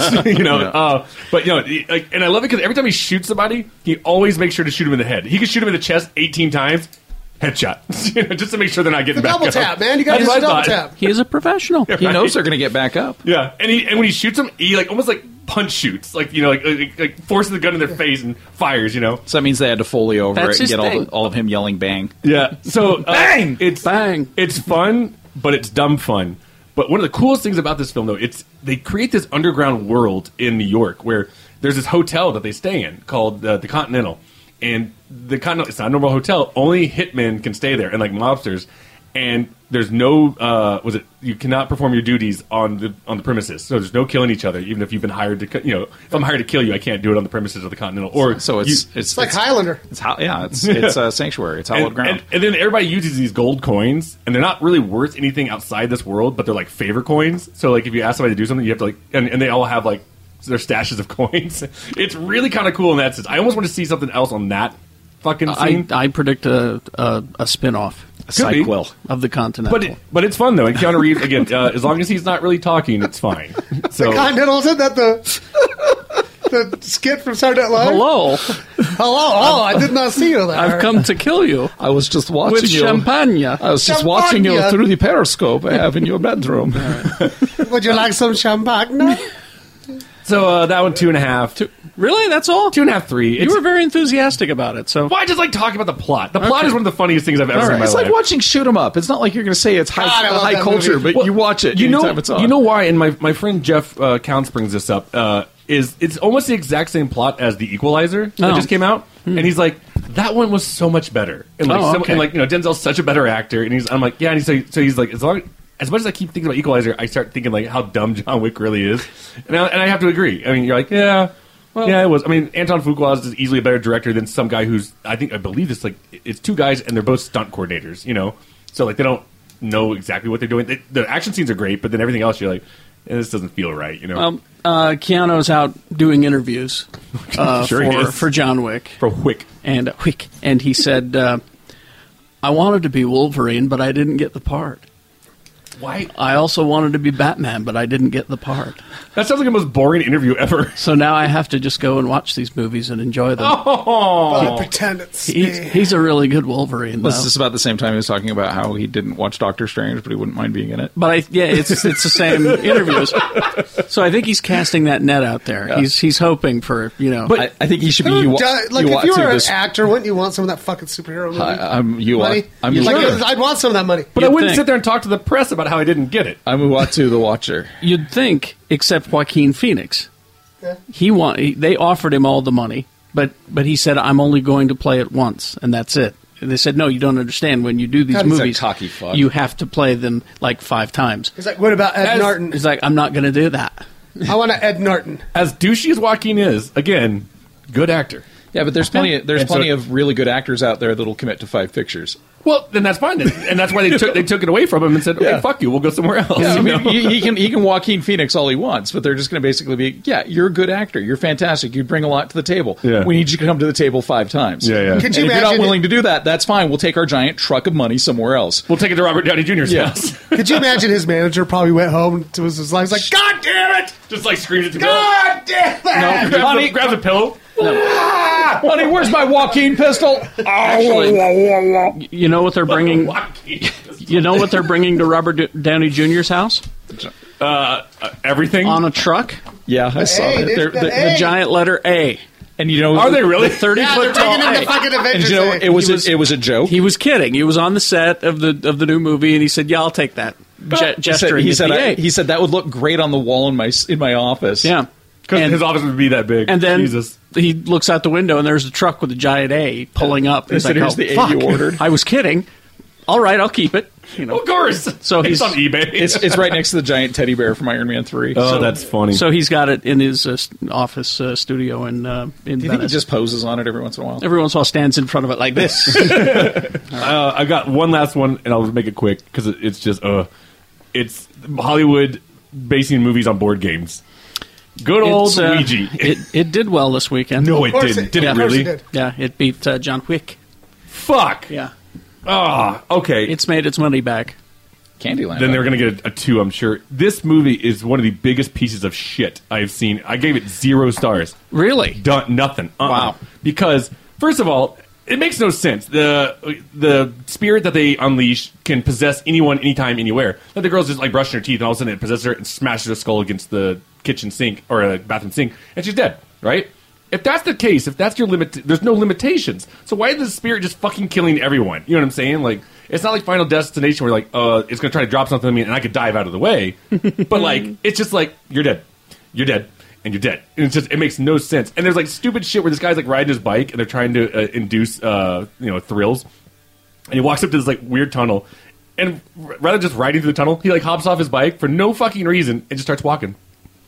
[SPEAKER 4] Yeah.
[SPEAKER 5] uh, but you know, he- like, and I love it because every time he shoots somebody, he always makes sure to shoot him in the head. He can shoot him in the chest 18 times, headshot, *laughs* you know, just to make sure they're not getting back
[SPEAKER 3] double
[SPEAKER 5] up.
[SPEAKER 3] tap, man. You gotta use
[SPEAKER 5] That's what
[SPEAKER 3] a double
[SPEAKER 5] I thought.
[SPEAKER 3] tap.
[SPEAKER 1] He is a professional.
[SPEAKER 5] Yeah,
[SPEAKER 4] he
[SPEAKER 5] right.
[SPEAKER 4] knows they're going to get back up.
[SPEAKER 5] Yeah, and he and when he shoots him, he like almost like punch shoots, like you know, like, like, like forces the gun in their face and fires. You know,
[SPEAKER 4] So that means they had to foley over it and
[SPEAKER 5] That's his
[SPEAKER 4] get all,
[SPEAKER 5] thing.
[SPEAKER 4] the, all of him yelling bang.
[SPEAKER 5] Yeah. So bang, it's bang. It's fun, but it's dumb fun. But one of the coolest things about this film, though, it's they create this underground world in New York where there's this hotel that they stay in called uh, the Continental, and the Continental it's not a normal hotel. Only hitmen can stay there, and like mobsters. And there's no uh, was it you cannot perform your duties on the on the premises. So there's no killing each other, even if you've been hired to. co- You know, if I'm hired to kill you, I can't do it on the premises of the Continental. Or
[SPEAKER 4] So it's-
[SPEAKER 5] you-
[SPEAKER 4] it's- It's
[SPEAKER 3] like Highlander.
[SPEAKER 4] It's ho- yeah, it's it's uh, sanctuary. It's hallowed
[SPEAKER 5] and,
[SPEAKER 4] ground.
[SPEAKER 5] And, and then everybody uses these gold coins, and they're not really worth anything outside this world, but they're like favor coins. So like if you ask somebody to do something, you have to like, and, and they all have like their stashes of *laughs* coins. it's really kind of cool in that sense. I almost want to see something else on that fucking
[SPEAKER 1] I, *laughs*
[SPEAKER 5] scene.
[SPEAKER 1] I predict a a, a spin-off.
[SPEAKER 5] A sequel.
[SPEAKER 1] of the Continental.
[SPEAKER 5] but it, but it's fun though, and Keanu Reeves again. Uh, as long as he's not really talking, it's fine.
[SPEAKER 1] *laughs*
[SPEAKER 5] So
[SPEAKER 3] Continental isn't that the the skit from Saturday Night Live?
[SPEAKER 1] Hello,
[SPEAKER 3] hello. Oh, I did not see you there.
[SPEAKER 1] I've come to kill you.
[SPEAKER 4] I was just
[SPEAKER 1] watching With you- champagne. I
[SPEAKER 4] was
[SPEAKER 3] just watching you Champagne. through
[SPEAKER 4] the periscope I have in your bedroom.
[SPEAKER 3] Would you like some champagne?
[SPEAKER 5] So uh, that one two and a half.
[SPEAKER 1] Really? That's all? Two
[SPEAKER 5] and a half, three.
[SPEAKER 1] You were very enthusiastic about it, so.
[SPEAKER 5] Well, I just like talking about the plot. The plot is one of the funniest things I've ever
[SPEAKER 4] *laughs* All
[SPEAKER 5] seen
[SPEAKER 4] right.
[SPEAKER 5] in my
[SPEAKER 4] It's
[SPEAKER 5] life.
[SPEAKER 4] like watching shoot 'em up. It's not like you're going to say it's high,
[SPEAKER 5] God, I love
[SPEAKER 4] high
[SPEAKER 5] that
[SPEAKER 4] culture,
[SPEAKER 5] movie.
[SPEAKER 4] but you watch it.
[SPEAKER 5] You know,
[SPEAKER 4] anytime it's on.
[SPEAKER 5] you know why? And my, my friend Jeff uh, Counts brings this up. Uh, is it's almost the exact same plot as the Equalizer that
[SPEAKER 4] Oh.
[SPEAKER 5] just came out, and he's like, that one was so much better, and like,
[SPEAKER 4] Oh,
[SPEAKER 5] some-
[SPEAKER 4] okay.
[SPEAKER 5] and like you know, Denzel's such a better actor, and he's I'm like, yeah, and he's, so, so he's like, as long as much as I keep thinking about Equalizer, I start thinking like how dumb John Wick really is, and I, and I have to agree. I mean, you're like, yeah. Well, yeah, it was. I mean, Anton Fuqua is easily a better director than some guy who's. I think I believe it's like it's two guys and they're both stunt coordinators. You know, so like they don't know exactly what they're doing. They, the action scenes are great, but then everything else, you're like, eh, this doesn't feel right. You know,
[SPEAKER 1] Um, uh, Keanu's out doing interviews uh,
[SPEAKER 5] Sure he
[SPEAKER 1] for,
[SPEAKER 5] is.
[SPEAKER 1] for John Wick.
[SPEAKER 5] For Wick.
[SPEAKER 1] And uh, Wick. And he said, uh, I wanted to be Wolverine, but I didn't get the part.
[SPEAKER 5] Why?
[SPEAKER 1] I also wanted to be Batman, but I didn't get the part.
[SPEAKER 5] That sounds like the most boring interview ever.
[SPEAKER 1] So now I have to just go and watch these movies and enjoy them.
[SPEAKER 5] Oh.
[SPEAKER 3] pretend it's
[SPEAKER 1] He's, he's a really good Wolverine, though.
[SPEAKER 4] This is about the same time he was talking about how he didn't watch Doctor Strange, but he wouldn't mind being in it.
[SPEAKER 1] But I, yeah, it's it's the
[SPEAKER 5] *laughs*
[SPEAKER 1] same interviews. So I think he's casting that net out there. He's he's hoping for you know.
[SPEAKER 4] But I- I think he should be
[SPEAKER 1] you.
[SPEAKER 4] Ewa-
[SPEAKER 3] Di- like
[SPEAKER 4] Iwatsu
[SPEAKER 3] if you were an
[SPEAKER 4] this-
[SPEAKER 3] actor, wouldn't you want some of that fucking superhero movie?
[SPEAKER 5] uh,
[SPEAKER 4] I- I'm Iwa-
[SPEAKER 3] money.
[SPEAKER 4] I'm
[SPEAKER 3] like,
[SPEAKER 4] Iwatsu.
[SPEAKER 3] I'd want some of that money.
[SPEAKER 5] But I wouldn't sit there and talk to the press about how I didn't get it.
[SPEAKER 4] I'm Uatu the Watcher.
[SPEAKER 1] You'd think, except Joaquin Phoenix.
[SPEAKER 3] Yeah.
[SPEAKER 1] He want he- they offered him all the money, but but he said, "I'm only going to play it once, and that's it." And they said, "No, you don't understand. When you do these
[SPEAKER 3] God, he's a
[SPEAKER 1] movies,
[SPEAKER 3] cocky fuck.
[SPEAKER 1] you have to play them like five times."
[SPEAKER 3] He's like, what about Ed
[SPEAKER 1] As-
[SPEAKER 3] Norton?
[SPEAKER 1] He's like, "I'm not going to do that."
[SPEAKER 3] I want to Ed Norton.
[SPEAKER 5] As douchey as Joaquin is, again, good actor.
[SPEAKER 4] Yeah, but there's plenty. There's
[SPEAKER 5] And so-
[SPEAKER 4] plenty of really good actors out there that'll commit to five pictures.
[SPEAKER 5] Well, then that's fine, then. and that's why they took they took it away from him and said, "Okay, fuck you, we'll go somewhere else."
[SPEAKER 4] Yeah, I
[SPEAKER 5] you
[SPEAKER 4] mean,
[SPEAKER 5] know? *laughs*
[SPEAKER 4] he, he can he can Joaquin Phoenix all he wants, but they're just going to basically be, yeah, you're a good actor, you're fantastic, you bring a lot to the table.
[SPEAKER 5] Yeah.
[SPEAKER 4] We need you to come to the table five times.
[SPEAKER 5] Yeah, yeah.
[SPEAKER 4] And
[SPEAKER 5] Could
[SPEAKER 4] if
[SPEAKER 5] you
[SPEAKER 4] you're not
[SPEAKER 5] imagine-
[SPEAKER 4] willing to do that, that's fine. We'll take our giant truck of money somewhere else.
[SPEAKER 5] We'll take it to Robert Downey Jr.'s
[SPEAKER 4] yeah. *laughs*
[SPEAKER 5] house.
[SPEAKER 3] *laughs* Could you imagine his manager probably went home to his, his life? He's like, God damn it!
[SPEAKER 5] Just like screams at the
[SPEAKER 3] God damn
[SPEAKER 5] No,
[SPEAKER 3] it!
[SPEAKER 5] *laughs*
[SPEAKER 3] Ah!
[SPEAKER 5] grabs, a, grabs a pillow.
[SPEAKER 4] Honey, where's my Joaquin pistol?
[SPEAKER 1] Actually, you know what they're bringing? You know what they're bringing to Robert D- Downey Jr.'s house?
[SPEAKER 5] Uh, everything
[SPEAKER 1] on a truck.
[SPEAKER 4] Yeah, I saw
[SPEAKER 1] Hey,
[SPEAKER 4] that.
[SPEAKER 1] there's
[SPEAKER 4] They're-
[SPEAKER 1] the
[SPEAKER 4] they're-
[SPEAKER 1] A. giant letter A.
[SPEAKER 4] And you know,
[SPEAKER 1] Are they really?
[SPEAKER 4] the Thirty
[SPEAKER 1] Yeah, they're
[SPEAKER 4] foot tall.
[SPEAKER 1] taking him to
[SPEAKER 4] A.
[SPEAKER 1] fucking
[SPEAKER 4] and
[SPEAKER 1] Avengers
[SPEAKER 4] you know,
[SPEAKER 1] A.
[SPEAKER 4] it was,
[SPEAKER 1] He
[SPEAKER 4] a-
[SPEAKER 1] was-
[SPEAKER 4] it was a joke.
[SPEAKER 1] He was kidding. He was on the set of the of the new movie, and he said, "Yeah, I'll take that." Je-
[SPEAKER 4] He said,
[SPEAKER 1] gesturing
[SPEAKER 4] he
[SPEAKER 1] at
[SPEAKER 4] said,
[SPEAKER 1] the
[SPEAKER 4] I-
[SPEAKER 1] A.
[SPEAKER 4] he said that would look great on the wall in my s- in my office.
[SPEAKER 1] Yeah,
[SPEAKER 5] because his office would be that big.
[SPEAKER 1] And then
[SPEAKER 5] Jesus.
[SPEAKER 1] he looks out the window, and there's a truck with a giant A pulling up.
[SPEAKER 4] They
[SPEAKER 1] He's
[SPEAKER 4] said,
[SPEAKER 1] like,
[SPEAKER 4] "Here's
[SPEAKER 1] "Oh,
[SPEAKER 4] the A you
[SPEAKER 1] fuck.
[SPEAKER 4] ordered."
[SPEAKER 1] I was kidding. All right, I'll keep it. You know,
[SPEAKER 5] Of course.
[SPEAKER 1] So
[SPEAKER 5] It's
[SPEAKER 1] he's
[SPEAKER 5] on eBay.
[SPEAKER 4] It's, it's right next to the giant teddy bear from Iron Man Three.
[SPEAKER 5] Oh,
[SPEAKER 4] So-
[SPEAKER 5] that's funny.
[SPEAKER 1] So he's got it in his uh, s- office uh, studio in uh, in
[SPEAKER 4] Do you think he
[SPEAKER 1] Venice.
[SPEAKER 4] just poses on it every once in a while?
[SPEAKER 1] Every once in a while, stands in front of it like
[SPEAKER 4] *laughs*
[SPEAKER 1] this.
[SPEAKER 5] Uh, I got one last one, and I'll make it quick because it's just uh, it's Hollywood basing movies on board games. Good old
[SPEAKER 1] It's, uh,
[SPEAKER 5] Ouija.
[SPEAKER 1] It,
[SPEAKER 5] *laughs*
[SPEAKER 1] it did well this weekend.
[SPEAKER 5] No, Of it course didn't. it- Did it of course really? it did.
[SPEAKER 1] Yeah, it beat uh, John Wick.
[SPEAKER 5] Fuck.
[SPEAKER 1] Yeah.
[SPEAKER 5] Ah, okay.
[SPEAKER 1] It's made its money back.
[SPEAKER 4] Candyland.
[SPEAKER 5] Then they're going to get a, a two, I'm sure. This movie is one of the biggest pieces of shit I've seen. I gave it zero stars.
[SPEAKER 1] Really?
[SPEAKER 5] Done nothing. Uh-uh.
[SPEAKER 1] Wow.
[SPEAKER 5] Because first of all, it makes no sense. The the spirit that they unleash can possess anyone, anytime, anywhere. That the girl's just like brushing her teeth, and all of a sudden it possesses her and smashes her skull against the kitchen sink or a bathroom sink, and she's dead. Right? If that's the case, if that's your limit, there's no limitations. So why is the spirit just fucking killing everyone? You know what I'm saying? Like. It's not like Final Destination where like uh, it's gonna try to drop something on me and I could dive out of the way, but like it's just like you're dead, you're dead, and you're dead. And it's just it makes no sense. And there's like stupid shit where this guy's like riding his bike and they're trying to uh, induce uh, you know thrills, and he walks up to this like weird tunnel, and r- rather than just riding through the tunnel, he like hops off his bike for no fucking reason and just starts walking.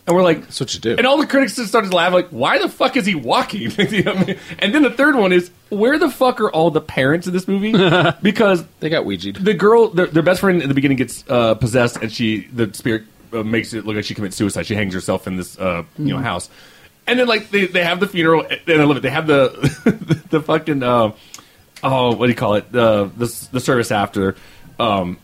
[SPEAKER 5] And we're like,
[SPEAKER 4] that's what you do.
[SPEAKER 5] and all the critics just started laughing, like, why the fuck is he walking? *laughs* You know what I mean? and then the third one is, where the fuck are all the parents in this *laughs* movie?
[SPEAKER 4] *laughs*
[SPEAKER 5] Because
[SPEAKER 4] they got Ouija'd.
[SPEAKER 5] The girl, their, their best friend in the beginning gets uh, possessed, and she, the spirit uh, makes it look like she commits suicide. She hangs herself in this, uh, you know,
[SPEAKER 4] Mhm.
[SPEAKER 5] house. And then like they, they have the funeral, and I love it. They have the *laughs* the, fucking uh, oh what do you call it uh, the the service after. Um,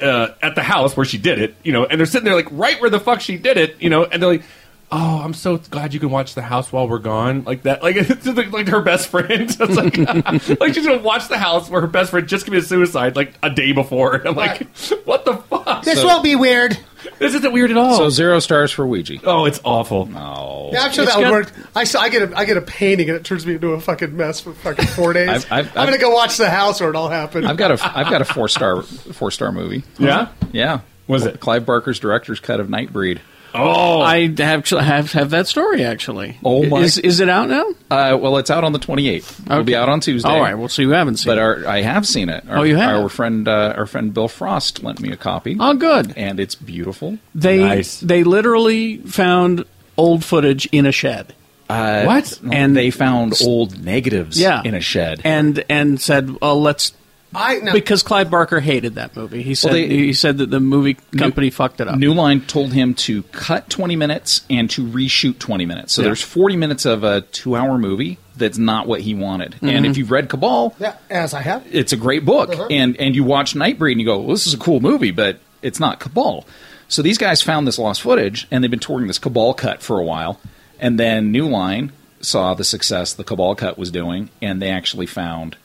[SPEAKER 5] uh, at the house where she did it, you know, and they're sitting there like right where the fuck she did it, you know, and they're like, "Oh, I'm so glad you can watch the house while we're gone," like that, like *laughs* it's like, like her best friend, *laughs* It's like, like she's gonna watch the house where her best *laughs* friend just committed suicide like a day before. I'm like, what the fuck?
[SPEAKER 3] This won't be weird.
[SPEAKER 5] This isn't weird at all.
[SPEAKER 4] So zero stars for Ouija.
[SPEAKER 5] Oh, it's awful.
[SPEAKER 4] No.
[SPEAKER 3] Yeah, I'm sure
[SPEAKER 4] It's
[SPEAKER 3] that would
[SPEAKER 4] got-
[SPEAKER 3] work. I, saw, I get a, I get a painting and it turns me into a fucking mess for fucking
[SPEAKER 4] *laughs*
[SPEAKER 3] four days.
[SPEAKER 4] I've- I've-
[SPEAKER 3] am gonna
[SPEAKER 4] I've-
[SPEAKER 3] go watch the house or it all happened.
[SPEAKER 4] I've got a I've
[SPEAKER 3] *laughs*
[SPEAKER 4] got a four star four star movie.
[SPEAKER 5] Yeah?
[SPEAKER 4] yeah. Was it Clive Barker's director's cut of Nightbreed?
[SPEAKER 5] Oh,
[SPEAKER 1] I have have have that story actually.
[SPEAKER 4] Oh my!
[SPEAKER 1] Is, is it out now?
[SPEAKER 4] Uh, well, it's out on the 28th. It'll be out on Tuesday.
[SPEAKER 1] All right, well, so you haven't seen
[SPEAKER 4] but Our, I have seen it. Our,
[SPEAKER 1] Oh, you have?
[SPEAKER 4] Our friend, uh, our friend Bill Frost lent me a copy.
[SPEAKER 1] Oh, good.
[SPEAKER 4] And it's beautiful.
[SPEAKER 1] They they literally found old footage in a shed.
[SPEAKER 4] Uh,
[SPEAKER 1] what?
[SPEAKER 4] And they found old negatives
[SPEAKER 1] Yeah.
[SPEAKER 4] in a shed.
[SPEAKER 1] and and said, "Well, let's."
[SPEAKER 3] I
[SPEAKER 1] because Clive Barker hated that movie. He said
[SPEAKER 4] they-
[SPEAKER 1] he said that the movie company fucked it up.
[SPEAKER 4] New Line told him to cut 20 minutes and to reshoot 20 minutes. So
[SPEAKER 1] Yeah.
[SPEAKER 4] there's 40 minutes of a two hour movie that's not what he wanted. And
[SPEAKER 1] Mm-hmm.
[SPEAKER 3] Mhm.
[SPEAKER 4] if you've read Cabal,
[SPEAKER 3] yeah, as I have.
[SPEAKER 4] it's a great book.
[SPEAKER 3] Uh-huh.
[SPEAKER 4] And and you watch Nightbreed and you go, well, this is a cool movie, but it's not Cabal. So these guys found this lost footage and they've been touring this Cabal cut for a while. And then New Line saw the success the Cabal cut was doing, and they actually found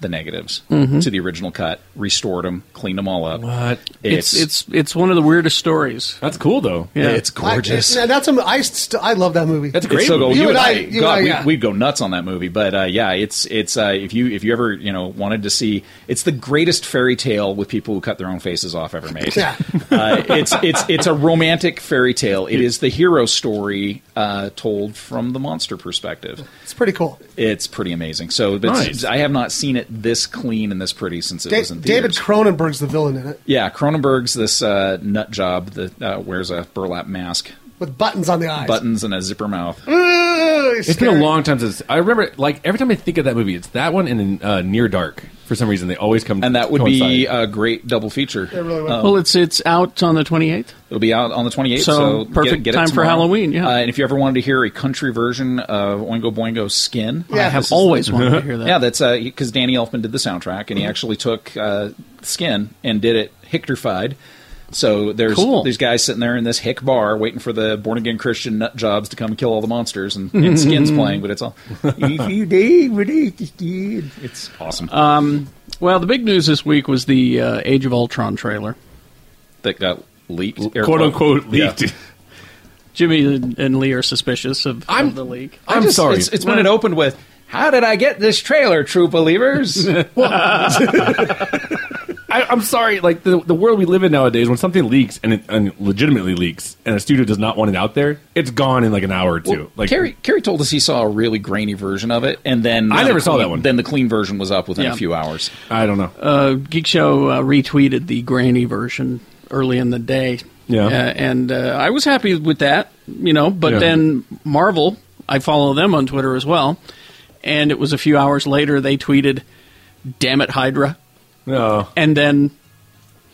[SPEAKER 4] the negatives
[SPEAKER 1] Mhm.
[SPEAKER 4] to the original cut, restored them, cleaned them all up.
[SPEAKER 1] What?
[SPEAKER 4] It's
[SPEAKER 1] It's it's it's one of the weirdest stories.
[SPEAKER 5] That's cool though.
[SPEAKER 1] Yeah,
[SPEAKER 4] It's gorgeous.
[SPEAKER 3] I, yeah, that's a, mo- I, st- I love that movie. That's
[SPEAKER 4] It's so good.
[SPEAKER 3] You, and I,
[SPEAKER 4] God,
[SPEAKER 3] you and I,
[SPEAKER 4] we,
[SPEAKER 3] yeah.
[SPEAKER 4] would go nuts on that movie. But uh, yeah, it's it's uh, if you if you ever you know wanted to see, it's the greatest fairy tale with people who cut their own faces off ever made.
[SPEAKER 3] Yeah.
[SPEAKER 4] *laughs* uh, it's it's it's a romantic fairy tale. It is the hero story uh, told from the monster perspective.
[SPEAKER 3] it's pretty cool.
[SPEAKER 4] It's pretty amazing. So but
[SPEAKER 3] Nice.
[SPEAKER 4] I have not seen it this clean and this pretty since it
[SPEAKER 3] Da-
[SPEAKER 4] was in
[SPEAKER 3] David
[SPEAKER 4] theaters.
[SPEAKER 3] Cronenberg's the villain in it
[SPEAKER 4] yeah, Cronenberg's this uh, nut job that uh, wears a burlap mask,
[SPEAKER 3] with buttons on the eyes.
[SPEAKER 4] buttons, and a zipper mouth.
[SPEAKER 3] Ooh,
[SPEAKER 5] It's been
[SPEAKER 3] *laughs*
[SPEAKER 5] a long time since I remember. Like every time I think of that movie, it's that one and uh, Near Dark. For some reason, they always come.
[SPEAKER 4] And that would be a great double feature. Um,
[SPEAKER 1] well, it's it's out on the twenty eighth.
[SPEAKER 4] It'll be out on the 28th. So,
[SPEAKER 1] So,
[SPEAKER 4] get-
[SPEAKER 1] perfect
[SPEAKER 4] get it
[SPEAKER 1] time for
[SPEAKER 4] tomorrow.
[SPEAKER 1] Halloween, yeah.
[SPEAKER 4] Uh, and if you ever wanted to hear a country version of Oingo Boingo Skin,
[SPEAKER 1] Yeah. I have
[SPEAKER 4] this is-
[SPEAKER 1] always wanted to hear that.
[SPEAKER 4] Yeah, that's because Danny Elfman did the soundtrack, and he actually took uh, Skin and did it Hictorified. So there's
[SPEAKER 1] Cool.
[SPEAKER 4] these guys sitting there in this hick bar waiting for the born again Christian nut jobs to come and kill all the monsters, and,
[SPEAKER 1] *laughs*
[SPEAKER 4] and Skin's playing, but it's all it's awesome.
[SPEAKER 1] Um, well, the big news this week was the uh, Age of Ultron trailer.
[SPEAKER 4] That got leaked,
[SPEAKER 1] air
[SPEAKER 5] quote
[SPEAKER 1] quote.
[SPEAKER 5] unquote leaked.
[SPEAKER 1] Yeah. Jimmy and and Lee are suspicious of,
[SPEAKER 4] I'm-
[SPEAKER 1] of the leak.
[SPEAKER 4] I just- It's, it's when it opened with, "How did I get this trailer, true
[SPEAKER 5] *laughs*
[SPEAKER 4] believers?"
[SPEAKER 5] I, I'm sorry, like the the world we live in nowadays, when something leaks and it and legitimately leaks, and a studio does not want it out there, it's gone in like an hour or two. like
[SPEAKER 4] Kerry, Kerry told us he saw a really grainy version of it, and then
[SPEAKER 5] I
[SPEAKER 4] the
[SPEAKER 5] never saw
[SPEAKER 4] clean-
[SPEAKER 5] that one.
[SPEAKER 4] Then the clean version was up within
[SPEAKER 1] Yeah.
[SPEAKER 4] a few hours.
[SPEAKER 5] I don't know.
[SPEAKER 1] Uh, Geek Show uh, retweeted the granny version early in the day.
[SPEAKER 4] Yeah.
[SPEAKER 1] Uh, and uh, I was happy with that, you know, but
[SPEAKER 4] Yeah.
[SPEAKER 1] then Marvel, I follow them on Twitter as well, and it was a few hours later they tweeted, damn it, Hydra.
[SPEAKER 4] Oh.
[SPEAKER 5] No.
[SPEAKER 1] And then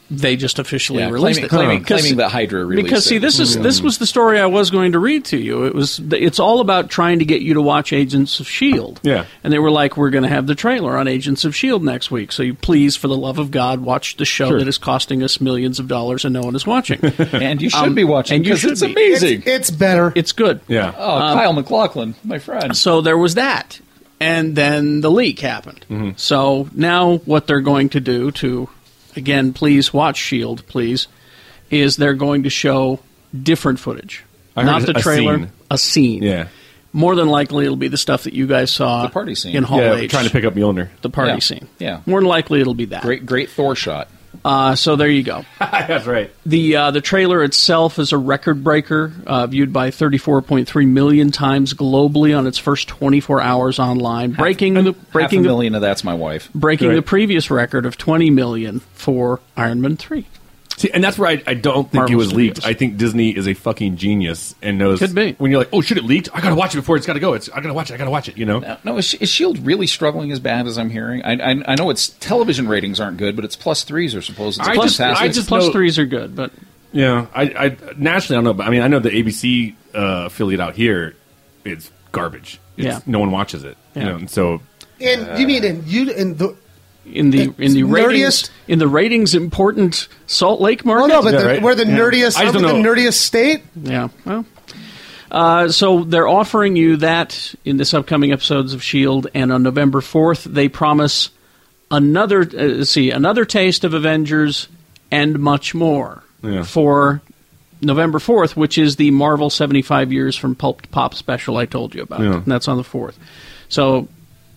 [SPEAKER 1] they just officially
[SPEAKER 4] Yeah,
[SPEAKER 1] released
[SPEAKER 4] claiming-
[SPEAKER 1] it.
[SPEAKER 4] claiming-
[SPEAKER 1] Because-
[SPEAKER 4] claiming that Hydra released
[SPEAKER 1] Because, see,
[SPEAKER 4] it.
[SPEAKER 1] this is
[SPEAKER 4] Hmm.
[SPEAKER 1] this was the story I was going to read to you. It was It's all about trying to get you to watch Agents of S.H.I.E.L.D.
[SPEAKER 5] Yeah.
[SPEAKER 1] And they were like, we're going to have the trailer on Agents of S.H.I.E.L.D. E next week. So you please, for the love of God, watch the show
[SPEAKER 4] Sure.
[SPEAKER 1] that is costing us millions of dollars and no one is
[SPEAKER 4] *laughs*
[SPEAKER 1] watching. and
[SPEAKER 4] you should be watching,
[SPEAKER 1] And you
[SPEAKER 4] 'cause
[SPEAKER 1] should
[SPEAKER 4] it's
[SPEAKER 1] be.
[SPEAKER 4] amazing.
[SPEAKER 3] It's, better.
[SPEAKER 1] It's good.
[SPEAKER 5] Yeah.
[SPEAKER 4] Oh,
[SPEAKER 1] Um,
[SPEAKER 4] Kyle McLaughlin, my friend.
[SPEAKER 1] So there was that. And then the leak happened.
[SPEAKER 4] Mm-hmm.
[SPEAKER 1] So now what they're going to do to, again, please watch S.H.I.E.L.D., E please, is they're going to show different footage.
[SPEAKER 5] I heard
[SPEAKER 1] Not the
[SPEAKER 5] a
[SPEAKER 1] trailer,
[SPEAKER 5] scene.
[SPEAKER 1] a scene.
[SPEAKER 5] Yeah.
[SPEAKER 1] More than likely, it'll be the stuff that you guys saw
[SPEAKER 4] The party scene
[SPEAKER 1] in Hall
[SPEAKER 5] yeah,
[SPEAKER 1] H.
[SPEAKER 5] trying to pick up Mjolnir.
[SPEAKER 1] the party
[SPEAKER 4] Yeah.
[SPEAKER 1] scene.
[SPEAKER 4] Yeah.
[SPEAKER 1] More than likely, it'll be that.
[SPEAKER 4] Great, great Thor shot.
[SPEAKER 1] Uh, so there you go.
[SPEAKER 5] *laughs* That's right.
[SPEAKER 1] The uh, the trailer itself is a record breaker, uh, viewed by 34.3 million times globally on its first 24 hours online, breaking the breaking
[SPEAKER 4] Half a
[SPEAKER 1] the
[SPEAKER 4] million of that's my wife.
[SPEAKER 1] breaking the previous record of 20 million for Iron Man 3.
[SPEAKER 5] See, and that's where I, I don't think
[SPEAKER 1] Marvel
[SPEAKER 5] it was
[SPEAKER 1] Studios.
[SPEAKER 5] leaked. I think Disney is a fucking genius and knows.
[SPEAKER 1] Could be.
[SPEAKER 5] When you're like, oh shit, it leaked. I gotta watch it before it's gotta go. It's I gotta watch it. I gotta watch it. You know.
[SPEAKER 4] No, is, is Shield E really struggling as bad as I'm hearing? I, I, I know its television ratings aren't good, but its plus threes are supposed.
[SPEAKER 5] I just- I just Plus know-
[SPEAKER 1] threes are good, but
[SPEAKER 5] Yeah, I, I nationally I don't know, but I mean I know the ABC uh, affiliate out here is garbage. It's,
[SPEAKER 1] Yeah.
[SPEAKER 5] no one watches it.
[SPEAKER 1] Yeah.
[SPEAKER 5] You know, and so
[SPEAKER 3] And you mean in you in the
[SPEAKER 1] In the in the
[SPEAKER 3] Nerdiest-
[SPEAKER 1] ratings in the ratings important Salt Lake market.
[SPEAKER 3] Oh, no, but the, we're the nerdiest. I'm the nerdiest state.
[SPEAKER 1] Yeah. Well, uh, so they're offering you that in this upcoming episodes of Shield, E and on November fourth, they promise another uh, let's see another taste of Avengers and much more
[SPEAKER 5] Yeah.
[SPEAKER 1] for November 4th, which is the Marvel 75 years from Pulp to Pop special I told you about.
[SPEAKER 5] Yeah.
[SPEAKER 1] And that's on the 4th. So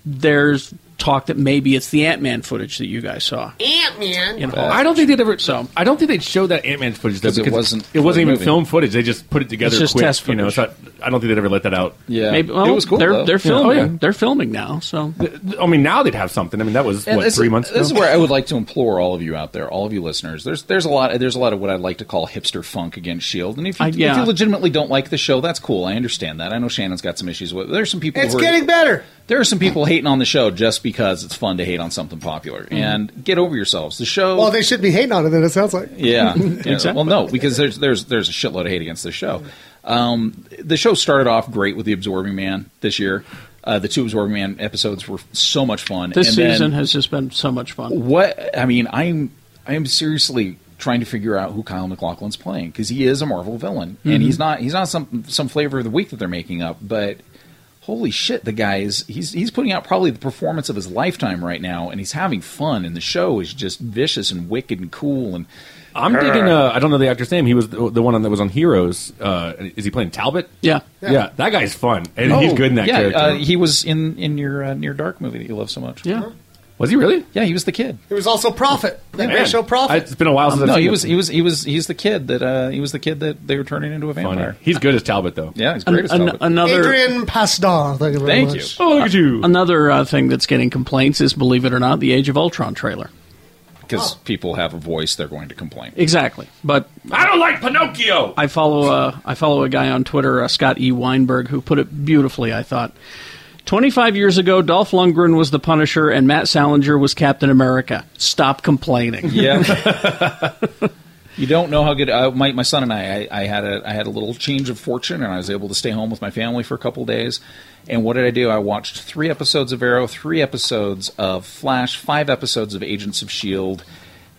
[SPEAKER 1] there's talk that maybe it's the Ant Man footage that you guys saw.
[SPEAKER 17] Ant Man.
[SPEAKER 5] I don't think they'd ever. Um, I don't think they'd show that Ant Man footage though,
[SPEAKER 1] 'Cause it
[SPEAKER 5] because
[SPEAKER 1] wasn't
[SPEAKER 5] It
[SPEAKER 1] for the
[SPEAKER 5] wasn't even
[SPEAKER 1] movie.
[SPEAKER 5] film footage. They just put it together.
[SPEAKER 1] It's just
[SPEAKER 5] quick,
[SPEAKER 1] test
[SPEAKER 5] You know, it's not, I don't think they'd ever let that out.
[SPEAKER 1] Maybe, well, They're, they're filming.
[SPEAKER 5] Oh, yeah.
[SPEAKER 1] They're filming now. So
[SPEAKER 5] I mean, now they'd have something. I mean, that was
[SPEAKER 1] And
[SPEAKER 5] what
[SPEAKER 1] this-
[SPEAKER 5] three months. ago?
[SPEAKER 4] This is where I would like to implore all of you out there, all of you listeners. There's there's a lot there's a lot of what I'd like to call hipster funk against Shield. E And if you,
[SPEAKER 1] I- yeah.
[SPEAKER 4] if you legitimately don't like the show, that's cool. I understand that. I know Shannon's got some issues with. There's some people.
[SPEAKER 3] It's
[SPEAKER 4] who are,
[SPEAKER 3] getting better.
[SPEAKER 4] There are some people hating on the show just because it's fun to hate on something popular. And get over yourselves. The show.
[SPEAKER 3] Well, they should be hating on it. Then it sounds like
[SPEAKER 1] *laughs*
[SPEAKER 4] Yeah. Yeah. Well, no, because there's there's there's a shitload of hate against the show. Um, the show started off great with the Absorbing Man this year. Uh, the two Absorbing Man episodes were so much fun.
[SPEAKER 1] this
[SPEAKER 4] And then-
[SPEAKER 1] season has just been so much fun.
[SPEAKER 4] what I mean, I'm I'm seriously trying to figure out who Kyle McLaughlin's playing because he is a Marvel villain
[SPEAKER 1] Mhm.
[SPEAKER 4] and he's not he's not some some flavor of the week that they're making up, but. Holy shit! The guy is he's he's putting out probably the performance of his lifetime right now, and he's having fun. And the show is just vicious and wicked and cool. And
[SPEAKER 5] I'm digging. Uh, I don't know the actor's name. He was the, the one that was on Heroes. Uh, is he playing Talbot?
[SPEAKER 1] Yeah.
[SPEAKER 5] yeah, That guy's fun, and he's
[SPEAKER 4] Oh,
[SPEAKER 5] good in that
[SPEAKER 4] yeah,
[SPEAKER 5] character.
[SPEAKER 4] Uh, he was in in your uh, near dark movie that you love so much.
[SPEAKER 1] Yeah,
[SPEAKER 4] was he really? Yeah, he was the kid.
[SPEAKER 3] it was also profit. They made a show profit.
[SPEAKER 5] been a while since I've
[SPEAKER 4] no,
[SPEAKER 5] seen
[SPEAKER 4] he
[SPEAKER 5] him.
[SPEAKER 4] was he was he was he's the kid that uh, he was the kid that they were turning into a vampire.
[SPEAKER 5] He's good as Talbot though.
[SPEAKER 4] Yeah, he's great as Talbot.
[SPEAKER 1] another
[SPEAKER 3] Adrian Pasdar. Thank you very much.
[SPEAKER 5] Oh, look at you.
[SPEAKER 1] Another uh, thing that's getting complaints is, believe it or not, the Age of Ultron trailer.
[SPEAKER 4] because people have a voice, they're going to complain.
[SPEAKER 1] Exactly. But
[SPEAKER 5] I don't like Pinocchio.
[SPEAKER 1] I follow uh, I follow a guy on Twitter, uh, Scott E. Weinberg, who put it beautifully. I thought. 25 years ago, Dolph Lundgren was the Punisher and Matt Salinger was Captain America. Stop complaining.
[SPEAKER 4] Yeah. You don't know how good uh, my my son and I, I I had a I had a little change of fortune and I was able to stay home with my family for a couple days. And what did I do? I watched three episodes of Arrow, three episodes of Flash, five episodes of Agents of Shield, E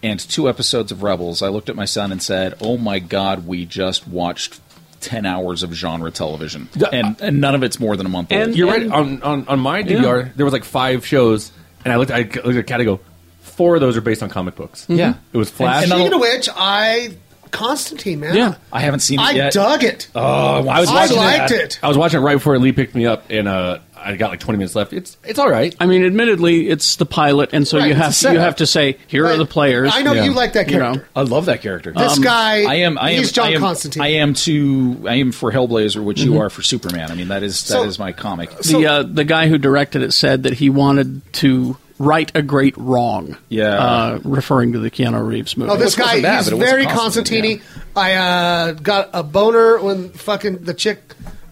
[SPEAKER 4] and two episodes of Rebels. I looked at my son and said, "Oh my God, we just watched." 10 hours of genre television and, and none of it's more than a month old
[SPEAKER 5] And you're right. On, on on my DVR, there was like five shows, and I looked. I looked at Kat. I go, four of those are based on comic books.
[SPEAKER 1] Mm-hmm.
[SPEAKER 4] Yeah.
[SPEAKER 5] it was Flash.
[SPEAKER 3] Speaking of which, I Constantine man.
[SPEAKER 4] I haven't seen it
[SPEAKER 3] I
[SPEAKER 5] yet.
[SPEAKER 3] dug it.
[SPEAKER 5] Oh, I was
[SPEAKER 3] I
[SPEAKER 5] watching
[SPEAKER 3] liked
[SPEAKER 5] it.
[SPEAKER 3] it.
[SPEAKER 5] I was watching it right before Lee picked me up, and uh, I got like 20 minutes left. It's it's all right.
[SPEAKER 1] I mean, admittedly, it's the pilot, and so
[SPEAKER 3] Right,
[SPEAKER 1] you have
[SPEAKER 3] it's a
[SPEAKER 1] you
[SPEAKER 3] setup.
[SPEAKER 1] have to say, here are the players.
[SPEAKER 3] I know you like that
[SPEAKER 1] You know. Um,
[SPEAKER 3] character.
[SPEAKER 4] I love that character.
[SPEAKER 3] This guy,
[SPEAKER 4] Um, I am. I am,
[SPEAKER 3] he's John
[SPEAKER 4] I am,
[SPEAKER 3] Constantine. Mm-hmm.
[SPEAKER 4] I am too. I am for Hellblazer, which
[SPEAKER 1] Mhm.
[SPEAKER 4] you are for Superman. I mean, that is that is
[SPEAKER 1] So-
[SPEAKER 4] my comic.
[SPEAKER 1] the uh, the guy who directed it said that he wanted to right a great wrong.
[SPEAKER 4] Yeah.
[SPEAKER 1] uh, referring to the Keanu Reeves movie.
[SPEAKER 3] Oh, this guy, he's very Constantine. I uh, got a boner when fucking the chick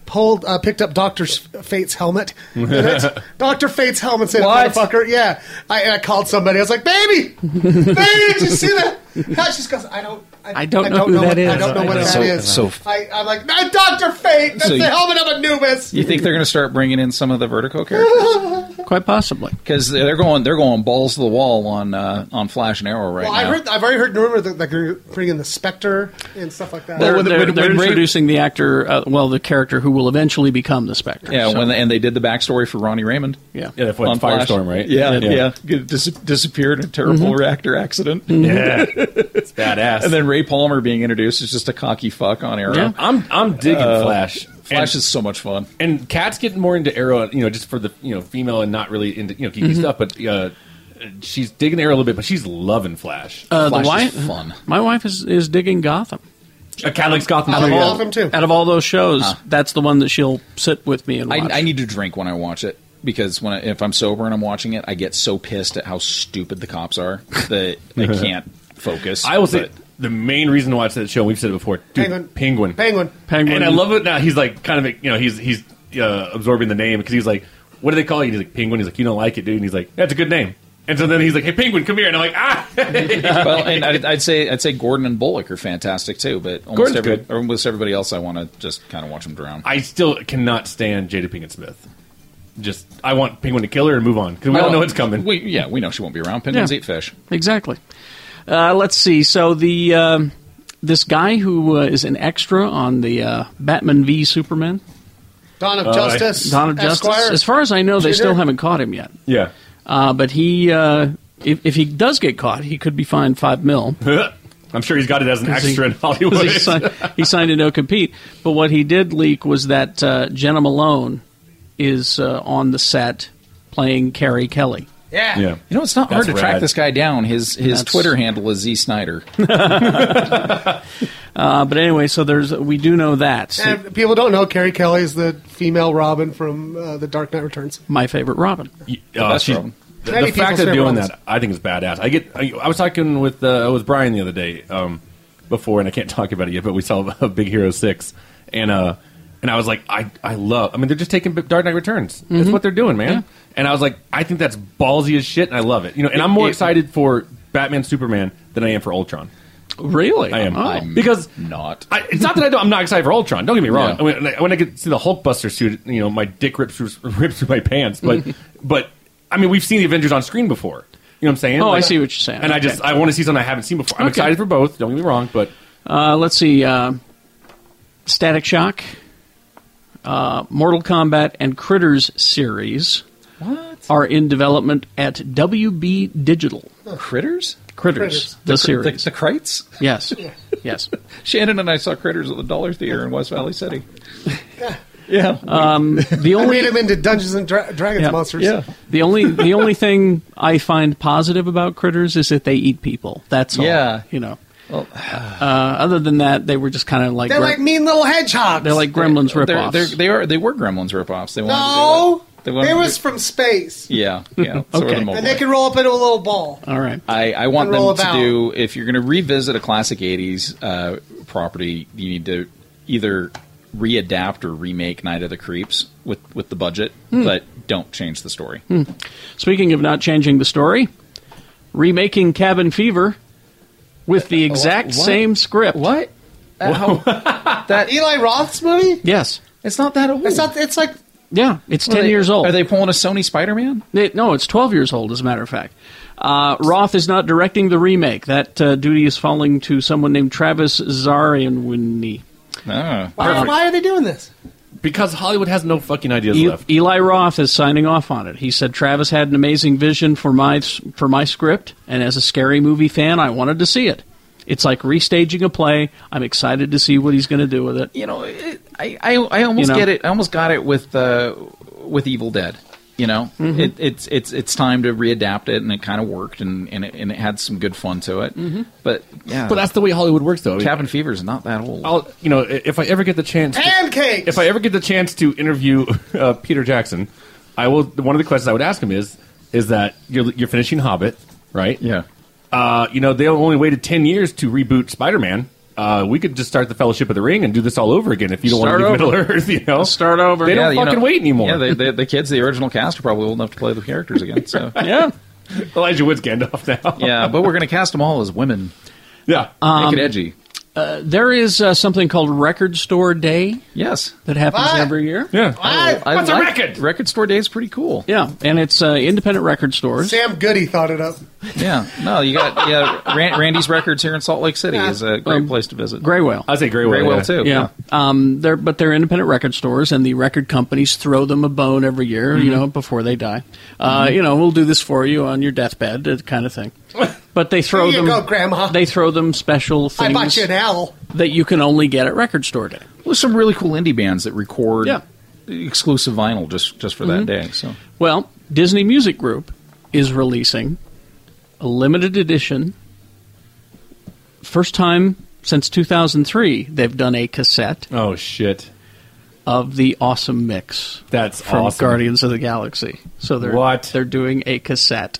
[SPEAKER 3] pulled, uh, picked up Doctor Fate's
[SPEAKER 4] *laughs*
[SPEAKER 3] helmet. Doctor Fate's helmet's in it,
[SPEAKER 17] What?
[SPEAKER 3] motherfucker. Yeah, I, and I called somebody. I was like, "Baby, baby, did you see that?" *laughs* Now she goes, "I don't." I,
[SPEAKER 1] I don't know who
[SPEAKER 3] what,
[SPEAKER 1] that is.
[SPEAKER 3] I don't know what
[SPEAKER 4] So-
[SPEAKER 3] that is.
[SPEAKER 4] so-
[SPEAKER 3] I, I'm like, no, Doctor Fate. That's
[SPEAKER 4] So
[SPEAKER 3] the
[SPEAKER 4] you-
[SPEAKER 3] helmet of Anubis.
[SPEAKER 4] You think they're going to start bringing in some of the Vertigo characters?
[SPEAKER 1] Quite possibly,
[SPEAKER 4] because they're going they're going balls to the wall on uh, on Flash and Arrow right
[SPEAKER 3] well,
[SPEAKER 4] now.
[SPEAKER 3] I heard. I've already heard rumor that that they're bringing the Spectre and stuff like that.
[SPEAKER 1] They're, they're- they're
[SPEAKER 4] when Ray-
[SPEAKER 1] introducing the actor, uh, well, the character who will eventually become the Spectre.
[SPEAKER 4] yeah,
[SPEAKER 1] So-
[SPEAKER 4] when and they did the backstory for Ronnie Raymond.
[SPEAKER 1] Yeah,
[SPEAKER 5] yeah, that's what
[SPEAKER 4] On Flash.
[SPEAKER 5] Firestorm, right?
[SPEAKER 4] Yeah,
[SPEAKER 5] Yeah.
[SPEAKER 4] yeah. Get- dis- disappeared in a terrible
[SPEAKER 1] Mm-hmm.
[SPEAKER 5] Mhm.
[SPEAKER 4] reactor accident.
[SPEAKER 5] Yeah. it's badass.
[SPEAKER 4] And then Ray Palmer being introduced is just a cocky fuck on Arrow.
[SPEAKER 5] Yeah. I'm I'm digging
[SPEAKER 4] Uh,
[SPEAKER 5] Flash.
[SPEAKER 4] Flash is so much fun.
[SPEAKER 5] And Kat's getting more into Arrow, you know, just for the you know female and not really into you know geeky
[SPEAKER 1] Mhm.
[SPEAKER 5] stuff, but uh, she's digging Arrow a little bit, but she's loving Flash.
[SPEAKER 1] *laughs* Uh, the
[SPEAKER 5] Flash
[SPEAKER 1] wife,
[SPEAKER 5] is fun.
[SPEAKER 1] my wife is, is digging Gotham. Oh,
[SPEAKER 5] Uh, Kat likes Gotham
[SPEAKER 1] Out
[SPEAKER 5] too,
[SPEAKER 1] of
[SPEAKER 5] yeah.
[SPEAKER 1] all of them too. Out of all those shows,
[SPEAKER 4] Huh.
[SPEAKER 1] that's the one that she'll sit with me and
[SPEAKER 4] I,
[SPEAKER 1] watch.
[SPEAKER 4] I need to drink when I watch it because when I, if I'm sober and I'm watching it, I get so pissed at how stupid the cops are that
[SPEAKER 5] *laughs*
[SPEAKER 4] I can't focus.
[SPEAKER 5] I will say
[SPEAKER 4] But-
[SPEAKER 5] the main reason to watch that show. We've said it before. Dude,
[SPEAKER 4] Penguin.
[SPEAKER 5] Penguin.
[SPEAKER 3] Penguin.
[SPEAKER 1] Penguin.
[SPEAKER 5] And I love it now. He's like kind of you know he's he's uh, absorbing the name because he's like, what do they call you? He's like Penguin. He's like, you don't like it, dude. And he's like, that's a good name. And so then he's like, hey Penguin, come here. And I'm like, ah. *laughs*
[SPEAKER 4] well, and I'd, I'd say I'd say Gordon and Bullock are fantastic too, but almost,
[SPEAKER 5] Gordon's
[SPEAKER 4] every,
[SPEAKER 5] good.
[SPEAKER 4] almost everybody else I want to just kind of watch them drown.
[SPEAKER 5] I still cannot stand Jada Pinkett Smith. Just I want Penguin to kill her and move on because we all
[SPEAKER 4] Well,
[SPEAKER 5] know it's coming.
[SPEAKER 4] We, yeah, we know she won't be around. Penguins
[SPEAKER 1] Yeah.
[SPEAKER 4] eat fish.
[SPEAKER 1] Exactly. Uh, let's see. So the um, this guy who uh, is an extra on the uh, Batman v Superman,
[SPEAKER 3] Dawn of
[SPEAKER 1] Uh,
[SPEAKER 3] Justice.
[SPEAKER 1] Dawn of Justice.
[SPEAKER 3] Esquire.
[SPEAKER 1] As far as I know, they
[SPEAKER 3] Jr.
[SPEAKER 1] still haven't caught him yet.
[SPEAKER 5] Yeah.
[SPEAKER 1] Uh, but he, uh, if, if he does get caught, he could be fined five mil.
[SPEAKER 5] *laughs* I'm sure he's got it as
[SPEAKER 1] *laughs*
[SPEAKER 5] an
[SPEAKER 1] 'Cause
[SPEAKER 5] extra
[SPEAKER 1] he-
[SPEAKER 5] in Hollywood.
[SPEAKER 1] 'cause He, signed, he signed a no compete. But what he did leak was that uh, Jenna Malone is uh, on the set playing Carrie Kelly.
[SPEAKER 4] Yeah. You know, it's not hard
[SPEAKER 1] That's
[SPEAKER 4] to track
[SPEAKER 1] rad.
[SPEAKER 4] this guy down. His his
[SPEAKER 1] That's-
[SPEAKER 4] Twitter handle is Z Snyder.
[SPEAKER 1] Uh, but anyway, so there's we do know that.
[SPEAKER 18] And people don't know Carrie Kelly is the female Robin from uh, The Dark Knight Returns.
[SPEAKER 1] My favorite Robin.
[SPEAKER 5] Uh,
[SPEAKER 1] That's
[SPEAKER 5] she-
[SPEAKER 1] wrong.
[SPEAKER 5] the,
[SPEAKER 18] Many
[SPEAKER 5] the fact
[SPEAKER 18] people's
[SPEAKER 5] of doing
[SPEAKER 18] favorite
[SPEAKER 5] that, I think, is badass. I get. I, I was talking with uh, with Brian the other day um, before, and I can't *laughs* talk about it yet. But we saw Big Hero Six, and uh, and I was like, I I love. I mean, they're just taking Dark Knight Returns. That's
[SPEAKER 19] Mhm.
[SPEAKER 5] what they're doing, man. And I was like, I think that's ballsy as shit, and I love it. You know, and I'm more
[SPEAKER 19] It- it-
[SPEAKER 5] excited for Batman Superman than I am for Ultron.
[SPEAKER 1] Really,
[SPEAKER 5] I am
[SPEAKER 19] Oh.
[SPEAKER 5] because
[SPEAKER 4] Mm, not.
[SPEAKER 5] I, it's not that I don't, I'm not excited for Ultron. Don't get me wrong.
[SPEAKER 19] Yeah.
[SPEAKER 5] When, I, when I get to see the Hulkbuster suit, you know, my dick rips through, rips through my
[SPEAKER 4] *laughs*
[SPEAKER 5] pants. But but I mean, we've seen the Avengers on screen before. You know what I'm saying?
[SPEAKER 1] Oh, I see what you're saying.
[SPEAKER 5] And I just
[SPEAKER 1] Okay.
[SPEAKER 5] I want to see something I haven't seen before. I'm
[SPEAKER 1] Okay.
[SPEAKER 5] excited for both. Don't get me wrong, but
[SPEAKER 1] Uh, let's see. Uh, Static Shock, uh, Mortal Kombat, and Critters series are in development at WB Digital.
[SPEAKER 4] Critters?
[SPEAKER 1] Critters. The,
[SPEAKER 4] cr-
[SPEAKER 1] series.
[SPEAKER 4] The, the Krites? *laughs*
[SPEAKER 1] Yes. yes.
[SPEAKER 4] Shannon and I saw Critters at the Dollar Theater in West Valley
[SPEAKER 5] *laughs*
[SPEAKER 4] City. Yeah.
[SPEAKER 1] Um, the
[SPEAKER 18] I
[SPEAKER 1] only
[SPEAKER 18] made him into Dungeons and Dra- Dragons monsters.
[SPEAKER 1] The only the only thing I find positive about critters is that they eat people. That's all.
[SPEAKER 18] Yeah.
[SPEAKER 1] You know. uh, other than that, they were just kind of like
[SPEAKER 18] They're
[SPEAKER 1] gre-
[SPEAKER 18] like mean little hedgehogs.
[SPEAKER 1] they're like gremlins
[SPEAKER 4] They're-
[SPEAKER 1] ripoffs.
[SPEAKER 4] they're- they are. They were Gremlins ripoffs. They wanted
[SPEAKER 18] No, they
[SPEAKER 4] to do it. They wanted to
[SPEAKER 18] was
[SPEAKER 4] do-
[SPEAKER 18] from space,
[SPEAKER 4] yeah,
[SPEAKER 1] *laughs*
[SPEAKER 4] yeah. So were the mobile.
[SPEAKER 18] and they can roll up into a little ball.
[SPEAKER 1] All right.
[SPEAKER 4] I, I want
[SPEAKER 18] And roll
[SPEAKER 4] them to
[SPEAKER 18] about.
[SPEAKER 4] do if you're going to revisit a classic '80s uh, property, you need to either readapt or remake Night of the Creeps with with the budget,
[SPEAKER 1] Hmm.
[SPEAKER 4] but don't change the story.
[SPEAKER 1] Hmm. Speaking of not changing the story, remaking Cabin Fever with the exact
[SPEAKER 4] Uh, what?
[SPEAKER 1] same script.
[SPEAKER 4] What? Uh,
[SPEAKER 1] *laughs*
[SPEAKER 4] that
[SPEAKER 18] Eli Roth's movie?
[SPEAKER 1] Yes.
[SPEAKER 4] It's not that old.
[SPEAKER 18] It's not. It's like
[SPEAKER 1] Yeah, it's
[SPEAKER 4] What are
[SPEAKER 1] ten
[SPEAKER 4] they-
[SPEAKER 1] years old. Are
[SPEAKER 4] they pulling a Sony Spider-Man?
[SPEAKER 1] no, it's twelve years old. As a matter of fact, uh, Roth is not directing the remake. That uh, duty is falling to someone named Travis Uh, Zarianwini.
[SPEAKER 4] Ah,
[SPEAKER 18] why, why are they doing
[SPEAKER 1] *laughs*
[SPEAKER 18] this?
[SPEAKER 5] because Hollywood has no fucking ideas
[SPEAKER 1] E-
[SPEAKER 5] left.
[SPEAKER 1] Eli Roth is signing off on it. He said Travis had an amazing vision for my for my script, and as a scary movie fan, I wanted to see it. It's like restaging a play. I'm excited to see what he's going to do with it.
[SPEAKER 4] You know, I I, I almost
[SPEAKER 1] You know?
[SPEAKER 4] get it. I almost got it with uh, with Evil Dead. You know,
[SPEAKER 1] Mhm.
[SPEAKER 4] it, it's it's it's time to readapt it, and it kind of worked, and and it, and it had some good fun to it.
[SPEAKER 5] Mhm.
[SPEAKER 4] But yeah,
[SPEAKER 5] But that's the way Hollywood works, though.
[SPEAKER 4] Cabin Fever's not that old.
[SPEAKER 5] I'll you know i- if I ever get the chance to-
[SPEAKER 18] Pancakes!
[SPEAKER 5] if I ever get the chance to interview *laughs* uh, Peter Jackson, I will. One of the questions I would ask him is is that you're you're finishing Hobbit, right?
[SPEAKER 4] Yeah.
[SPEAKER 5] Uh, you know they only waited ten years to reboot Spider Man. Uh, we could just start the Fellowship of the Ring and do this all over again if you don't
[SPEAKER 4] Start
[SPEAKER 5] want to do Middle
[SPEAKER 4] over.
[SPEAKER 5] Earth. You know,
[SPEAKER 1] start over.
[SPEAKER 5] They
[SPEAKER 4] Yeah,
[SPEAKER 5] don't
[SPEAKER 4] you know,
[SPEAKER 5] fucking wait anymore.
[SPEAKER 4] Yeah, they, they, the kids, the original cast, are probably old enough to play the characters again. So
[SPEAKER 1] yeah,
[SPEAKER 5] Elijah Wood's Gandalf now.
[SPEAKER 4] *laughs* yeah, but we're gonna cast them all as women.
[SPEAKER 5] Yeah,
[SPEAKER 1] Um,
[SPEAKER 4] make it edgy.
[SPEAKER 1] Uh, there is uh, something called Record Store Day.
[SPEAKER 4] Yes,
[SPEAKER 1] that happens
[SPEAKER 4] What?
[SPEAKER 1] every year.
[SPEAKER 5] Yeah,
[SPEAKER 4] What's a record? Record store day is pretty cool.
[SPEAKER 1] Yeah, and it's uh, independent record stores.
[SPEAKER 18] Sam Goody thought it up.
[SPEAKER 4] Yeah, no, you got yeah. Ran- Randy's Records here in Salt Lake City is a great
[SPEAKER 1] Um,
[SPEAKER 4] place to visit.
[SPEAKER 1] Gray Whale.
[SPEAKER 5] I say Gray
[SPEAKER 4] Whale, Gray Whale, yeah. too,
[SPEAKER 1] Yeah. Um, they're but they're independent record stores, and the record companies throw them a bone every year. You
[SPEAKER 4] Mhm.
[SPEAKER 1] know, before they die. Uh,
[SPEAKER 4] Mhm.
[SPEAKER 1] You know, we'll do this for you on your deathbed, that kind of thing. But they throw
[SPEAKER 18] Here you
[SPEAKER 1] them.
[SPEAKER 18] go, Grandma.
[SPEAKER 1] They throw them special things.
[SPEAKER 18] I bought you an owl.
[SPEAKER 1] that you can only get at record store day.
[SPEAKER 4] Well, some really cool indie bands that record
[SPEAKER 1] Yeah.
[SPEAKER 4] exclusive vinyl just just for
[SPEAKER 1] Mhm.
[SPEAKER 4] that day. So
[SPEAKER 1] Well, Disney Music Group is releasing a limited edition. First time since 2003, they've done a cassette.
[SPEAKER 5] Oh shit!
[SPEAKER 1] Of the awesome mix.
[SPEAKER 5] That's
[SPEAKER 1] from
[SPEAKER 5] awesome.
[SPEAKER 1] Guardians of the Galaxy. So they're
[SPEAKER 5] What?
[SPEAKER 1] they're doing a cassette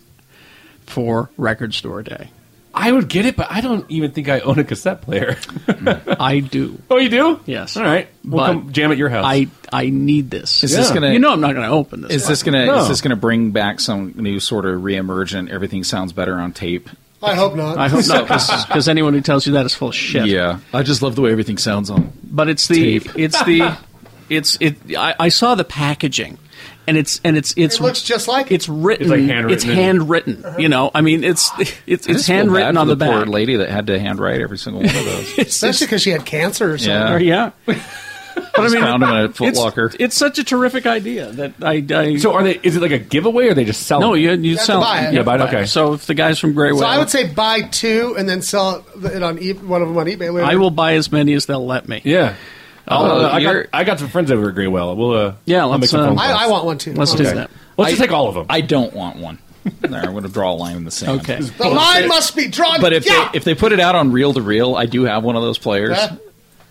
[SPEAKER 1] for Record Store Day.
[SPEAKER 5] I would get it, but I don't even think I own a cassette player.
[SPEAKER 1] *laughs* I do.
[SPEAKER 5] Oh, you do?
[SPEAKER 1] Yes.
[SPEAKER 5] All right. We'll
[SPEAKER 1] But
[SPEAKER 5] come jam at your house.
[SPEAKER 1] I I need this.
[SPEAKER 4] Is this gonna-
[SPEAKER 1] You know I'm not going to open this.
[SPEAKER 4] is this
[SPEAKER 1] one.
[SPEAKER 4] gonna is this gonna bring back some new sort of reemergent? Everything sounds better on tape.
[SPEAKER 18] I hope not.
[SPEAKER 1] I hope not,
[SPEAKER 4] *laughs*
[SPEAKER 1] because anyone who tells you that is full of shit.
[SPEAKER 4] Yeah, I just love the way everything sounds on.
[SPEAKER 1] But it's the it's the *laughs* it's it. I, I saw the packaging, and it's and it's it's
[SPEAKER 18] It looks just like
[SPEAKER 1] it's written.
[SPEAKER 4] It's like handwritten.
[SPEAKER 1] It's
[SPEAKER 5] *laughs*
[SPEAKER 1] handwritten.
[SPEAKER 18] Uh-huh.
[SPEAKER 1] You know, I mean, it's it's
[SPEAKER 4] I
[SPEAKER 1] it's
[SPEAKER 4] just feel bad
[SPEAKER 1] handwritten
[SPEAKER 4] for
[SPEAKER 1] on the,
[SPEAKER 4] the poor
[SPEAKER 1] back.
[SPEAKER 4] lady that had to handwrite every single one of those.
[SPEAKER 1] *laughs* It's-
[SPEAKER 18] Especially because she had cancer or something.
[SPEAKER 4] Yeah.
[SPEAKER 1] yeah. *laughs* But I mean,
[SPEAKER 4] found him in a Foot
[SPEAKER 1] it's-
[SPEAKER 4] Locker.
[SPEAKER 1] It's such a terrific idea that I. I
[SPEAKER 5] so are they? Is it like a giveaway, or they just sell?
[SPEAKER 1] No,
[SPEAKER 5] it?
[SPEAKER 1] you, you, sell.
[SPEAKER 18] buy it.
[SPEAKER 1] you
[SPEAKER 5] Yeah, buy it,
[SPEAKER 1] have to
[SPEAKER 5] okay.
[SPEAKER 1] So if the guys from Grey
[SPEAKER 18] So
[SPEAKER 1] Whale,
[SPEAKER 18] I would say buy two and then sell it on e- one of them on eBay later.
[SPEAKER 1] I will buy as many as they'll let me.
[SPEAKER 5] Yeah. I'll,
[SPEAKER 1] Uh,
[SPEAKER 5] uh, I, got,
[SPEAKER 1] you're-
[SPEAKER 5] I got some friends over at Greywell. We'll uh,
[SPEAKER 1] *laughs* Yeah,
[SPEAKER 5] I'll
[SPEAKER 1] let's,
[SPEAKER 5] make some
[SPEAKER 1] uh,
[SPEAKER 5] phone
[SPEAKER 18] I,
[SPEAKER 5] calls.
[SPEAKER 18] I want one too.
[SPEAKER 1] Let's
[SPEAKER 5] Okay.
[SPEAKER 1] do that.
[SPEAKER 5] Let's just
[SPEAKER 4] I-
[SPEAKER 5] take all of them.
[SPEAKER 4] I don't want one. There, I'm going to draw a line in the sand.
[SPEAKER 1] Okay.
[SPEAKER 18] The line must be drawn.
[SPEAKER 4] But if
[SPEAKER 18] yeah.
[SPEAKER 4] they, if they put it out on reel to reel, I do have one of those players,
[SPEAKER 18] Yeah.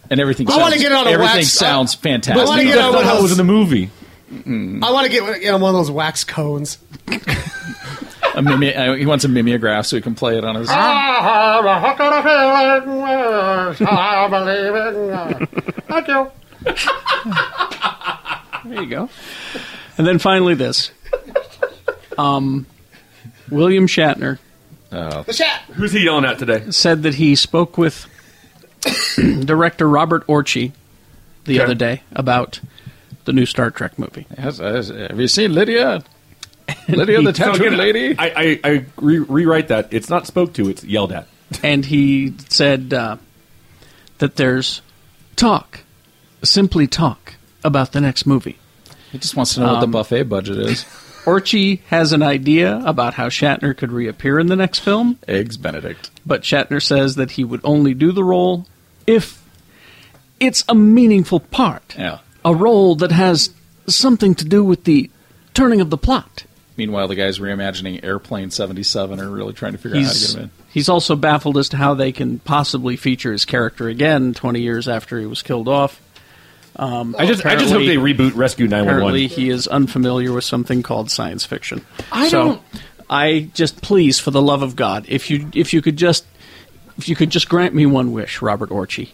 [SPEAKER 4] and everything.
[SPEAKER 18] I
[SPEAKER 4] sounds,
[SPEAKER 18] wanna get on a
[SPEAKER 4] Everything
[SPEAKER 18] wax- uh,
[SPEAKER 4] sounds fantastic.
[SPEAKER 18] I wanna get on one
[SPEAKER 5] That's how
[SPEAKER 18] of
[SPEAKER 5] it was in
[SPEAKER 18] those.
[SPEAKER 5] the movie.
[SPEAKER 18] I want to get one- you know, one of those wax cones.
[SPEAKER 4] A mimi- uh, he wants a mimeograph so he can play it
[SPEAKER 1] Ah,
[SPEAKER 4] on his.
[SPEAKER 18] Ah.
[SPEAKER 17] Thank you.
[SPEAKER 1] There you go. And then finally, this. Um, William Shatner
[SPEAKER 4] Oh.
[SPEAKER 18] The chat.
[SPEAKER 5] Who's he yelling at today?
[SPEAKER 1] said that he spoke with *coughs* director Robert Orci the
[SPEAKER 5] Okay.
[SPEAKER 1] other day about the new Star Trek movie.
[SPEAKER 4] Yes, yes, have you seen Lydia?
[SPEAKER 5] *laughs*
[SPEAKER 4] Lydia the
[SPEAKER 5] So
[SPEAKER 4] tattooed
[SPEAKER 5] again,
[SPEAKER 4] lady.
[SPEAKER 5] I, I, I re- rewrite that. It's not spoke to. It's yelled at.
[SPEAKER 1] and he said uh, that there's talk, simply talk about the next movie.
[SPEAKER 4] He just wants to know what the
[SPEAKER 1] Um,
[SPEAKER 4] buffet budget is.
[SPEAKER 1] Orchie has an idea about how Shatner could reappear in the next film,
[SPEAKER 4] Eggs Benedict.
[SPEAKER 1] but Shatner says that he would only do the role if it's a meaningful part,
[SPEAKER 4] Yeah.
[SPEAKER 1] a role that has something to do with the turning of the plot.
[SPEAKER 4] Meanwhile, the guys reimagining Airplane '77 are really trying to figure out how to
[SPEAKER 1] He's
[SPEAKER 4] get him in.
[SPEAKER 1] he's also baffled as to how they can possibly feature his character again 20 years after he was killed off. Um,
[SPEAKER 5] I just, I just hope
[SPEAKER 1] apparently-
[SPEAKER 5] they reboot Rescue Nine One
[SPEAKER 1] Apparently,
[SPEAKER 5] One.
[SPEAKER 1] he is unfamiliar with something called science fiction.
[SPEAKER 4] I
[SPEAKER 1] so,
[SPEAKER 4] don't-
[SPEAKER 1] I just please, for the love of God, if you if you could just if you could just grant me one wish, Robert Orchie,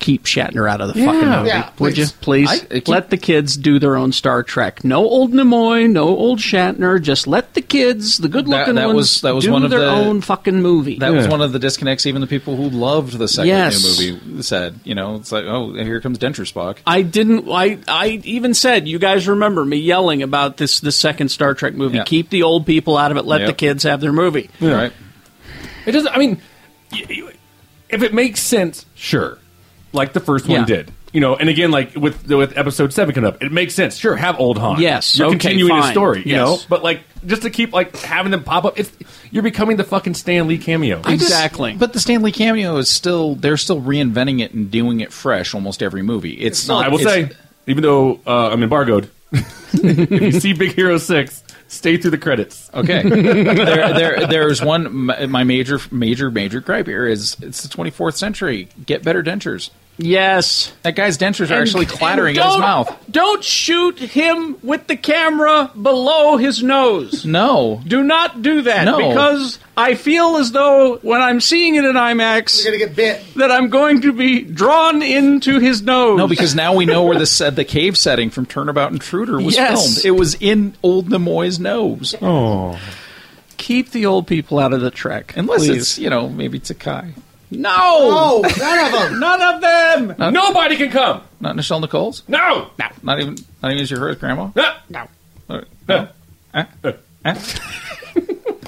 [SPEAKER 1] keep Shatner out of the fucking
[SPEAKER 4] Yeah.
[SPEAKER 1] movie,
[SPEAKER 4] Yeah,
[SPEAKER 1] would you? Please
[SPEAKER 4] I- I keep-
[SPEAKER 1] let the kids do their own Star Trek. No old Nimoy, no old Shatner. Just let the kids, the good looking
[SPEAKER 4] That- that
[SPEAKER 1] ones,
[SPEAKER 4] was- that was
[SPEAKER 1] do
[SPEAKER 4] one of
[SPEAKER 1] their
[SPEAKER 4] the-
[SPEAKER 1] own fucking movie.
[SPEAKER 4] That was one of the disconnects. Even the people who loved the second
[SPEAKER 1] Yes.
[SPEAKER 4] new movie said, you know, it's like, oh, here comes Denture Spock.
[SPEAKER 1] I didn't. I I even said, you guys remember me yelling about this the second Star Trek movie.
[SPEAKER 4] Yeah.
[SPEAKER 1] Keep the old people out of it. Let the
[SPEAKER 4] Yep.
[SPEAKER 1] kids have their movie.
[SPEAKER 4] Right?
[SPEAKER 5] It doesn't. I mean, y- y- if it makes sense, sure. Like the first one
[SPEAKER 1] Yeah.
[SPEAKER 5] did. You know, and again, like with with episode seven coming up, it makes sense. Sure, have old Han.
[SPEAKER 1] Yes,
[SPEAKER 5] you're
[SPEAKER 1] okay,
[SPEAKER 5] continuing his
[SPEAKER 1] fine.
[SPEAKER 5] story. You
[SPEAKER 1] Yes.
[SPEAKER 5] know, but like just to keep like having them pop up, it's you're becoming the fucking Stan Lee cameo.
[SPEAKER 4] I just-
[SPEAKER 1] Exactly.
[SPEAKER 4] but the Stanley cameo is still they're still reinventing it and doing it fresh almost every movie. It's, not.
[SPEAKER 5] I will
[SPEAKER 4] it's-
[SPEAKER 5] say, even though uh, I'm embargoed, *laughs* if you see Big Hero Six, stay through the credits. *laughs*
[SPEAKER 4] Okay, there, there, there's one. My my major, major, major gripe here is it's the 24th century. Get better dentures.
[SPEAKER 1] Yes.
[SPEAKER 4] That guy's dentures are
[SPEAKER 1] And-
[SPEAKER 4] actually clattering
[SPEAKER 1] and
[SPEAKER 4] in his
[SPEAKER 1] don't-
[SPEAKER 4] mouth.
[SPEAKER 1] Don't shoot him with the camera below his nose.
[SPEAKER 4] *laughs* No,
[SPEAKER 1] Do not do that
[SPEAKER 4] No.
[SPEAKER 1] because I feel as though when I'm seeing it in IMAX
[SPEAKER 18] You're gonna get bit.
[SPEAKER 1] that I'm going to be drawn into his
[SPEAKER 5] Oh.
[SPEAKER 1] nose.
[SPEAKER 4] No, because now we know where the set, the cave setting from Turnabout Intruder
[SPEAKER 1] *laughs*
[SPEAKER 4] was
[SPEAKER 1] Yes.
[SPEAKER 4] filmed. It was in old Nimoy's nose.
[SPEAKER 5] Oh,
[SPEAKER 1] keep the old people out of the trek.
[SPEAKER 4] Unless
[SPEAKER 1] please.
[SPEAKER 4] it's you know maybe Takai,
[SPEAKER 1] no,
[SPEAKER 18] Oh, *laughs*
[SPEAKER 1] *laughs*
[SPEAKER 18] none of them.
[SPEAKER 1] none of them.
[SPEAKER 5] nobody can come.
[SPEAKER 4] not Nichelle Nichols,
[SPEAKER 5] No, no,
[SPEAKER 4] not even not even as your her grandma.
[SPEAKER 5] no.
[SPEAKER 4] Uh, no? Eh? Eh?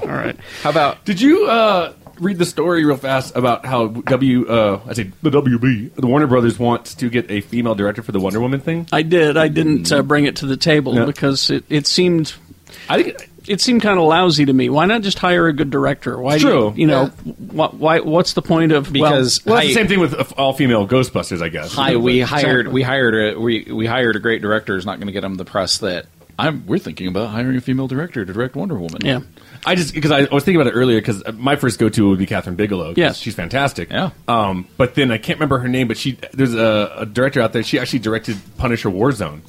[SPEAKER 1] All right.
[SPEAKER 4] How about
[SPEAKER 5] Did you uh, read the story real fast about how W? Uh, I say the WB, the Warner Brothers wants to get a female director for the Wonder Woman thing.
[SPEAKER 1] I did. I didn't uh, bring it to the table because it, it seemed
[SPEAKER 5] Mm-hmm. I think
[SPEAKER 1] it seemed kind of lousy to me. Why not just hire a good director? Why
[SPEAKER 5] It's
[SPEAKER 1] do
[SPEAKER 5] true.
[SPEAKER 1] You, you know, wh- why? What's the point of well,
[SPEAKER 4] Because-
[SPEAKER 5] well, that's the
[SPEAKER 4] I-
[SPEAKER 5] same thing with uh, all female Ghostbusters, I guess.
[SPEAKER 4] hi? We
[SPEAKER 1] Exactly.
[SPEAKER 4] hired we hired a we we hired a great director. Is not going to get him the press that I'm. We're thinking about hiring a female director to direct Wonder Woman.
[SPEAKER 1] yeah,
[SPEAKER 5] I just because I, I was thinking about it earlier because my first go to would be Catherine Bigelow. 'cause
[SPEAKER 1] Yes.
[SPEAKER 5] she's fantastic.
[SPEAKER 4] Yeah.
[SPEAKER 5] Um, but then I can't remember her name, but she there's a, a director out there. She actually directed Punisher Warzone.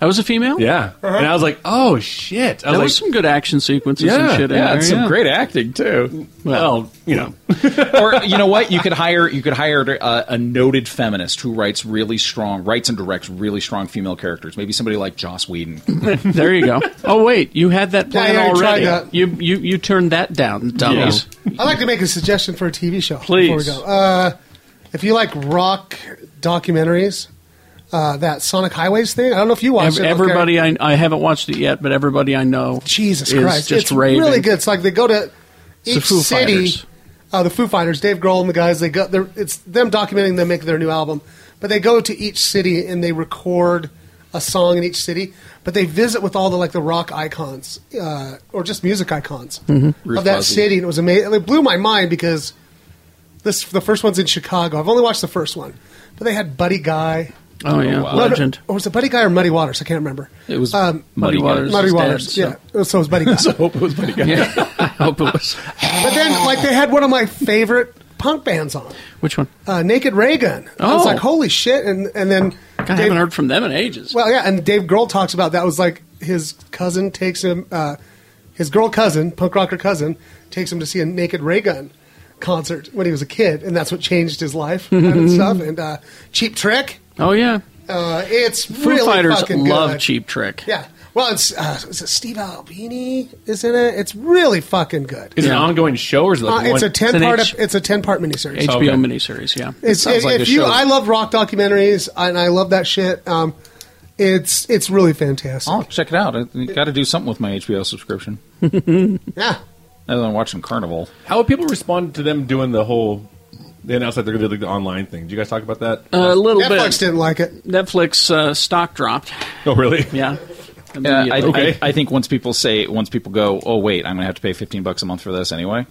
[SPEAKER 1] that was a female.
[SPEAKER 5] Yeah.
[SPEAKER 3] Uh-huh.
[SPEAKER 5] And I was like, oh shit. I
[SPEAKER 1] There
[SPEAKER 5] was,
[SPEAKER 1] was,
[SPEAKER 5] like,
[SPEAKER 1] some good action sequences and
[SPEAKER 5] Yeah,
[SPEAKER 1] shit. in
[SPEAKER 4] Yeah,
[SPEAKER 1] there,
[SPEAKER 4] it's
[SPEAKER 1] yeah.
[SPEAKER 4] some great acting too.
[SPEAKER 5] well, you know,
[SPEAKER 4] *laughs* or you know what? You could hire you could hire a, a noted feminist who writes really strong, writes and directs really strong female characters. Maybe somebody like Joss Whedon.
[SPEAKER 1] *laughs* there you go. Oh wait, you had that plan
[SPEAKER 18] yeah, I tried
[SPEAKER 1] already.
[SPEAKER 18] that.
[SPEAKER 1] You you you turned that down, dummies.
[SPEAKER 18] I'd like to make a suggestion for a TV show. Before we
[SPEAKER 1] Please.
[SPEAKER 18] go. Uh, if you like rock documentaries, uh, that Sonic Highways thing. I don't know if you watched
[SPEAKER 1] Ev-
[SPEAKER 18] it. okay.
[SPEAKER 1] everybody, I, I haven't watched it yet, but everybody I know,
[SPEAKER 18] Jesus
[SPEAKER 1] is
[SPEAKER 18] Christ,
[SPEAKER 1] just
[SPEAKER 18] it's
[SPEAKER 1] raving.
[SPEAKER 18] really good. It's like they go to
[SPEAKER 1] It's the
[SPEAKER 18] each
[SPEAKER 1] Foo
[SPEAKER 18] city.
[SPEAKER 1] Fighters.
[SPEAKER 18] Uh, the Foo Fighters, Dave Grohl and the guys. They go. they're- It's them documenting them making their new album,
[SPEAKER 3] But they go to each city and they record a song in each city. But they visit with all the like the rock icons uh, or just music icons
[SPEAKER 1] Mm-hmm.
[SPEAKER 3] of that city, and it was amazing. It blew my mind because this the first one's in Chicago. I've only watched the first one, but they had Buddy Guy.
[SPEAKER 1] Oh, yeah. Oh, wow.
[SPEAKER 3] No, no,
[SPEAKER 1] Legend.
[SPEAKER 3] Or was it Buddy Guy or Muddy Waters? I can't remember. Um,
[SPEAKER 1] It was Muddy Waters'
[SPEAKER 3] Muddy
[SPEAKER 1] dad,
[SPEAKER 3] Waters.
[SPEAKER 1] so-
[SPEAKER 3] Yeah. So it was
[SPEAKER 1] *laughs*
[SPEAKER 3] Buddy Guy. so
[SPEAKER 5] hope it was Buddy Guy.
[SPEAKER 1] *laughs* I hope it was.
[SPEAKER 3] But then, like, they had one of my favorite punk bands on,
[SPEAKER 1] Which one?
[SPEAKER 3] uh, Naked Ray Gun. I was
[SPEAKER 1] Oh.
[SPEAKER 3] like, holy shit! And and then
[SPEAKER 1] God, I haven't heard from them in ages.
[SPEAKER 3] Well, yeah, and Dave Grohl talks about that was like his cousin takes him, uh, his girl cousin, punk rocker cousin, takes him to see a Naked Ray Gun concert when he was a kid, and that's what changed his life
[SPEAKER 1] *laughs*
[SPEAKER 3] and stuff. And uh, Cheap Trick,
[SPEAKER 1] Oh yeah,
[SPEAKER 3] uh, it's
[SPEAKER 1] Foo
[SPEAKER 3] really
[SPEAKER 1] Fighters
[SPEAKER 3] fucking
[SPEAKER 1] love
[SPEAKER 3] good.
[SPEAKER 1] Cheap Trick.
[SPEAKER 3] Yeah, well, it's uh, is it Steve Albini is in it. It's really fucking good.
[SPEAKER 5] Is it an ongoing show or is it
[SPEAKER 3] Uh,
[SPEAKER 5] like
[SPEAKER 3] it's
[SPEAKER 5] one-
[SPEAKER 3] a ten part. it's a ten part miniseries.
[SPEAKER 1] HBO
[SPEAKER 5] Okay.
[SPEAKER 1] miniseries. Yeah,
[SPEAKER 3] It's, if, if you, I love rock documentaries, and I love that shit. Um, it's it's really fantastic.
[SPEAKER 4] Oh, check it out. I got to do something with my HBO subscription.
[SPEAKER 3] *laughs* yeah.
[SPEAKER 4] Other than watching Carnival.
[SPEAKER 5] How would people respond to them doing the whole? They announced that they're going to do like the online thing. Did you guys talk about that?
[SPEAKER 1] Uh, a little bit.
[SPEAKER 3] Netflix didn't like it.
[SPEAKER 1] Netflix uh, stock dropped.
[SPEAKER 5] Oh really?
[SPEAKER 1] Yeah.
[SPEAKER 4] Yeah, I,
[SPEAKER 1] Okay.
[SPEAKER 4] I, I think once people say, once people go, oh wait, I'm going to have to pay 15 bucks a month for this anyway.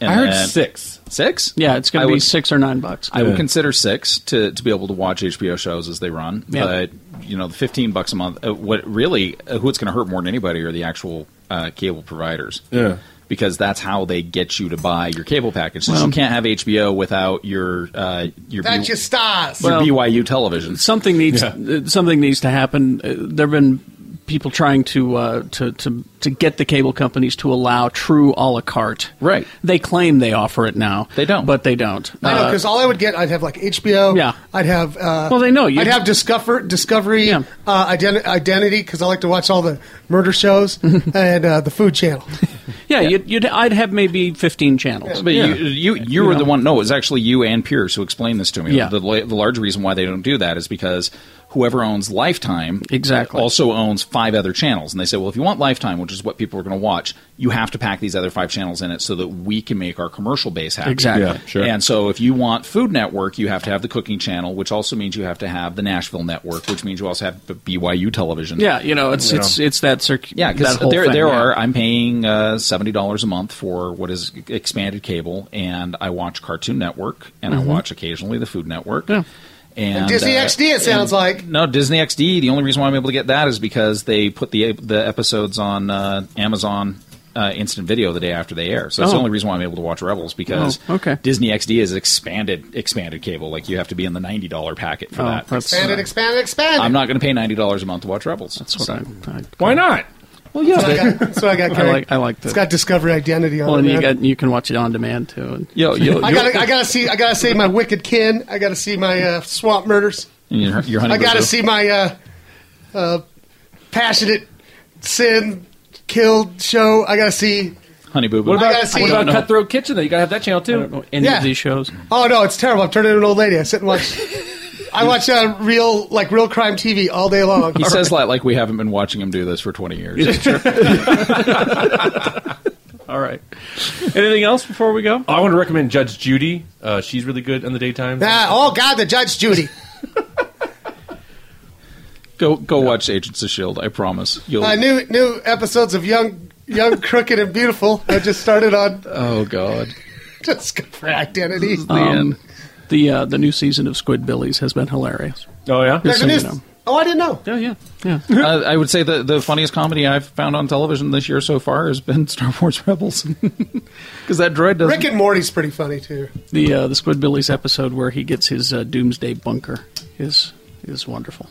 [SPEAKER 1] I heard
[SPEAKER 4] six. Six?
[SPEAKER 1] Yeah, it's going
[SPEAKER 4] I
[SPEAKER 1] to be
[SPEAKER 4] would-
[SPEAKER 1] six or nine bucks.
[SPEAKER 4] I would consider six to, to be able to watch HBO shows as they run,
[SPEAKER 1] Yeah.
[SPEAKER 4] but you know, the fifteen bucks a month. Uh, what really, uh, who it's going to hurt more than anybody are the actual uh, cable providers.
[SPEAKER 5] Yeah.
[SPEAKER 4] because that's how they get you to buy your cable package. Since
[SPEAKER 1] Well-
[SPEAKER 4] you can't have HBO without your uh, your
[SPEAKER 3] That's
[SPEAKER 4] B-
[SPEAKER 3] your stars.
[SPEAKER 4] your
[SPEAKER 1] Well-
[SPEAKER 4] BYU television.
[SPEAKER 1] something needs uh, something needs to happen. Uh, there have been people trying to, uh, to to to get the cable companies to allow true a la carte. Right. They claim they offer it now. They don't, but they don't.
[SPEAKER 3] I know
[SPEAKER 1] Uh,
[SPEAKER 3] because all I would get, I'd have like HBO. Yeah, I'd have. Uh,
[SPEAKER 1] Well, they know you-
[SPEAKER 3] I'd have Discover, Discovery, uh, identi- Identity, because I like to watch all the murder
[SPEAKER 1] *laughs*
[SPEAKER 3] shows and uh, the Food Channel.
[SPEAKER 1] Oh, yeah, You'd, you'd, I'd have maybe fifteen channels.
[SPEAKER 4] But you, you, you were the one. No, it was actually you and Pierce who explained this to me.
[SPEAKER 1] Yeah.
[SPEAKER 4] The, la- the large reason why they don't do that is because whoever owns Lifetime exactly also owns five other channels, and they say, well, if you want Lifetime, which is what people are going to watch, you have to pack these other five channels in it so that we can make our commercial base happy.
[SPEAKER 1] Exactly. Yeah, sure.
[SPEAKER 4] And so if you want Food Network, you have to have the Cooking Channel, which also means you have to have the Nashville Network, which means you also have the BYU Television.
[SPEAKER 1] Yeah, you know, it's it's it's that circ.
[SPEAKER 4] Yeah,
[SPEAKER 1] that
[SPEAKER 4] because
[SPEAKER 1] whole
[SPEAKER 4] there
[SPEAKER 1] thing,
[SPEAKER 4] there
[SPEAKER 1] yeah.
[SPEAKER 4] are. I'm paying uh, seventy dollars a month for what is expanded cable, and I watch Cartoon Network, and
[SPEAKER 3] Mhm.
[SPEAKER 4] I watch occasionally the Food Network. And,
[SPEAKER 3] And Disney XD, it sounds like.
[SPEAKER 4] No, Disney XD. The only reason why I'm able to get that is because they put the the episodes on uh, Amazon uh, Instant Video the day after they air. So that's the
[SPEAKER 1] Oh.
[SPEAKER 4] only reason why I'm able to watch Rebels because
[SPEAKER 1] Oh, okay.
[SPEAKER 4] Disney XD is expanded expanded cable. Like you have to be in the ninety dollar packet for
[SPEAKER 1] Oh,
[SPEAKER 4] that. uh,
[SPEAKER 1] that's-
[SPEAKER 3] Expanded, expanded, expanded.
[SPEAKER 4] I'm not going to pay ninety dollars a month to watch Rebels. That's
[SPEAKER 1] what I
[SPEAKER 4] Why
[SPEAKER 5] not?
[SPEAKER 4] Well, yeah,
[SPEAKER 3] So I got, that's what I
[SPEAKER 1] *laughs*
[SPEAKER 3] got.
[SPEAKER 4] I
[SPEAKER 3] Carrie.
[SPEAKER 4] like- I like
[SPEAKER 3] It's
[SPEAKER 4] the-
[SPEAKER 3] got Discovery, Identity on
[SPEAKER 1] Well,
[SPEAKER 3] it.
[SPEAKER 1] and you
[SPEAKER 3] man.
[SPEAKER 1] got you can watch it on demand too. And
[SPEAKER 4] Yo, yo,
[SPEAKER 3] I gotta, I gotta see, I gotta see my Wicked Kin. I gotta see my uh, Swamp Murders.
[SPEAKER 4] Your, your honey
[SPEAKER 3] I gotta
[SPEAKER 4] boo-boo.
[SPEAKER 3] see my uh, uh, passionate sin killed show. I gotta see.
[SPEAKER 4] Honey Boo Boo.
[SPEAKER 3] I
[SPEAKER 5] What about
[SPEAKER 3] gotta see-
[SPEAKER 5] what
[SPEAKER 3] I don't
[SPEAKER 5] about
[SPEAKER 3] know.
[SPEAKER 5] Cutthroat Kitchen? Though you got to have that channel too.
[SPEAKER 3] any of Yeah. these
[SPEAKER 1] shows.
[SPEAKER 3] Oh no, it's terrible. I'm turning into an old lady. I sit and
[SPEAKER 4] *laughs*
[SPEAKER 3] watch. I watch uh, real like real crime TV all day long.
[SPEAKER 4] He says that like we haven't been watching him do this for 20 years.
[SPEAKER 1] *laughs* All right. Anything else before we go?
[SPEAKER 5] I want to recommend Judge Judy. Uh, she's really good in the daytime.
[SPEAKER 3] Ah, oh God, the Judge Judy.
[SPEAKER 4] go go watch Agents of Shield. I promise. You'll.
[SPEAKER 3] Uh, new new episodes of Young Young Crooked and Beautiful. I just started on *laughs*
[SPEAKER 4] oh God.
[SPEAKER 3] Discovery Identity.
[SPEAKER 1] The, um, the uh, the new season of Squid Billies has been hilarious.
[SPEAKER 5] Oh yeah.
[SPEAKER 3] There's a new- Oh, I didn't know.
[SPEAKER 1] Yeah, yeah,
[SPEAKER 4] *laughs*
[SPEAKER 1] yeah.
[SPEAKER 4] uh, I would say the the funniest comedy I've found on television this year so far has been *laughs* Star Wars Rebels. Because that droid doesn't.
[SPEAKER 3] Rick and Morty's pretty funny too.
[SPEAKER 1] The uh, the Squidbillies episode where he gets his uh, doomsday bunker is is
[SPEAKER 4] *laughs*
[SPEAKER 1] wonderful.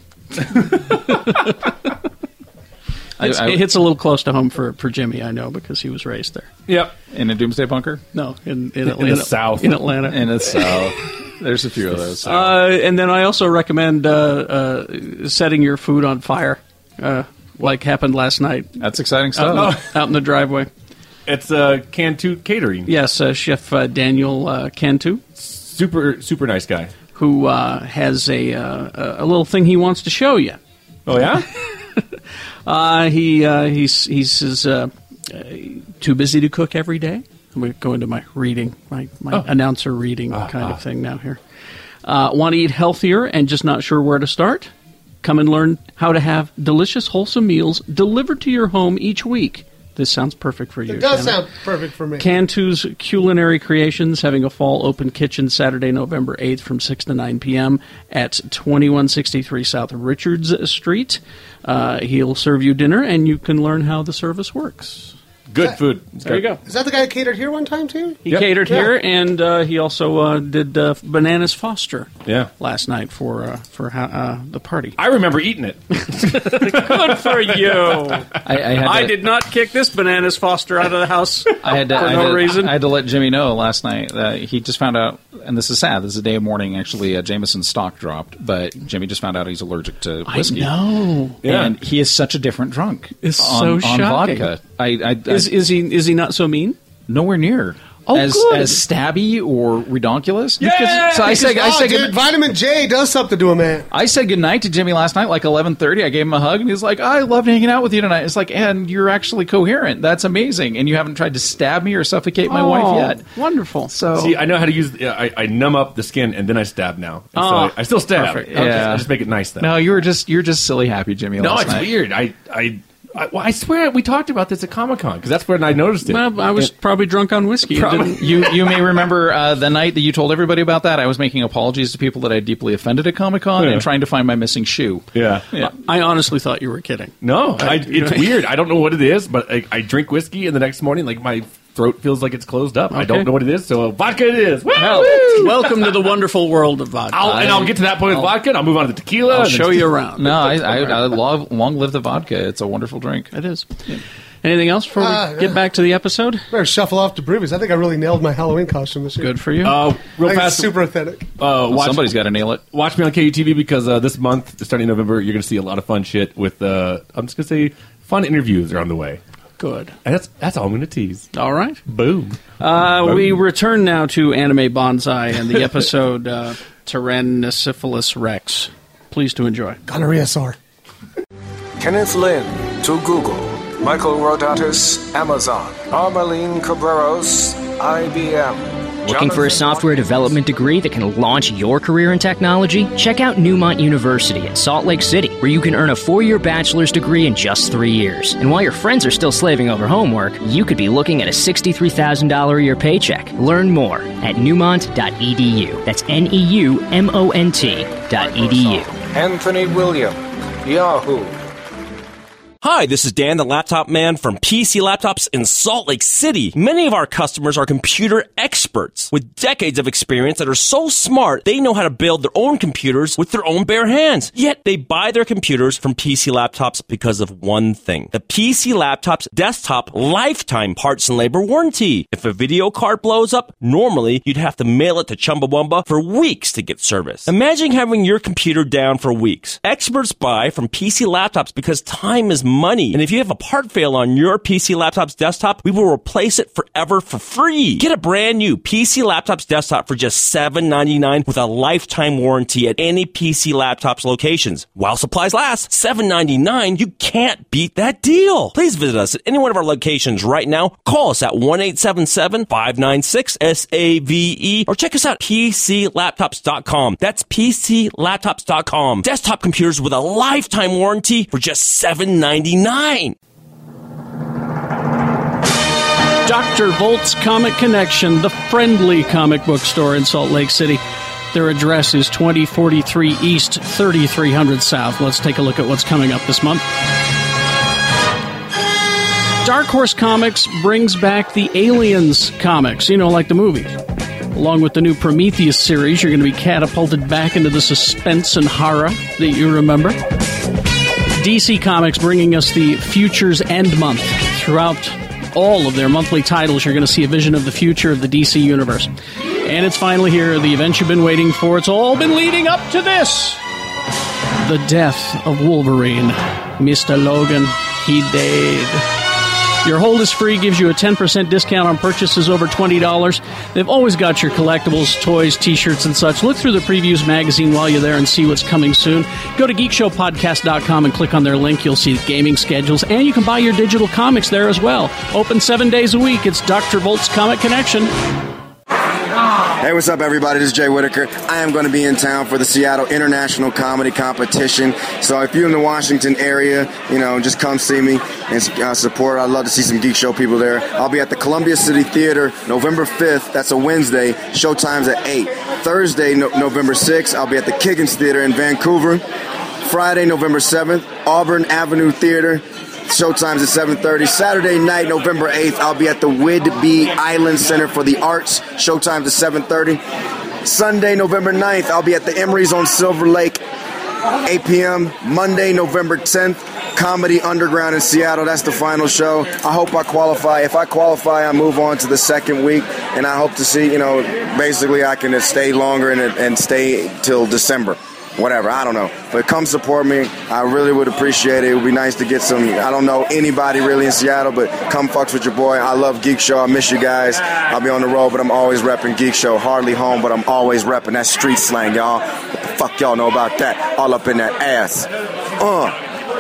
[SPEAKER 1] It's-
[SPEAKER 4] I-
[SPEAKER 1] it hits a little close to home for, for Jimmy, I know, because he was raised there.
[SPEAKER 5] Yep.
[SPEAKER 4] In a doomsday bunker?
[SPEAKER 1] No, in, in Atlanta. In Atlanta.
[SPEAKER 4] In the south. There's a few of those.
[SPEAKER 1] Uh, and then I also recommend uh, uh, setting your food on fire, uh, like happened last night.
[SPEAKER 4] That's exciting
[SPEAKER 1] Out in
[SPEAKER 4] stuff.
[SPEAKER 1] the, out in the driveway.
[SPEAKER 5] It's uh, Cantu Catering.
[SPEAKER 1] Yes, uh, Chef uh, Daniel uh, Cantu.
[SPEAKER 5] Super, super nice guy.
[SPEAKER 1] Who uh, has a, uh, a little thing he wants to show you.
[SPEAKER 5] Oh yeah.
[SPEAKER 1] *laughs* Uh, he uh, he's he's is, uh, uh, too busy to cook every day. I'm going to go into my reading, my, my
[SPEAKER 4] Oh.
[SPEAKER 1] announcer reading kind
[SPEAKER 4] ah.
[SPEAKER 1] of thing now here. Uh, want to eat healthier and just not sure where to start? Come and learn how to have delicious, wholesome meals delivered to your home each week. This sounds perfect for you.
[SPEAKER 3] It does
[SPEAKER 1] Shannon.
[SPEAKER 3] sound perfect for me.
[SPEAKER 1] Cantu's Culinary Creations having a fall open kitchen Saturday, November 8th from 6 to 9 p.m. at 2163 South Richards Street. Uh, he'll serve you dinner and you can learn how the service works.
[SPEAKER 5] Good food. There you go.
[SPEAKER 3] Is that the guy that catered here one time too?
[SPEAKER 1] He catered here and uh, he also uh, did uh, Bananas Foster
[SPEAKER 5] Yeah.
[SPEAKER 1] last night for uh, for ho- uh, the party.
[SPEAKER 5] I remember eating it.
[SPEAKER 1] *laughs* Good for you. I,
[SPEAKER 4] I had to-
[SPEAKER 1] did not kick this Bananas Foster out of the house
[SPEAKER 4] I had to,
[SPEAKER 1] for
[SPEAKER 4] I
[SPEAKER 1] no
[SPEAKER 4] had to-
[SPEAKER 1] reason.
[SPEAKER 4] I had to let Jimmy know last night that he just found out, and this is sad. This is the day of mourning. Actually, uh, Jameson's stock dropped, but Jimmy just found out he's allergic to whiskey.
[SPEAKER 1] know.
[SPEAKER 4] And he is such a different drunk.
[SPEAKER 1] It's
[SPEAKER 4] on,
[SPEAKER 1] so
[SPEAKER 4] on
[SPEAKER 1] shocking.
[SPEAKER 4] vodka. I, I, I-
[SPEAKER 1] Is, is he is he not so mean?
[SPEAKER 4] Nowhere near.
[SPEAKER 1] Oh,
[SPEAKER 4] as,
[SPEAKER 1] good.
[SPEAKER 4] as stabby or redonkulous.
[SPEAKER 3] Yeah.
[SPEAKER 4] So I said, I
[SPEAKER 3] oh,
[SPEAKER 4] said,
[SPEAKER 3] dude, vitamin J does something to a man.
[SPEAKER 4] I said goodnight to Jimmy last night, like eleven thirty. I gave him a hug, and he's like, "I loved hanging out with you tonight." It's like, and you're actually coherent. That's amazing, and you haven't tried to stab me or suffocate my
[SPEAKER 1] Oh,
[SPEAKER 4] wife yet.
[SPEAKER 1] Wonderful.
[SPEAKER 4] So
[SPEAKER 5] See, I know how to use. yeah, I, I numb up the skin and then I stab now. And
[SPEAKER 1] Oh.
[SPEAKER 5] so
[SPEAKER 4] Ah,
[SPEAKER 5] I, I still stab.
[SPEAKER 4] perfect.
[SPEAKER 5] I, just,
[SPEAKER 4] Yeah.
[SPEAKER 5] I just make it nice then.
[SPEAKER 4] No, you were just you're just silly happy, Jimmy.
[SPEAKER 5] No,
[SPEAKER 4] last
[SPEAKER 5] it's
[SPEAKER 4] night.
[SPEAKER 5] weird. I I I, well, I swear we talked about this at Comic Con because that's when I noticed it.
[SPEAKER 1] Well, I was probably drunk on whiskey. and
[SPEAKER 4] Probably.
[SPEAKER 1] didn't-
[SPEAKER 4] you you may remember uh, the night that you told everybody about that. I was making apologies to people that I deeply offended at Comic Con
[SPEAKER 5] Yeah.
[SPEAKER 4] and trying to find my missing shoe.
[SPEAKER 5] Yeah.
[SPEAKER 1] I honestly thought you were kidding.
[SPEAKER 5] No, I, it's weird. I don't know what it is, but I, I drink whiskey and the next morning, like my throat feels like it's closed up. I
[SPEAKER 1] Okay.
[SPEAKER 5] don't know what it is, so vodka it is. Woo!
[SPEAKER 1] Well, welcome to the wonderful world of vodka.
[SPEAKER 5] I'll, and I'll get to that point with vodka. and I'll move on to the tequila.
[SPEAKER 1] I'll
[SPEAKER 5] and
[SPEAKER 1] show
[SPEAKER 5] then-
[SPEAKER 1] you around.
[SPEAKER 4] No, I, I, I love long live the vodka. It's a wonderful drink.
[SPEAKER 1] It is. Anything else before
[SPEAKER 3] Ah,
[SPEAKER 1] we get back to the episode?
[SPEAKER 3] Better shuffle off to Broovies. I think I really nailed my Halloween costume this year.
[SPEAKER 1] Good for you.
[SPEAKER 5] Uh,
[SPEAKER 3] I think
[SPEAKER 5] real
[SPEAKER 3] it's
[SPEAKER 5] fast.
[SPEAKER 3] super authentic.
[SPEAKER 5] Uh, watch,
[SPEAKER 4] Somebody's got to nail it.
[SPEAKER 5] watch me on KUTV because uh, this month, starting in November, you're going to see a lot of fun shit with. Uh, I'm just going to say fun interviews are on the way,
[SPEAKER 1] Good.
[SPEAKER 5] and that's that's all I'm going to tease.
[SPEAKER 1] All right.
[SPEAKER 5] Boom.
[SPEAKER 1] Uh, we return now to Anime Bonsai and the *laughs* episode uh, Tyrannosyphilis Rex. Please to enjoy.
[SPEAKER 3] Gonorrhea sore.
[SPEAKER 19] *laughs* Kenneth Lin to Google, Michael Rodatis, Amazon, Armalene Cabreros, IBM.
[SPEAKER 20] Looking for a software development degree that can launch your career in technology? Check out Newmont University in Salt Lake City, where you can earn a four year bachelor's degree in just three years. And while your friends are still slaving over homework, you could be looking at a $63,000 a year paycheck. Learn more at newmont.edu. That's N E U M O N T dot E edu.
[SPEAKER 19] Anthony William, Yahoo.
[SPEAKER 21] Hi, this is Dan, the laptop man from PC Laptops in Salt Lake City. Many of our customers are computer experts with decades of experience that are so smart they know how to build their own computers with their own bare hands. Yet they buy their computers from PC Laptops because of one thing. The PC Laptops desktop lifetime parts and labor warranty. If a video card blows up, normally you'd have to mail it to Chumbawamba for weeks to get service. Imagine having your computer down for weeks. Experts buy from PC Laptops because time is money. And if you have a part fail on your PC Laptops desktop, we will replace it forever for free. Get a brand new PC Laptops desktop for just $7.99 with a lifetime warranty at any PC Laptops locations. While supplies last, $7.99, you can't beat that deal. Please visit us at any one of our locations right now. Call us at 1-877-596-SAVE E or check us out at PCLaptops.com. That's PCLaptops.com. Desktop computers with a lifetime warranty for just $7.99.
[SPEAKER 1] Dr. Volt's Comic Connection, the friendly comic book store in Salt Lake City. Their address is 2043 East, 3300 South. Let's take a look at what's coming up this month. Dark Horse Comics brings back the Aliens comics, you know, like the movie. Along with the new Prometheus series, you're going to be catapulted back into the suspense and horror that you remember. DC Comics bringing us the Futures End Month. Throughout all of their monthly titles, you're going to see a vision of the future of the DC Universe. And it's finally here, the event you've been waiting for. It's all been leading up to this the death of Wolverine. Mr. Logan, he died. Your hold is free, gives you a 10% discount on purchases over $20. They've always got your collectibles, toys, t shirts, and such. Look through the previews magazine while you're there and see what's coming soon. Go to geekshowpodcast.com and click on their link. You'll see the gaming schedules, and you can buy your digital comics there as well. Open seven days a week. It's Dr. Volt's Comic Connection.
[SPEAKER 22] Hey, what's up, everybody? This is Jay Whitaker. I am going to be in town for the Seattle International Comedy Competition. So if you're in the Washington area, you know, just come see me and uh, support. I'd love to see some Geek Show people there. I'll be at the Columbia City Theater November 5th. That's a Wednesday. Showtime's at 8. Thursday, no- November 6th, I'll be at the Kiggins Theater in Vancouver. Friday, November 7th, Auburn Avenue Theater. Showtime's at 7.30. Saturday night, November 8th, I'll be at the Whidbey Island Center for the Arts. Showtime's at 7.30. Sunday, November 9th, I'll be at the Emery's on Silver Lake, 8 p.m. Monday, November 10th, Comedy Underground in Seattle. That's the final show. I hope I qualify. If I qualify, I move on to the second week, and I hope to see, you know, basically I can stay longer and, and stay till December whatever. I don't know. But come support me. I really would appreciate it. It would be nice to get some. I don't know anybody really in Seattle, but come fucks with your boy. I love Geek Show. I miss you guys. I'll be on the road, but I'm always repping Geek Show. Hardly home, but I'm always repping that street slang, y'all. What the fuck y'all know about that? All up in that ass. Uh.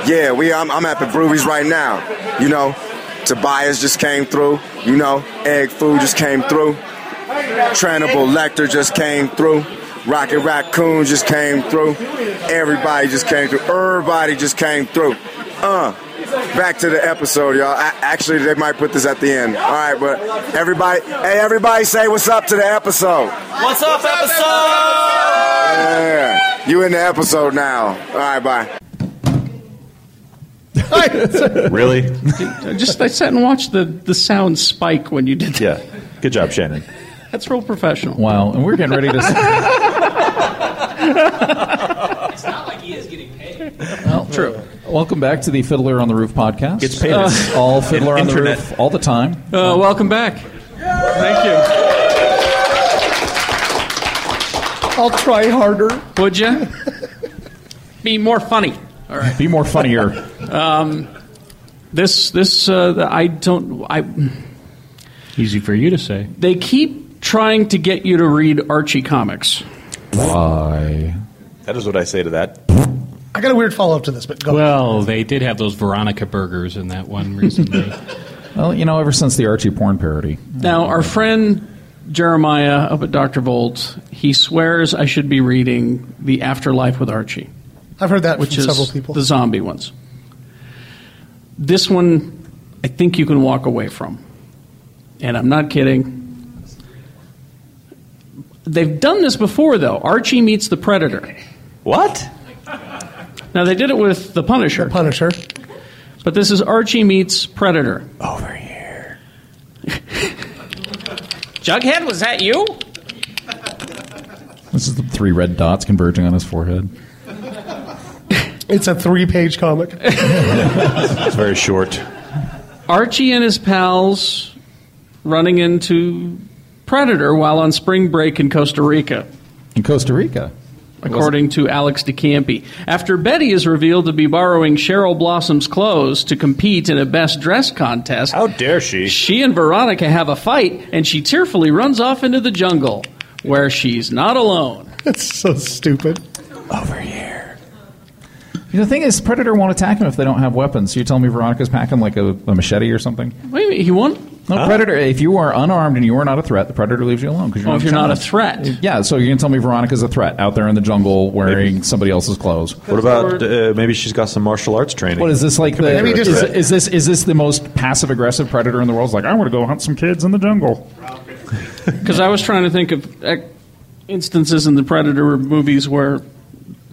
[SPEAKER 22] Yeah, we. I'm, I'm at the breweries right now. You know, Tobias just came through. You know, Egg Food just came through. Trannable Lecter just came through. Rocket Raccoon just came through. Everybody just came through. Everybody just came through. Uh, back to the episode, y'all. I, actually, they might put this at the end. All right, but everybody, hey, everybody, say what's up to the episode.
[SPEAKER 23] What's up, episode?
[SPEAKER 22] Yeah, you in the episode now. All right, bye.
[SPEAKER 6] *laughs* really?
[SPEAKER 1] I just I sat and watched the, the sound spike when you did
[SPEAKER 6] Yeah.
[SPEAKER 1] that.
[SPEAKER 6] Good
[SPEAKER 1] *laughs*
[SPEAKER 6] job, Shannon.
[SPEAKER 1] That's real professional.
[SPEAKER 4] Wow, and we're getting ready
[SPEAKER 1] *laughs*
[SPEAKER 4] to.
[SPEAKER 23] It's not like he is getting paid.
[SPEAKER 4] Well, true. Welcome back to the Fiddler on the Roof podcast.
[SPEAKER 6] Gets paid.
[SPEAKER 4] Uh, all Fiddler on the
[SPEAKER 6] Internet.
[SPEAKER 4] Roof all the time.
[SPEAKER 1] Uh, welcome back. Thank you.
[SPEAKER 3] I'll try harder.
[SPEAKER 1] Would you? Be more funny. All right.
[SPEAKER 4] Be more funnier.
[SPEAKER 1] Um, this this uh, I don't I.
[SPEAKER 7] Easy for you to say.
[SPEAKER 1] They keep trying to get you to read Archie comics.
[SPEAKER 4] Why?
[SPEAKER 6] That is what I say to that.
[SPEAKER 3] I got a weird follow up to this, but go.
[SPEAKER 7] Well, they did have those Veronica burgers in that one recently.
[SPEAKER 4] Well, you know, ever since the Archie porn parody.
[SPEAKER 1] Now, our friend Jeremiah up at Dr. Volt, he swears I should be reading The Afterlife with Archie.
[SPEAKER 3] I've heard that
[SPEAKER 1] which
[SPEAKER 3] from
[SPEAKER 1] is
[SPEAKER 3] several people.
[SPEAKER 1] the zombie ones. This one, I think you can walk away from. And I'm not kidding. They've done this before, though. Archie meets the Predator.
[SPEAKER 6] What?
[SPEAKER 1] Now, they did it with The Punisher. The
[SPEAKER 3] Punisher.
[SPEAKER 1] But this is Archie meets Predator. Over here. *laughs*
[SPEAKER 23] Jughead, was that you?
[SPEAKER 4] This is the three red dots converging on his forehead.
[SPEAKER 3] It's a three page comic.
[SPEAKER 1] *laughs*
[SPEAKER 6] It's very short.
[SPEAKER 1] Archie and his pals running into Predator while on spring break in Costa Rica,
[SPEAKER 4] In Costa Rica.
[SPEAKER 1] according to Alex DeCampi. After Betty is revealed to be borrowing Cheryl Blossom's clothes to compete in a best dress contest, how
[SPEAKER 6] dare she?
[SPEAKER 1] She and Veronica have a fight, and she tearfully runs off into the jungle, where she's not alone.
[SPEAKER 3] That's so stupid.
[SPEAKER 4] You know, the thing is, Predator won't attack him if they don't have weapons. So you tell me Veronica's packing like a, a machete or something?
[SPEAKER 1] Wait a minute, he won't?
[SPEAKER 4] No, Predator, if you are unarmed and you are not a threat, the Predator leaves you alone. 'cause
[SPEAKER 1] Oh, if you're not a
[SPEAKER 4] challenged. Yeah, so you can tell me Veronica's a threat out there in the jungle wearing somebody else's clothes.
[SPEAKER 6] What about uh, maybe she's got some martial arts training?
[SPEAKER 4] What is this like? The,
[SPEAKER 6] Maybe
[SPEAKER 4] is,
[SPEAKER 6] just-
[SPEAKER 4] is this is this the most passive aggressive predator in the world? It's like I want to go hunt some kids in the jungle.
[SPEAKER 1] Because I was trying to think of eh, instances in the Predator movies where.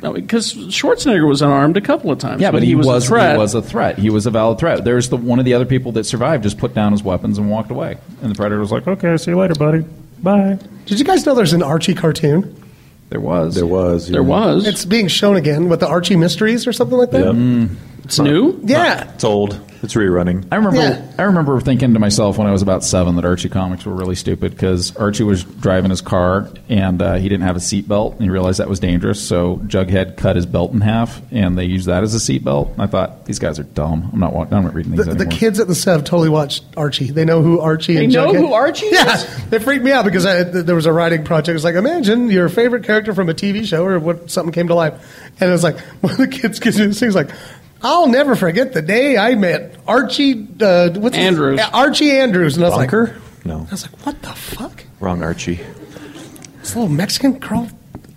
[SPEAKER 1] Because Schwarzenegger was unarmed a couple of times.
[SPEAKER 4] Yeah, but,
[SPEAKER 1] he, was, a threat.
[SPEAKER 4] *laughs* He was a threat. He was a valid threat. There's the one of the other people that survived just put down his weapons and walked away, and the predator was like, "Okay, see you later, buddy. Bye."
[SPEAKER 3] Did you guys know there's an Archie cartoon?
[SPEAKER 4] There was. There
[SPEAKER 6] was.
[SPEAKER 1] There was.
[SPEAKER 3] It's being shown again with the Archie Mysteries or something like that.
[SPEAKER 1] It's new.
[SPEAKER 3] Yeah.
[SPEAKER 6] It's old. It's rerunning.
[SPEAKER 4] Mm. I remember.
[SPEAKER 3] Yeah.
[SPEAKER 4] I remember thinking to myself when I was about seven that Archie comics were really stupid because Archie was driving his car and uh, he didn't have a seatbelt and he realized that was dangerous. So Jughead cut his belt in half and they used that as a seatbelt. I thought these guys are dumb. I'm not. wa- I'm not reading
[SPEAKER 3] The,
[SPEAKER 4] these
[SPEAKER 3] the
[SPEAKER 4] anymore.
[SPEAKER 3] kids at the Sev totally watched Archie. They know who Archie
[SPEAKER 1] They
[SPEAKER 3] and
[SPEAKER 1] know
[SPEAKER 3] Jughead-
[SPEAKER 1] who Archie
[SPEAKER 3] yeah,
[SPEAKER 1] is?
[SPEAKER 3] They freaked me out because I, th- there was a writing project. It's like, imagine your favorite character from a TV show or what something came to life. And it was like, *laughs* one of the kids gives me this thing. He's like, I'll never forget the day I met Archie uh, what's his-
[SPEAKER 6] Andrews.
[SPEAKER 3] Yeah, Archie Andrews. And I was
[SPEAKER 6] Bunker?
[SPEAKER 3] like,
[SPEAKER 6] No. I
[SPEAKER 3] was like, what the fuck?
[SPEAKER 6] Wrong Archie.
[SPEAKER 3] this little Mexican girl,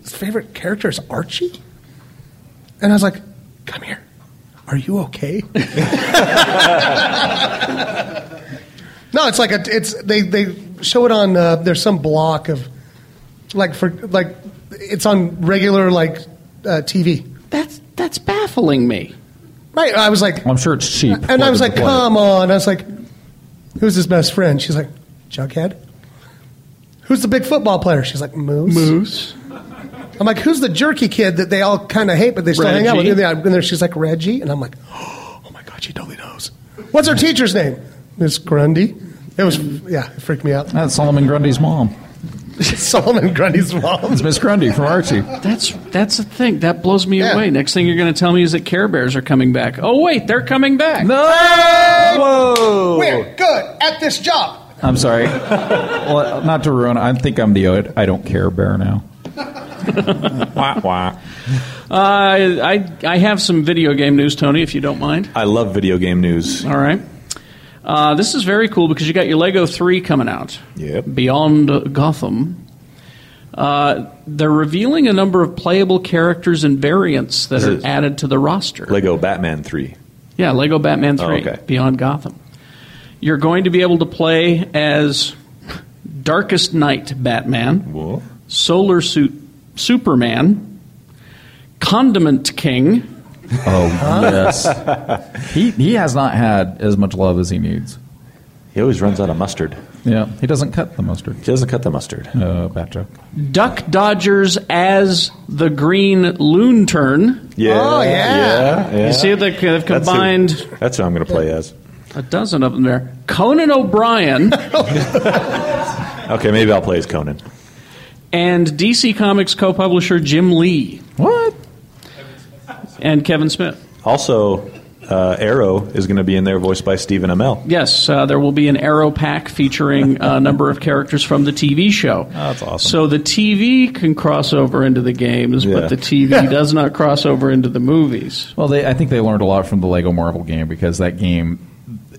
[SPEAKER 3] his favorite character is Archie? And I was like, come here. Are you
[SPEAKER 4] *laughs*
[SPEAKER 3] okay? no, it's like a, it's, they, they show it on, uh, there's some block of, like, for, like, it's on regular, like, uh, TV.
[SPEAKER 1] That's, that's baffling me.
[SPEAKER 3] Right. I was like,
[SPEAKER 4] I'm sure it's cheap.
[SPEAKER 3] and I was like, come on. I was like, who's his best friend? She's like, Jughead. Who's the big football player? She's like, Moose.
[SPEAKER 1] Moose.
[SPEAKER 3] I'm like, who's the jerky kid that they all kind of hate, but they still hang out with? And, they- and then she's like, Reggie. And I'm like, oh my God, she totally knows. What's her teacher's name? Miss Grundy. It was, yeah, it freaked me out.
[SPEAKER 4] That's Solomon Grundy's mom.
[SPEAKER 3] Solomon Grundy's mom.
[SPEAKER 4] It's Miss Grundy from Archie.
[SPEAKER 1] That's that's the thing that blows me away. Next thing you're going to tell me is that Care Bears are coming back. Oh wait, they're coming back.
[SPEAKER 4] No. Whoa.
[SPEAKER 3] We're good at this job. *laughs*
[SPEAKER 4] I'm sorry. well, not to ruin. I think I'm the I don't care bear
[SPEAKER 6] *laughs*
[SPEAKER 4] now. wah wah.
[SPEAKER 1] Uh, I I have some video game news, Tony, if you don't mind.
[SPEAKER 6] I love video game news.
[SPEAKER 1] All right. Uh, this is very cool because you got your Lego 3 coming out.
[SPEAKER 6] Yep.
[SPEAKER 1] Beyond Gotham. Uh, they're revealing a number of playable characters and variants that
[SPEAKER 6] This
[SPEAKER 1] are
[SPEAKER 6] is-
[SPEAKER 1] added to the roster.
[SPEAKER 6] Lego Batman 3.
[SPEAKER 1] Yeah, Lego Batman 3
[SPEAKER 6] Oh, okay.
[SPEAKER 1] Beyond Gotham. You're going to be able to play as Darkest Night Batman, Solar Suit Superman, Condiment King.
[SPEAKER 4] Oh yes. he he has not had as much love as he needs.
[SPEAKER 6] He always runs out of mustard.
[SPEAKER 4] Yeah, he doesn't cut the mustard. He
[SPEAKER 6] doesn't cut the mustard.
[SPEAKER 4] Uh, bad joke.
[SPEAKER 1] *laughs* Duck Dodgers as the Green Loon Turn.
[SPEAKER 6] Oh, Yeah. Yeah. yeah.
[SPEAKER 1] You see, they- they've
[SPEAKER 6] That's who-
[SPEAKER 1] combined
[SPEAKER 6] That's who, I'm going to play as.
[SPEAKER 1] a dozen of them there.
[SPEAKER 6] *laughs*
[SPEAKER 1] Conan O'Brien
[SPEAKER 6] Okay, maybe I'll play as Conan.
[SPEAKER 1] and DC Comics co publisher Jim Lee.
[SPEAKER 4] What?
[SPEAKER 1] And Kevin Smith.
[SPEAKER 6] Also, uh, Arrow is going to be in there, voiced by Stephen Amell.
[SPEAKER 1] Yes, uh, there will be an arrow pack featuring
[SPEAKER 4] *laughs*
[SPEAKER 1] a number of characters from the TV
[SPEAKER 4] Oh,
[SPEAKER 1] show.
[SPEAKER 6] that's awesome.
[SPEAKER 1] So the TV can cross over into the games,
[SPEAKER 4] Yeah.
[SPEAKER 1] but the TV
[SPEAKER 4] *laughs*
[SPEAKER 1] does not cross over into the movies.
[SPEAKER 4] Well, they, I think they learned a lot from the Lego Marvel game because that game,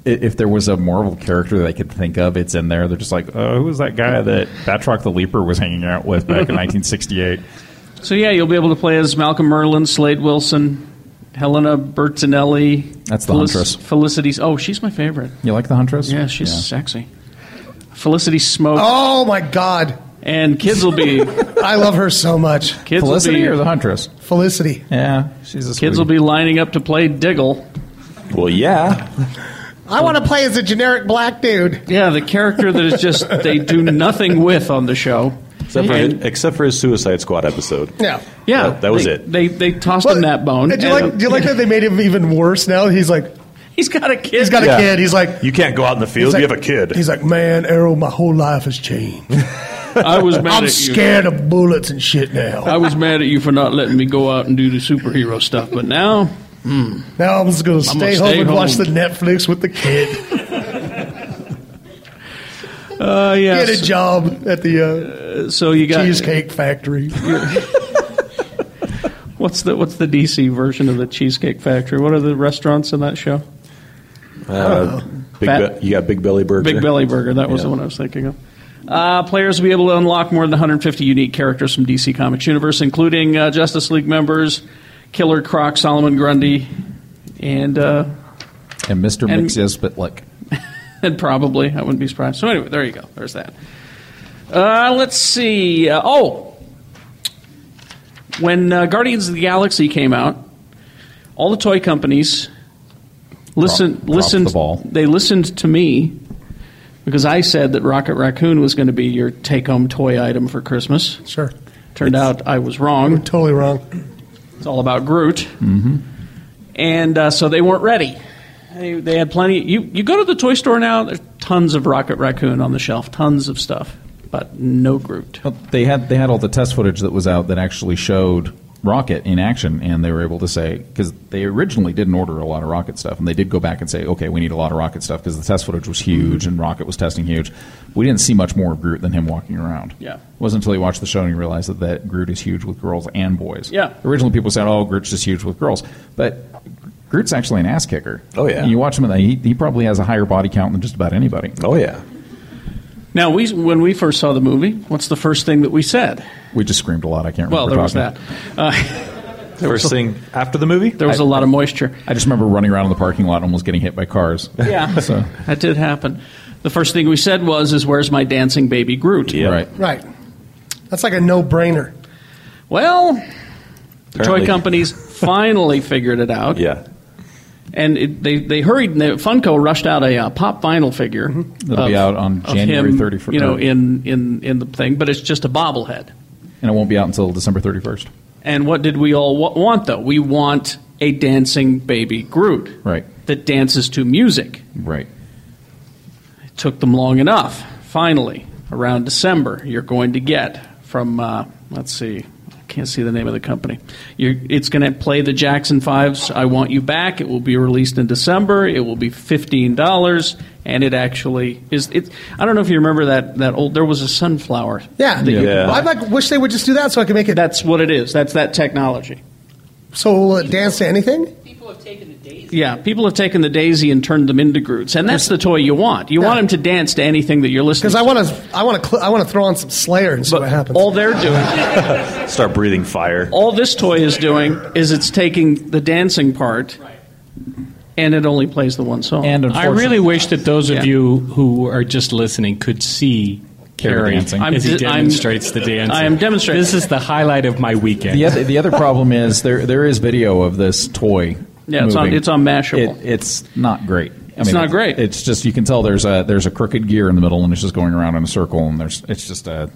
[SPEAKER 4] i- if there was a Marvel character they could think of, it's in there. They're just like, oh, who was that guy that Batroc the Leaper was hanging out with back in 1968?
[SPEAKER 1] So yeah, you'll be able to play as Malcolm Merlin, Slade Wilson, Helena Bertinelli.
[SPEAKER 4] That's the Huntress.
[SPEAKER 1] Felicity's. Oh, she's my favorite.
[SPEAKER 4] You like the Huntress?
[SPEAKER 1] Yeah, she's sexy. Felicity Smoke.
[SPEAKER 3] Oh my God.
[SPEAKER 1] And kids will
[SPEAKER 4] *laughs*
[SPEAKER 1] be.
[SPEAKER 3] I love her so much.
[SPEAKER 1] Kids will
[SPEAKER 4] Felicity
[SPEAKER 1] be-
[SPEAKER 4] or the Huntress?
[SPEAKER 3] Felicity.
[SPEAKER 4] Yeah, she's a
[SPEAKER 1] Kids will be lining up to play Diggle.
[SPEAKER 6] Well, yeah.
[SPEAKER 3] I want to play as a generic black dude.
[SPEAKER 1] Yeah, the character that is just they do nothing with on the show.
[SPEAKER 6] Except for, his, except for his Suicide Squad episode.
[SPEAKER 3] Yeah.
[SPEAKER 1] Yeah,
[SPEAKER 6] That, that was
[SPEAKER 1] they,
[SPEAKER 6] it.
[SPEAKER 1] They they tossed him that bone.
[SPEAKER 3] Hey, do you like? Do you like that they made him even worse? Now he's like,
[SPEAKER 1] he's got a kid.
[SPEAKER 3] He's got a kid. He's like,
[SPEAKER 6] you can't go out in the field.
[SPEAKER 3] like-
[SPEAKER 6] you have a kid.
[SPEAKER 3] he's like, man, Arrow, my whole life has changed.
[SPEAKER 1] *laughs* I was mad
[SPEAKER 3] I'm
[SPEAKER 1] at
[SPEAKER 3] scared
[SPEAKER 1] you.
[SPEAKER 3] of bullets and shit now.
[SPEAKER 1] I was mad at you for not letting me go out and do the superhero stuff, but now, hmm.
[SPEAKER 3] Now I'm just gonna
[SPEAKER 1] I'm
[SPEAKER 3] stay,
[SPEAKER 1] gonna
[SPEAKER 3] home
[SPEAKER 1] stay
[SPEAKER 3] and watch the
[SPEAKER 1] home.
[SPEAKER 3] Netflix with the kid.
[SPEAKER 1] *laughs* uh, yeah,
[SPEAKER 3] Get a job at the
[SPEAKER 1] uh, so you got-
[SPEAKER 3] cheesecake factory.
[SPEAKER 1] *laughs* What's the what's the DC version of the Cheesecake Factory? What are the restaurants in that show?
[SPEAKER 7] Oh.
[SPEAKER 6] Uh, big
[SPEAKER 1] Fat-
[SPEAKER 6] Be- you got Big Belly Burger.
[SPEAKER 1] Big Belly Burger. That was
[SPEAKER 6] Yeah.
[SPEAKER 1] the one I was thinking of. Uh, players will be able to unlock more than 150 unique characters from DC Comics Universe, including uh, Justice League members, Killer Croc, Solomon Grundy, and uh, *laughs*
[SPEAKER 4] And Mr.
[SPEAKER 1] And-
[SPEAKER 4] Mixes, but like,
[SPEAKER 1] and probably I wouldn't be surprised. So anyway, there you go. There's that. Uh, let's see. Uh, oh, when uh, Guardians of the Galaxy came out, all the toy companies listen
[SPEAKER 4] Drop- drop
[SPEAKER 1] listened.
[SPEAKER 4] the ball.
[SPEAKER 1] They listened to me because I said that Rocket Raccoon was going to be your take-home toy item for Christmas.
[SPEAKER 3] Sure.
[SPEAKER 1] Turned out I was wrong.
[SPEAKER 3] totally wrong.
[SPEAKER 1] It's all about Groot and uh, so they weren't ready. They, they had plenty. You you go to the toy store now. There's tons of Rocket Raccoon on the shelf, tons of stuff, but no Groot.
[SPEAKER 4] Well, they had they had all the test footage that was out that actually showed Rocket in action, and they were able to say because they originally didn't order a lot of Rocket stuff, and they did go back and say, okay, we need a lot of Rocket stuff because the test footage was huge and Rocket was testing huge. We didn't see much more of Groot than him walking around.
[SPEAKER 1] Yeah.
[SPEAKER 4] it wasn't until you watched the show and you realized that, that Groot is huge with girls and boys.
[SPEAKER 1] Yeah.
[SPEAKER 4] originally people said, oh, Groot's just huge with girls, but. Groot's actually an ass kicker.
[SPEAKER 6] Oh, yeah.
[SPEAKER 4] you watch him, and he, he probably has a higher body count than just about anybody.
[SPEAKER 6] Oh yeah,
[SPEAKER 1] Now, we when we first saw the movie, what's the first thing that we said?
[SPEAKER 4] We just screamed a lot. I can't remember.
[SPEAKER 1] Well, there was
[SPEAKER 4] talking.
[SPEAKER 1] that. Uh, *laughs* there was
[SPEAKER 4] First
[SPEAKER 1] a-
[SPEAKER 4] thing after the movie,
[SPEAKER 1] There was a lot of moisture.
[SPEAKER 4] I just remember running around in the parking lot, almost getting hit by cars.
[SPEAKER 1] Yeah,
[SPEAKER 4] *laughs* So-
[SPEAKER 1] that did happen. The first thing we said was, "Is where's my dancing baby Groot?" Yeah.
[SPEAKER 4] Right.
[SPEAKER 3] Right. That's like a no-brainer.
[SPEAKER 1] Well, the toy
[SPEAKER 3] Apparently.
[SPEAKER 1] companies
[SPEAKER 4] *laughs*
[SPEAKER 1] finally figured it out.
[SPEAKER 6] Yeah.
[SPEAKER 1] And it, they they hurried. And they, Funko rushed out a uh, pop vinyl figure.
[SPEAKER 4] Mm-hmm. That'll be out on
[SPEAKER 1] of
[SPEAKER 4] January
[SPEAKER 1] him,
[SPEAKER 4] 31st.
[SPEAKER 1] You know, in in in the thing, but it's just a bobblehead.
[SPEAKER 4] and it won't be out until December 31st.
[SPEAKER 1] And what did we all wa- want though? We want a dancing baby Groot
[SPEAKER 4] Right.
[SPEAKER 1] that dances to music.
[SPEAKER 4] Right.
[SPEAKER 1] It took them long enough. Finally, around December, you're going to get from uh, let's see, I can't see the name of the company. You're, it's going to play the Jackson Fives. I want you back. It will be released in December. It will be fifteen dollars, and it actually is. It, I don't know if you remember that that old. There was a sunflower.
[SPEAKER 3] Yeah.
[SPEAKER 1] that you could
[SPEAKER 3] I
[SPEAKER 1] buy.
[SPEAKER 3] like wish they would just do that so I could make it.
[SPEAKER 1] That's what it is. That's that technology.
[SPEAKER 3] So will it dance to anything?
[SPEAKER 1] Yeah, people have taken the daisy and turned them into Groots, and that's the toy you want. You want them to dance to anything that you're listening.
[SPEAKER 3] Because I
[SPEAKER 1] to.
[SPEAKER 3] want to, I want to, cl- I want to throw on some Slayer and see what happens.
[SPEAKER 1] All they're
[SPEAKER 3] *laughs*
[SPEAKER 1] doing,
[SPEAKER 6] Start breathing fire.
[SPEAKER 1] all this toy is doing, is it's taking the dancing part, and it only plays the one song. And
[SPEAKER 7] I really wish that those of
[SPEAKER 1] Yeah.
[SPEAKER 7] you who are just listening could see
[SPEAKER 4] Carrie
[SPEAKER 7] Carrie
[SPEAKER 4] dancing.
[SPEAKER 7] as he
[SPEAKER 1] I'm di- I'm-
[SPEAKER 7] demonstrates the dancing.
[SPEAKER 1] I am demonstrating.
[SPEAKER 7] This is the highlight of my weekend.
[SPEAKER 4] The other, the other problem is there there is video of this toy.
[SPEAKER 1] Yeah, it's on-
[SPEAKER 4] moving.
[SPEAKER 1] it's on Mashable.
[SPEAKER 4] It, it's not great.
[SPEAKER 1] It's not great.
[SPEAKER 4] It's just you can tell there's a there's a crooked gear in the middle and it's just going around in a circle and there's it's just a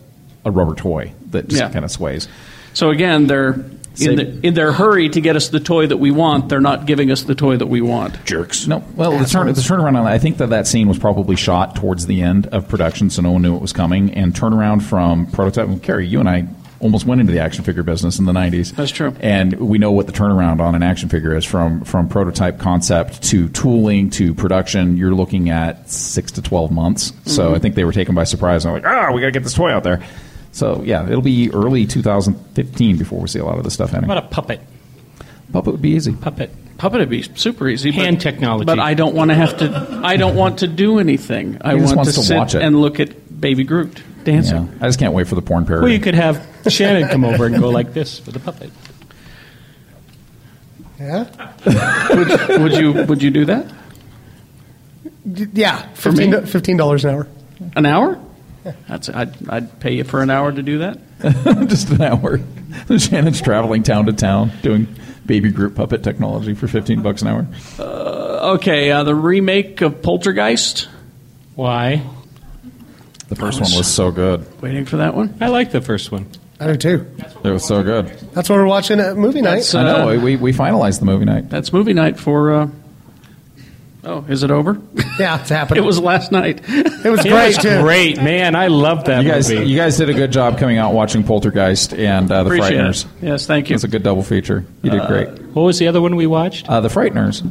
[SPEAKER 4] a rubber toy that just
[SPEAKER 1] Yeah.
[SPEAKER 4] kind of sways.
[SPEAKER 1] So again, they're in,
[SPEAKER 4] Save-
[SPEAKER 1] the, in their hurry to get us the toy that we want. They're not giving us the toy that we want.
[SPEAKER 4] Jerks. No, well, the, turn, the turnaround on that, I think that that scene was probably shot towards the end of production, so no one knew it was coming. And turnaround from prototype, well, Carrie, you and I almost went into the action figure business in the 90s.
[SPEAKER 1] That's true.
[SPEAKER 4] And we know what the turnaround on an action figure is from, from prototype concept to tooling to production. You're looking at six to 12 months. So
[SPEAKER 6] Mhm.
[SPEAKER 4] I think they were taken by surprise and like, ah, we got to get this toy out there. So yeah, it'll be early 2015 before we see a lot of this stuff happening.
[SPEAKER 7] What about a puppet?
[SPEAKER 4] Puppet would be easy.
[SPEAKER 7] Puppet.
[SPEAKER 1] Puppet would be super easy.
[SPEAKER 7] Hand technology.
[SPEAKER 1] But I don't want to have to. I don't want to do anything. I
[SPEAKER 4] He
[SPEAKER 1] want
[SPEAKER 4] just wants
[SPEAKER 1] to,
[SPEAKER 4] to
[SPEAKER 1] sit
[SPEAKER 4] watch it.
[SPEAKER 1] and look at Baby Groot dancing.
[SPEAKER 4] Yeah. I just can't wait for the porn parody.
[SPEAKER 7] Well, you could have Shannon come over and go like this for the puppet.
[SPEAKER 3] Yeah.
[SPEAKER 1] would, would you would you do that?
[SPEAKER 3] D- Yeah.
[SPEAKER 1] For
[SPEAKER 3] Fifteen
[SPEAKER 1] me?
[SPEAKER 3] do- fifteen dollars an hour.
[SPEAKER 1] An hour? That's I'd, I'd pay you for an hour to do that.
[SPEAKER 4] just an hour. *laughs* Shannon's traveling town to town doing baby group puppet technology for 15 bucks an hour.
[SPEAKER 1] Uh, okay, uh, the remake of Poltergeist.
[SPEAKER 7] Why?
[SPEAKER 4] The first one was so good.
[SPEAKER 1] Waiting for that one.
[SPEAKER 7] I like the first one.
[SPEAKER 3] I do too.
[SPEAKER 4] It was so good.
[SPEAKER 3] That's what we're watching at movie night.
[SPEAKER 1] That's,
[SPEAKER 4] I
[SPEAKER 1] uh,
[SPEAKER 4] know. We, we finalized the movie night.
[SPEAKER 1] That's movie night for. Uh, oh, is it over?
[SPEAKER 3] yeah, it's happening.
[SPEAKER 1] it was last night.
[SPEAKER 3] It was
[SPEAKER 1] *laughs*
[SPEAKER 7] It
[SPEAKER 3] great
[SPEAKER 7] was
[SPEAKER 3] too.
[SPEAKER 7] great, man. I love that
[SPEAKER 4] You guys,
[SPEAKER 7] movie.
[SPEAKER 4] you guys did a good job coming out watching Poltergeist and uh, The
[SPEAKER 1] Appreciate
[SPEAKER 4] Frighteners.
[SPEAKER 1] it. Yes, thank
[SPEAKER 4] It
[SPEAKER 1] you.
[SPEAKER 4] was a good double feature. You did
[SPEAKER 1] Uh,
[SPEAKER 4] great.
[SPEAKER 7] What was the other one we watched?
[SPEAKER 4] Uh, the Frighteners.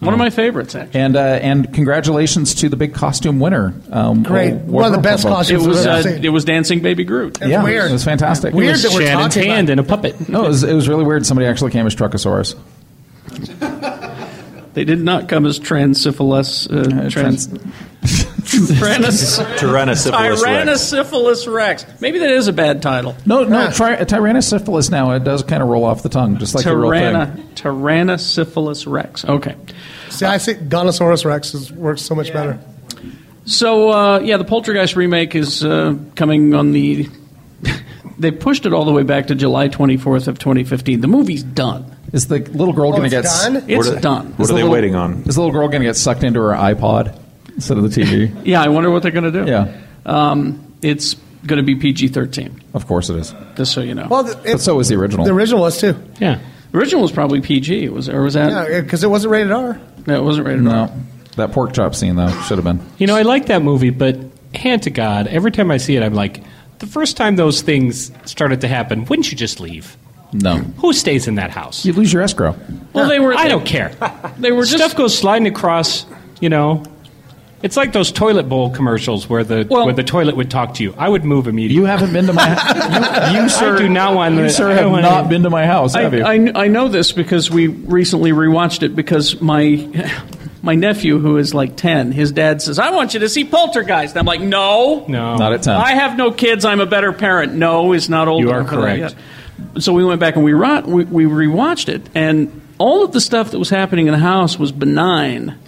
[SPEAKER 1] One of my favorites, actually.
[SPEAKER 4] And uh, and congratulations to the big costume winner. Um,
[SPEAKER 3] Great.
[SPEAKER 4] War-
[SPEAKER 3] One of the
[SPEAKER 4] War-
[SPEAKER 3] best
[SPEAKER 4] War-
[SPEAKER 1] It
[SPEAKER 3] costumes I've
[SPEAKER 1] was
[SPEAKER 3] ever
[SPEAKER 1] uh,
[SPEAKER 3] seen.
[SPEAKER 1] it was Dancing Baby Groot.
[SPEAKER 3] That's
[SPEAKER 4] Yeah,
[SPEAKER 3] weird.
[SPEAKER 4] it was fantastic.
[SPEAKER 3] Weird
[SPEAKER 7] It was
[SPEAKER 3] that we're
[SPEAKER 7] Shannon's
[SPEAKER 3] talking about.
[SPEAKER 7] hand and a puppet.
[SPEAKER 4] No, it was, it was really weird. Somebody actually came as Truckosaurus.
[SPEAKER 1] They did not come as transsyphilis. Uh, trans.
[SPEAKER 6] *laughs*
[SPEAKER 1] Tyrannis-
[SPEAKER 6] Tyrannosyphilis rex.
[SPEAKER 1] Tyrannosyphilis rex. Maybe that is a bad title.
[SPEAKER 4] No, no, tri- Tyrannosyphilis now, it does kind of roll off the tongue, just like the real thing.
[SPEAKER 1] Tyranna, Tyrannosyphilis rex. Okay.
[SPEAKER 3] See,
[SPEAKER 1] Uh,
[SPEAKER 3] I think Gonosaurus Rex is, works so much better.
[SPEAKER 1] So uh, yeah, the Poltergeist remake is uh, coming on the. *laughs* they pushed it all the way back to July 24th of 2015. The movie's done.
[SPEAKER 4] Is the little girl
[SPEAKER 3] Oh,
[SPEAKER 4] going to
[SPEAKER 3] it's
[SPEAKER 4] get s-
[SPEAKER 3] done?
[SPEAKER 4] Is
[SPEAKER 1] It's
[SPEAKER 6] What are-
[SPEAKER 1] done.
[SPEAKER 6] What
[SPEAKER 4] the
[SPEAKER 6] are they
[SPEAKER 4] little-
[SPEAKER 6] waiting on?
[SPEAKER 4] Is the little girl going to get sucked into her iPod instead of the TV?
[SPEAKER 1] *laughs* Yeah, I wonder what they're going to do.
[SPEAKER 4] yeah,
[SPEAKER 1] Um, it's going to be PG-13.
[SPEAKER 4] of course it is.
[SPEAKER 1] Just so you know.
[SPEAKER 3] Well, th-
[SPEAKER 4] But
[SPEAKER 3] it,
[SPEAKER 4] so is the original.
[SPEAKER 3] the original was too.
[SPEAKER 7] Yeah.
[SPEAKER 1] The original was probably PG. Was or was that?
[SPEAKER 3] Yeah, because it wasn't rated R.
[SPEAKER 1] No, it wasn't rated R.
[SPEAKER 4] no, that pork chop scene though should have been.
[SPEAKER 7] You know, I like that movie, but hand to God, every time I see it, I'm like, the first time those things started to happen, wouldn't you just leave?
[SPEAKER 4] No,
[SPEAKER 7] Who stays in that house?
[SPEAKER 4] you lose your escrow.
[SPEAKER 1] Well, they were.
[SPEAKER 7] I don't care.
[SPEAKER 1] They were just
[SPEAKER 7] Stuff goes sliding across, you know. It's like those toilet bowl commercials where the
[SPEAKER 1] Well-
[SPEAKER 7] where the toilet would talk to you. I would move immediately.
[SPEAKER 4] You haven't been
[SPEAKER 7] *laughs*
[SPEAKER 4] to my. you, you sir,
[SPEAKER 7] do not want
[SPEAKER 4] you
[SPEAKER 7] to- I
[SPEAKER 4] sir
[SPEAKER 7] don't
[SPEAKER 4] have
[SPEAKER 7] want
[SPEAKER 4] not
[SPEAKER 7] to-
[SPEAKER 4] been to my house,
[SPEAKER 1] I,
[SPEAKER 4] have you?
[SPEAKER 1] I, I know this because we recently rewatched it because my *laughs* my nephew who is like 10 his dad says i want you to see poltergeist i'm like no
[SPEAKER 4] No. Not at 10.
[SPEAKER 1] i have no kids i'm a better parent no is not old
[SPEAKER 4] You are
[SPEAKER 1] enough for that
[SPEAKER 4] correct.
[SPEAKER 1] yet. so we went back and we, ro- we we rewatched it and all of the stuff that was happening in the house was benign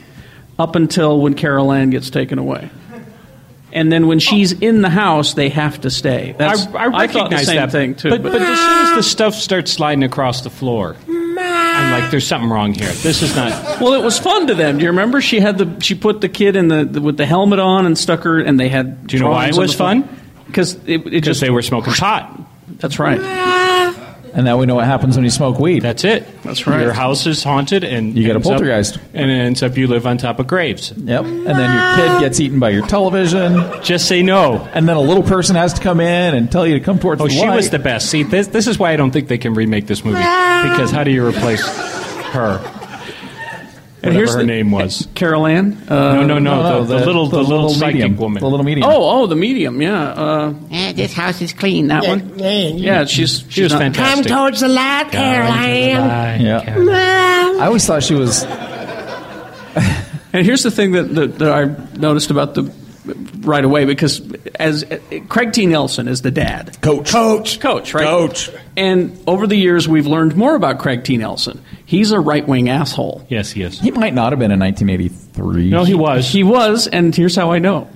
[SPEAKER 1] up until when carol ann gets taken away and then when she's in the house, they have to stay. That's,
[SPEAKER 7] I, I
[SPEAKER 1] thought the
[SPEAKER 7] recognize
[SPEAKER 1] same
[SPEAKER 7] that
[SPEAKER 1] thing too.
[SPEAKER 7] But, but as soon as the stuff starts sliding across the floor, I'm like, there's something wrong here. This is not.
[SPEAKER 1] well, it was fun to them. Do you remember? She had the she put the kid in the, the- with the helmet on and stuck her, and they had. Do
[SPEAKER 7] you know why it was fun?
[SPEAKER 1] Because it, it just
[SPEAKER 7] they were smoking pot.
[SPEAKER 1] That's right. Ah.
[SPEAKER 4] And now we know what happens when you smoke weed.
[SPEAKER 7] That's it.
[SPEAKER 1] That's
[SPEAKER 4] right.
[SPEAKER 7] Your house is haunted, and
[SPEAKER 4] You get a
[SPEAKER 7] ends up-
[SPEAKER 4] poltergeist.
[SPEAKER 7] and it ends up you live on top of graves.
[SPEAKER 4] Yep. And then your kid gets eaten by your television.
[SPEAKER 7] Just say no.
[SPEAKER 4] And then a little person has to come in and tell you to come towards
[SPEAKER 7] Oh,
[SPEAKER 4] the
[SPEAKER 7] she
[SPEAKER 4] light.
[SPEAKER 7] was the best. See, this this is why I don't think they can remake *laughs* this movie because how do you replace her? Whatever
[SPEAKER 1] here's
[SPEAKER 7] her
[SPEAKER 1] the-
[SPEAKER 7] name
[SPEAKER 4] *laughs*
[SPEAKER 7] was.
[SPEAKER 1] Carol Ann. Uh,
[SPEAKER 7] No, no, no, No, the- no, the the- little- the the little little psychic medium. woman. The little medium.
[SPEAKER 1] Oh, oh, the medium. Yeah. Uh, this house is clean. That one. Yeah, she's she's
[SPEAKER 7] She was
[SPEAKER 1] not-
[SPEAKER 7] fantastic.
[SPEAKER 20] the light,
[SPEAKER 4] Yeah. I always thought she was.
[SPEAKER 1] And here's the thing that, that, that I noticed about the right away because as Craig T. Nelson is the dad,
[SPEAKER 4] coach,
[SPEAKER 1] coach, coach, right? Coach. And over the years, we've learned more about Craig T. Nelson. He's a right wing asshole.
[SPEAKER 7] Yes, he is.
[SPEAKER 4] He might not have been in 1983.
[SPEAKER 1] No, he was. He was, and here's how I know.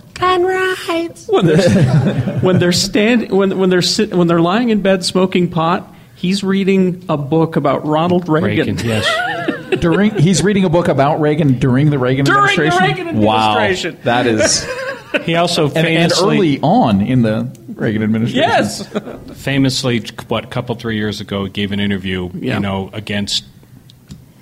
[SPEAKER 20] Conrad.
[SPEAKER 1] When they're when they're stand when when they're sit, when they're lying in bed smoking pot, he's reading a book about Ronald Reagan.
[SPEAKER 7] Reagan, yes.
[SPEAKER 4] *laughs* during he's reading a book about Reagan during the Reagan
[SPEAKER 1] During the
[SPEAKER 4] administration.
[SPEAKER 1] Reagan administration.
[SPEAKER 4] Wow, that is
[SPEAKER 7] *laughs* He also
[SPEAKER 4] and, and
[SPEAKER 7] famously
[SPEAKER 4] early on in the Reagan administration.
[SPEAKER 1] Yes.
[SPEAKER 7] *laughs* famously what couple three years ago gave an interview
[SPEAKER 1] Yeah.
[SPEAKER 7] you know against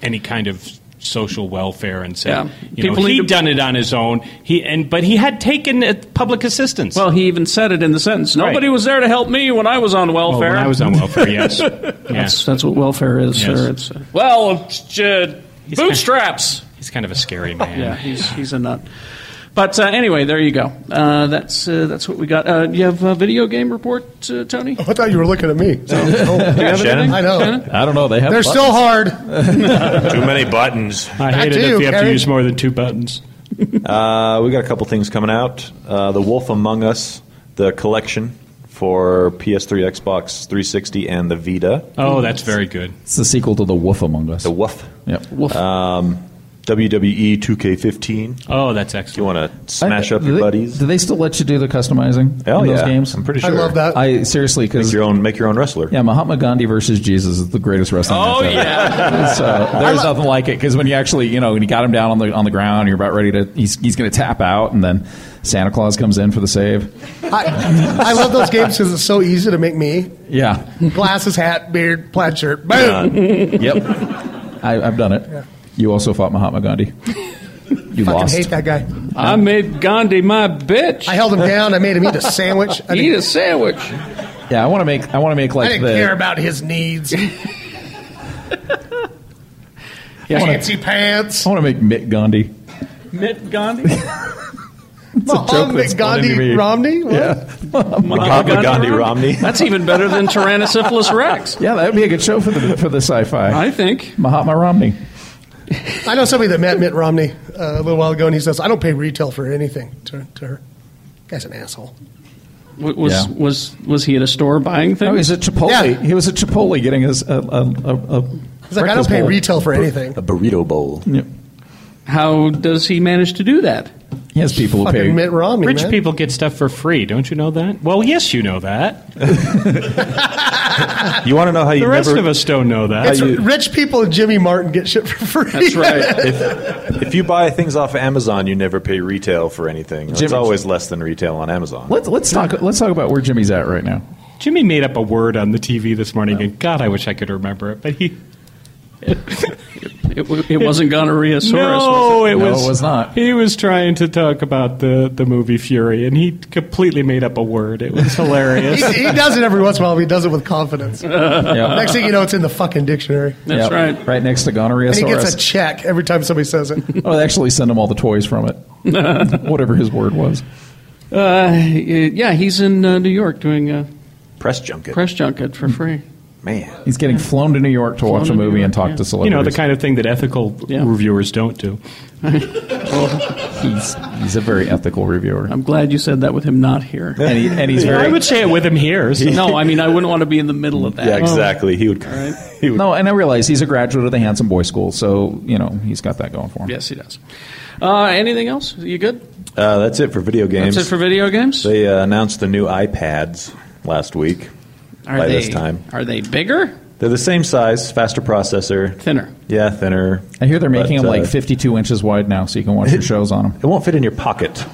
[SPEAKER 7] any kind of social welfare and said
[SPEAKER 1] Yeah.
[SPEAKER 7] you know,
[SPEAKER 1] People need
[SPEAKER 7] he'd
[SPEAKER 1] to-
[SPEAKER 7] done it on his own he and but he had taken uh, public assistance
[SPEAKER 1] Well, he even said it in the sentence.
[SPEAKER 7] Right.
[SPEAKER 1] Nobody was there to help me when I was on welfare.
[SPEAKER 7] Oh, when I was on
[SPEAKER 1] *laughs*
[SPEAKER 7] welfare yes
[SPEAKER 1] That's that's what welfare is,
[SPEAKER 7] Yes.
[SPEAKER 1] sir. It's, uh, well, it's, uh, bootstraps.
[SPEAKER 7] he's kind of a scary man
[SPEAKER 1] *laughs* Yeah, he's he's a nut. But uh, anyway, there you go. Uh, that's uh, that's what we got. Uh, you have a video game report, uh, Tony?
[SPEAKER 3] Oh, I thought you were looking at me. So, oh,
[SPEAKER 1] Do you have anything?
[SPEAKER 3] I know.
[SPEAKER 1] Shannon?
[SPEAKER 4] I don't know. They have
[SPEAKER 3] They're
[SPEAKER 4] buttons.
[SPEAKER 3] still
[SPEAKER 4] *laughs*
[SPEAKER 3] hard.
[SPEAKER 6] *laughs* Too many buttons.
[SPEAKER 7] I hate
[SPEAKER 3] I
[SPEAKER 7] it
[SPEAKER 3] do,
[SPEAKER 7] if you have
[SPEAKER 3] Gary.
[SPEAKER 7] to use more than two buttons
[SPEAKER 6] *laughs* Uh, we got a couple things coming out. Uh, the Wolf Among Us, the collection for PS3, Xbox 360, and the Vita.
[SPEAKER 7] oh that's very good
[SPEAKER 4] It's the sequel to The Wolf Among Us.
[SPEAKER 6] The Wolf.
[SPEAKER 4] Yep.
[SPEAKER 6] Um, E WWE 2K15.
[SPEAKER 7] oh that's
[SPEAKER 6] You
[SPEAKER 7] excellent
[SPEAKER 6] want to smash up
[SPEAKER 4] do
[SPEAKER 6] your
[SPEAKER 4] they,
[SPEAKER 6] buddies?
[SPEAKER 4] Do they still let you do the customizing
[SPEAKER 6] Hell
[SPEAKER 4] in those
[SPEAKER 6] yeah.
[SPEAKER 4] games?
[SPEAKER 6] I'm pretty
[SPEAKER 3] I
[SPEAKER 6] sure.
[SPEAKER 3] love that.
[SPEAKER 4] I seriously
[SPEAKER 6] Make
[SPEAKER 4] because
[SPEAKER 6] your own. Make your own wrestler.
[SPEAKER 4] yeah, Mahatma Gandhi versus Jesus is the greatest wrestling.
[SPEAKER 1] Oh,
[SPEAKER 4] match ever.
[SPEAKER 1] yeah.
[SPEAKER 4] *laughs* so there's nothing like it because when you actually you know when you got him down on the on the ground, you're about ready to he's he's going to tap out, and then Santa Claus comes in for the save.
[SPEAKER 3] I, I love those games because it's so easy to make me.
[SPEAKER 4] Yeah.
[SPEAKER 3] Glasses, hat, beard, plaid shirt.
[SPEAKER 6] Done.
[SPEAKER 3] Boom.
[SPEAKER 4] yep. I, I've done it. You also fought Mahatma Gandhi. You
[SPEAKER 3] Fucking
[SPEAKER 4] lost.
[SPEAKER 3] hate that guy.
[SPEAKER 1] I made Gandhi my bitch.
[SPEAKER 3] I held him down. I made him eat a sandwich. I
[SPEAKER 1] Eat
[SPEAKER 3] didn't,
[SPEAKER 1] a sandwich.
[SPEAKER 4] Yeah, I want to make. I want to make
[SPEAKER 3] I
[SPEAKER 4] like
[SPEAKER 3] didn't
[SPEAKER 4] the.
[SPEAKER 3] care about his needs.
[SPEAKER 4] I wanna-
[SPEAKER 3] Fancy pants.
[SPEAKER 4] I want to make Mitt Gandhi.
[SPEAKER 1] *laughs* Mitt Gandhi.
[SPEAKER 4] It's a joke that's
[SPEAKER 3] Mahatma
[SPEAKER 4] funny to
[SPEAKER 3] Gandhi
[SPEAKER 4] me.
[SPEAKER 3] Romney. What?
[SPEAKER 4] Yeah.
[SPEAKER 6] Mahatma Gandhi Romney.
[SPEAKER 1] That's even better than Tyrannosyphilis Rex.
[SPEAKER 4] Yeah, that would be a good show for the for the sci-fi.
[SPEAKER 1] I think.
[SPEAKER 4] Mahatma Romney.
[SPEAKER 3] I know somebody that met Mitt Romney uh, a little while ago, and he says, "I don't pay retail for anything." To, to her, guy's an asshole.
[SPEAKER 1] W- Was
[SPEAKER 4] Yeah.
[SPEAKER 1] was was he at a store buying
[SPEAKER 4] No, he was
[SPEAKER 1] things?
[SPEAKER 4] at Chipotle.
[SPEAKER 3] Yeah.
[SPEAKER 4] He was at Chipotle getting his a. a, a, a
[SPEAKER 3] He's like, "I don't
[SPEAKER 4] breakfast
[SPEAKER 3] pay
[SPEAKER 4] bowl."
[SPEAKER 3] retail for anything."
[SPEAKER 6] A burrito bowl.
[SPEAKER 4] Yeah.
[SPEAKER 1] How does he manage to do that?
[SPEAKER 4] He has people who
[SPEAKER 3] Fucking
[SPEAKER 4] pay.
[SPEAKER 3] Mitt Romney,
[SPEAKER 7] rich
[SPEAKER 3] man.
[SPEAKER 7] people get stuff for free don't you know that well yes you know
[SPEAKER 4] *laughs*
[SPEAKER 7] that
[SPEAKER 6] You want to know how you
[SPEAKER 7] the rest
[SPEAKER 6] never,
[SPEAKER 7] of us don't
[SPEAKER 3] *laughs*
[SPEAKER 7] know that
[SPEAKER 3] It's
[SPEAKER 6] How you-
[SPEAKER 3] rich people and Jimmy Martin get shit for free.
[SPEAKER 1] That's right.
[SPEAKER 6] if, if you buy things off of Amazon, you never pay retail for anything. It's
[SPEAKER 4] Jim-
[SPEAKER 6] always less than retail on Amazon.
[SPEAKER 4] Let's let's talk. Let's talk about where Jimmy's at right now.
[SPEAKER 7] Jimmy made up a word on the TV this morning, and God, I wish I could remember it. But he
[SPEAKER 1] It, w- it wasn't gonorrhea
[SPEAKER 7] no, it
[SPEAKER 4] No,
[SPEAKER 7] was
[SPEAKER 4] it was *laughs* not.
[SPEAKER 7] He was trying to talk about the the movie Fury, and he completely made up a word. It was hilarious.
[SPEAKER 3] *laughs* *laughs* he, he does it every once in a while. but He does it with
[SPEAKER 1] *laughs*
[SPEAKER 3] confidence.
[SPEAKER 4] Yeah.
[SPEAKER 3] Next thing you know, it's in the fucking dictionary.
[SPEAKER 1] That's
[SPEAKER 4] Yeah.
[SPEAKER 1] right.
[SPEAKER 4] Right next to gonorrhea.
[SPEAKER 3] And he gets a check every time somebody says it.
[SPEAKER 4] Oh, they actually send him all the toys from it.
[SPEAKER 1] *laughs*
[SPEAKER 4] Whatever his word was.
[SPEAKER 1] Uh, yeah, he's in uh, New York doing a
[SPEAKER 6] Press junket.
[SPEAKER 1] press junket for free.
[SPEAKER 6] Man,
[SPEAKER 4] he's getting flown to New York to watch a
[SPEAKER 7] Flown to New
[SPEAKER 4] movie
[SPEAKER 7] York,
[SPEAKER 4] and talk
[SPEAKER 7] yeah.
[SPEAKER 4] to
[SPEAKER 7] You
[SPEAKER 4] celebrities.
[SPEAKER 7] know, the kind of thing that ethical *laughs* reviewers don't do.
[SPEAKER 4] *laughs* he's he's a very ethical reviewer.
[SPEAKER 1] I'm glad you said that with him not here.
[SPEAKER 4] And he- and he's Yeah, very- I would
[SPEAKER 7] say it with him here.
[SPEAKER 4] *laughs* so-
[SPEAKER 1] No, I mean I wouldn't want to be in the middle of that.
[SPEAKER 4] *laughs* Yeah, exactly.
[SPEAKER 6] he would.
[SPEAKER 4] No, and I realize he's a graduate of the Handsome Boy School, so you know he's got that going for him.
[SPEAKER 1] Yes, he does. Uh, anything else? You good?
[SPEAKER 6] uh, that's it for video games.
[SPEAKER 1] That's it for video games.
[SPEAKER 6] They uh, announced the new iPads last week.
[SPEAKER 1] Are
[SPEAKER 6] by
[SPEAKER 1] they
[SPEAKER 6] this time,
[SPEAKER 1] are they bigger?
[SPEAKER 6] they're the same size, faster processor,
[SPEAKER 1] Thinner.
[SPEAKER 6] Yeah, thinner.
[SPEAKER 4] I hear they're
[SPEAKER 6] But,
[SPEAKER 4] making him like
[SPEAKER 6] uh,
[SPEAKER 4] 52 inches wide now, so you can watch your shows on him.
[SPEAKER 6] It won't fit in your pocket.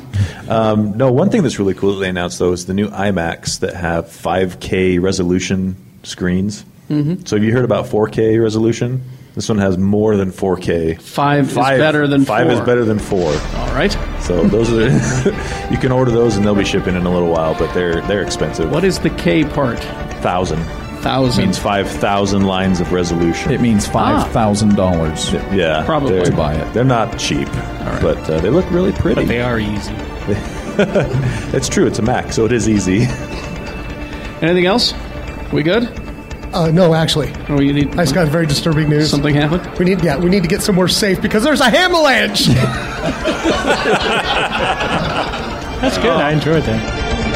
[SPEAKER 6] Um, no, one thing that's really cool that they announced though is the new iMacs that have 5K resolution screens.
[SPEAKER 1] Mhm.
[SPEAKER 6] So have you heard about 4K resolution? This one has more than 4K.
[SPEAKER 1] Five, is better than
[SPEAKER 6] five
[SPEAKER 1] four.
[SPEAKER 6] is better than four.
[SPEAKER 1] All right.
[SPEAKER 6] So those are *laughs* you can order those and they'll be shipping in a little while, but they're they're expensive. What
[SPEAKER 1] is the K part?
[SPEAKER 6] Thousand.
[SPEAKER 1] Thousand
[SPEAKER 6] means five thousand lines of resolution.
[SPEAKER 4] It means
[SPEAKER 6] Ah.
[SPEAKER 4] five thousand dollars.
[SPEAKER 6] Yeah,
[SPEAKER 4] Probably.
[SPEAKER 6] they're-
[SPEAKER 4] To buy it.
[SPEAKER 6] They're not cheap, but uh, they look really pretty.
[SPEAKER 7] But they are easy.
[SPEAKER 6] *laughs* That's true. It's a Mac, so it is easy. *laughs*
[SPEAKER 1] Anything else? We good?
[SPEAKER 3] Uh, no, actually.
[SPEAKER 1] Oh, you need.
[SPEAKER 3] I just got very disturbing news.
[SPEAKER 1] Something happened.
[SPEAKER 3] We need. Yeah, we need to get somewhere safe because there's a avalanche.
[SPEAKER 7] That's good. I enjoyed that.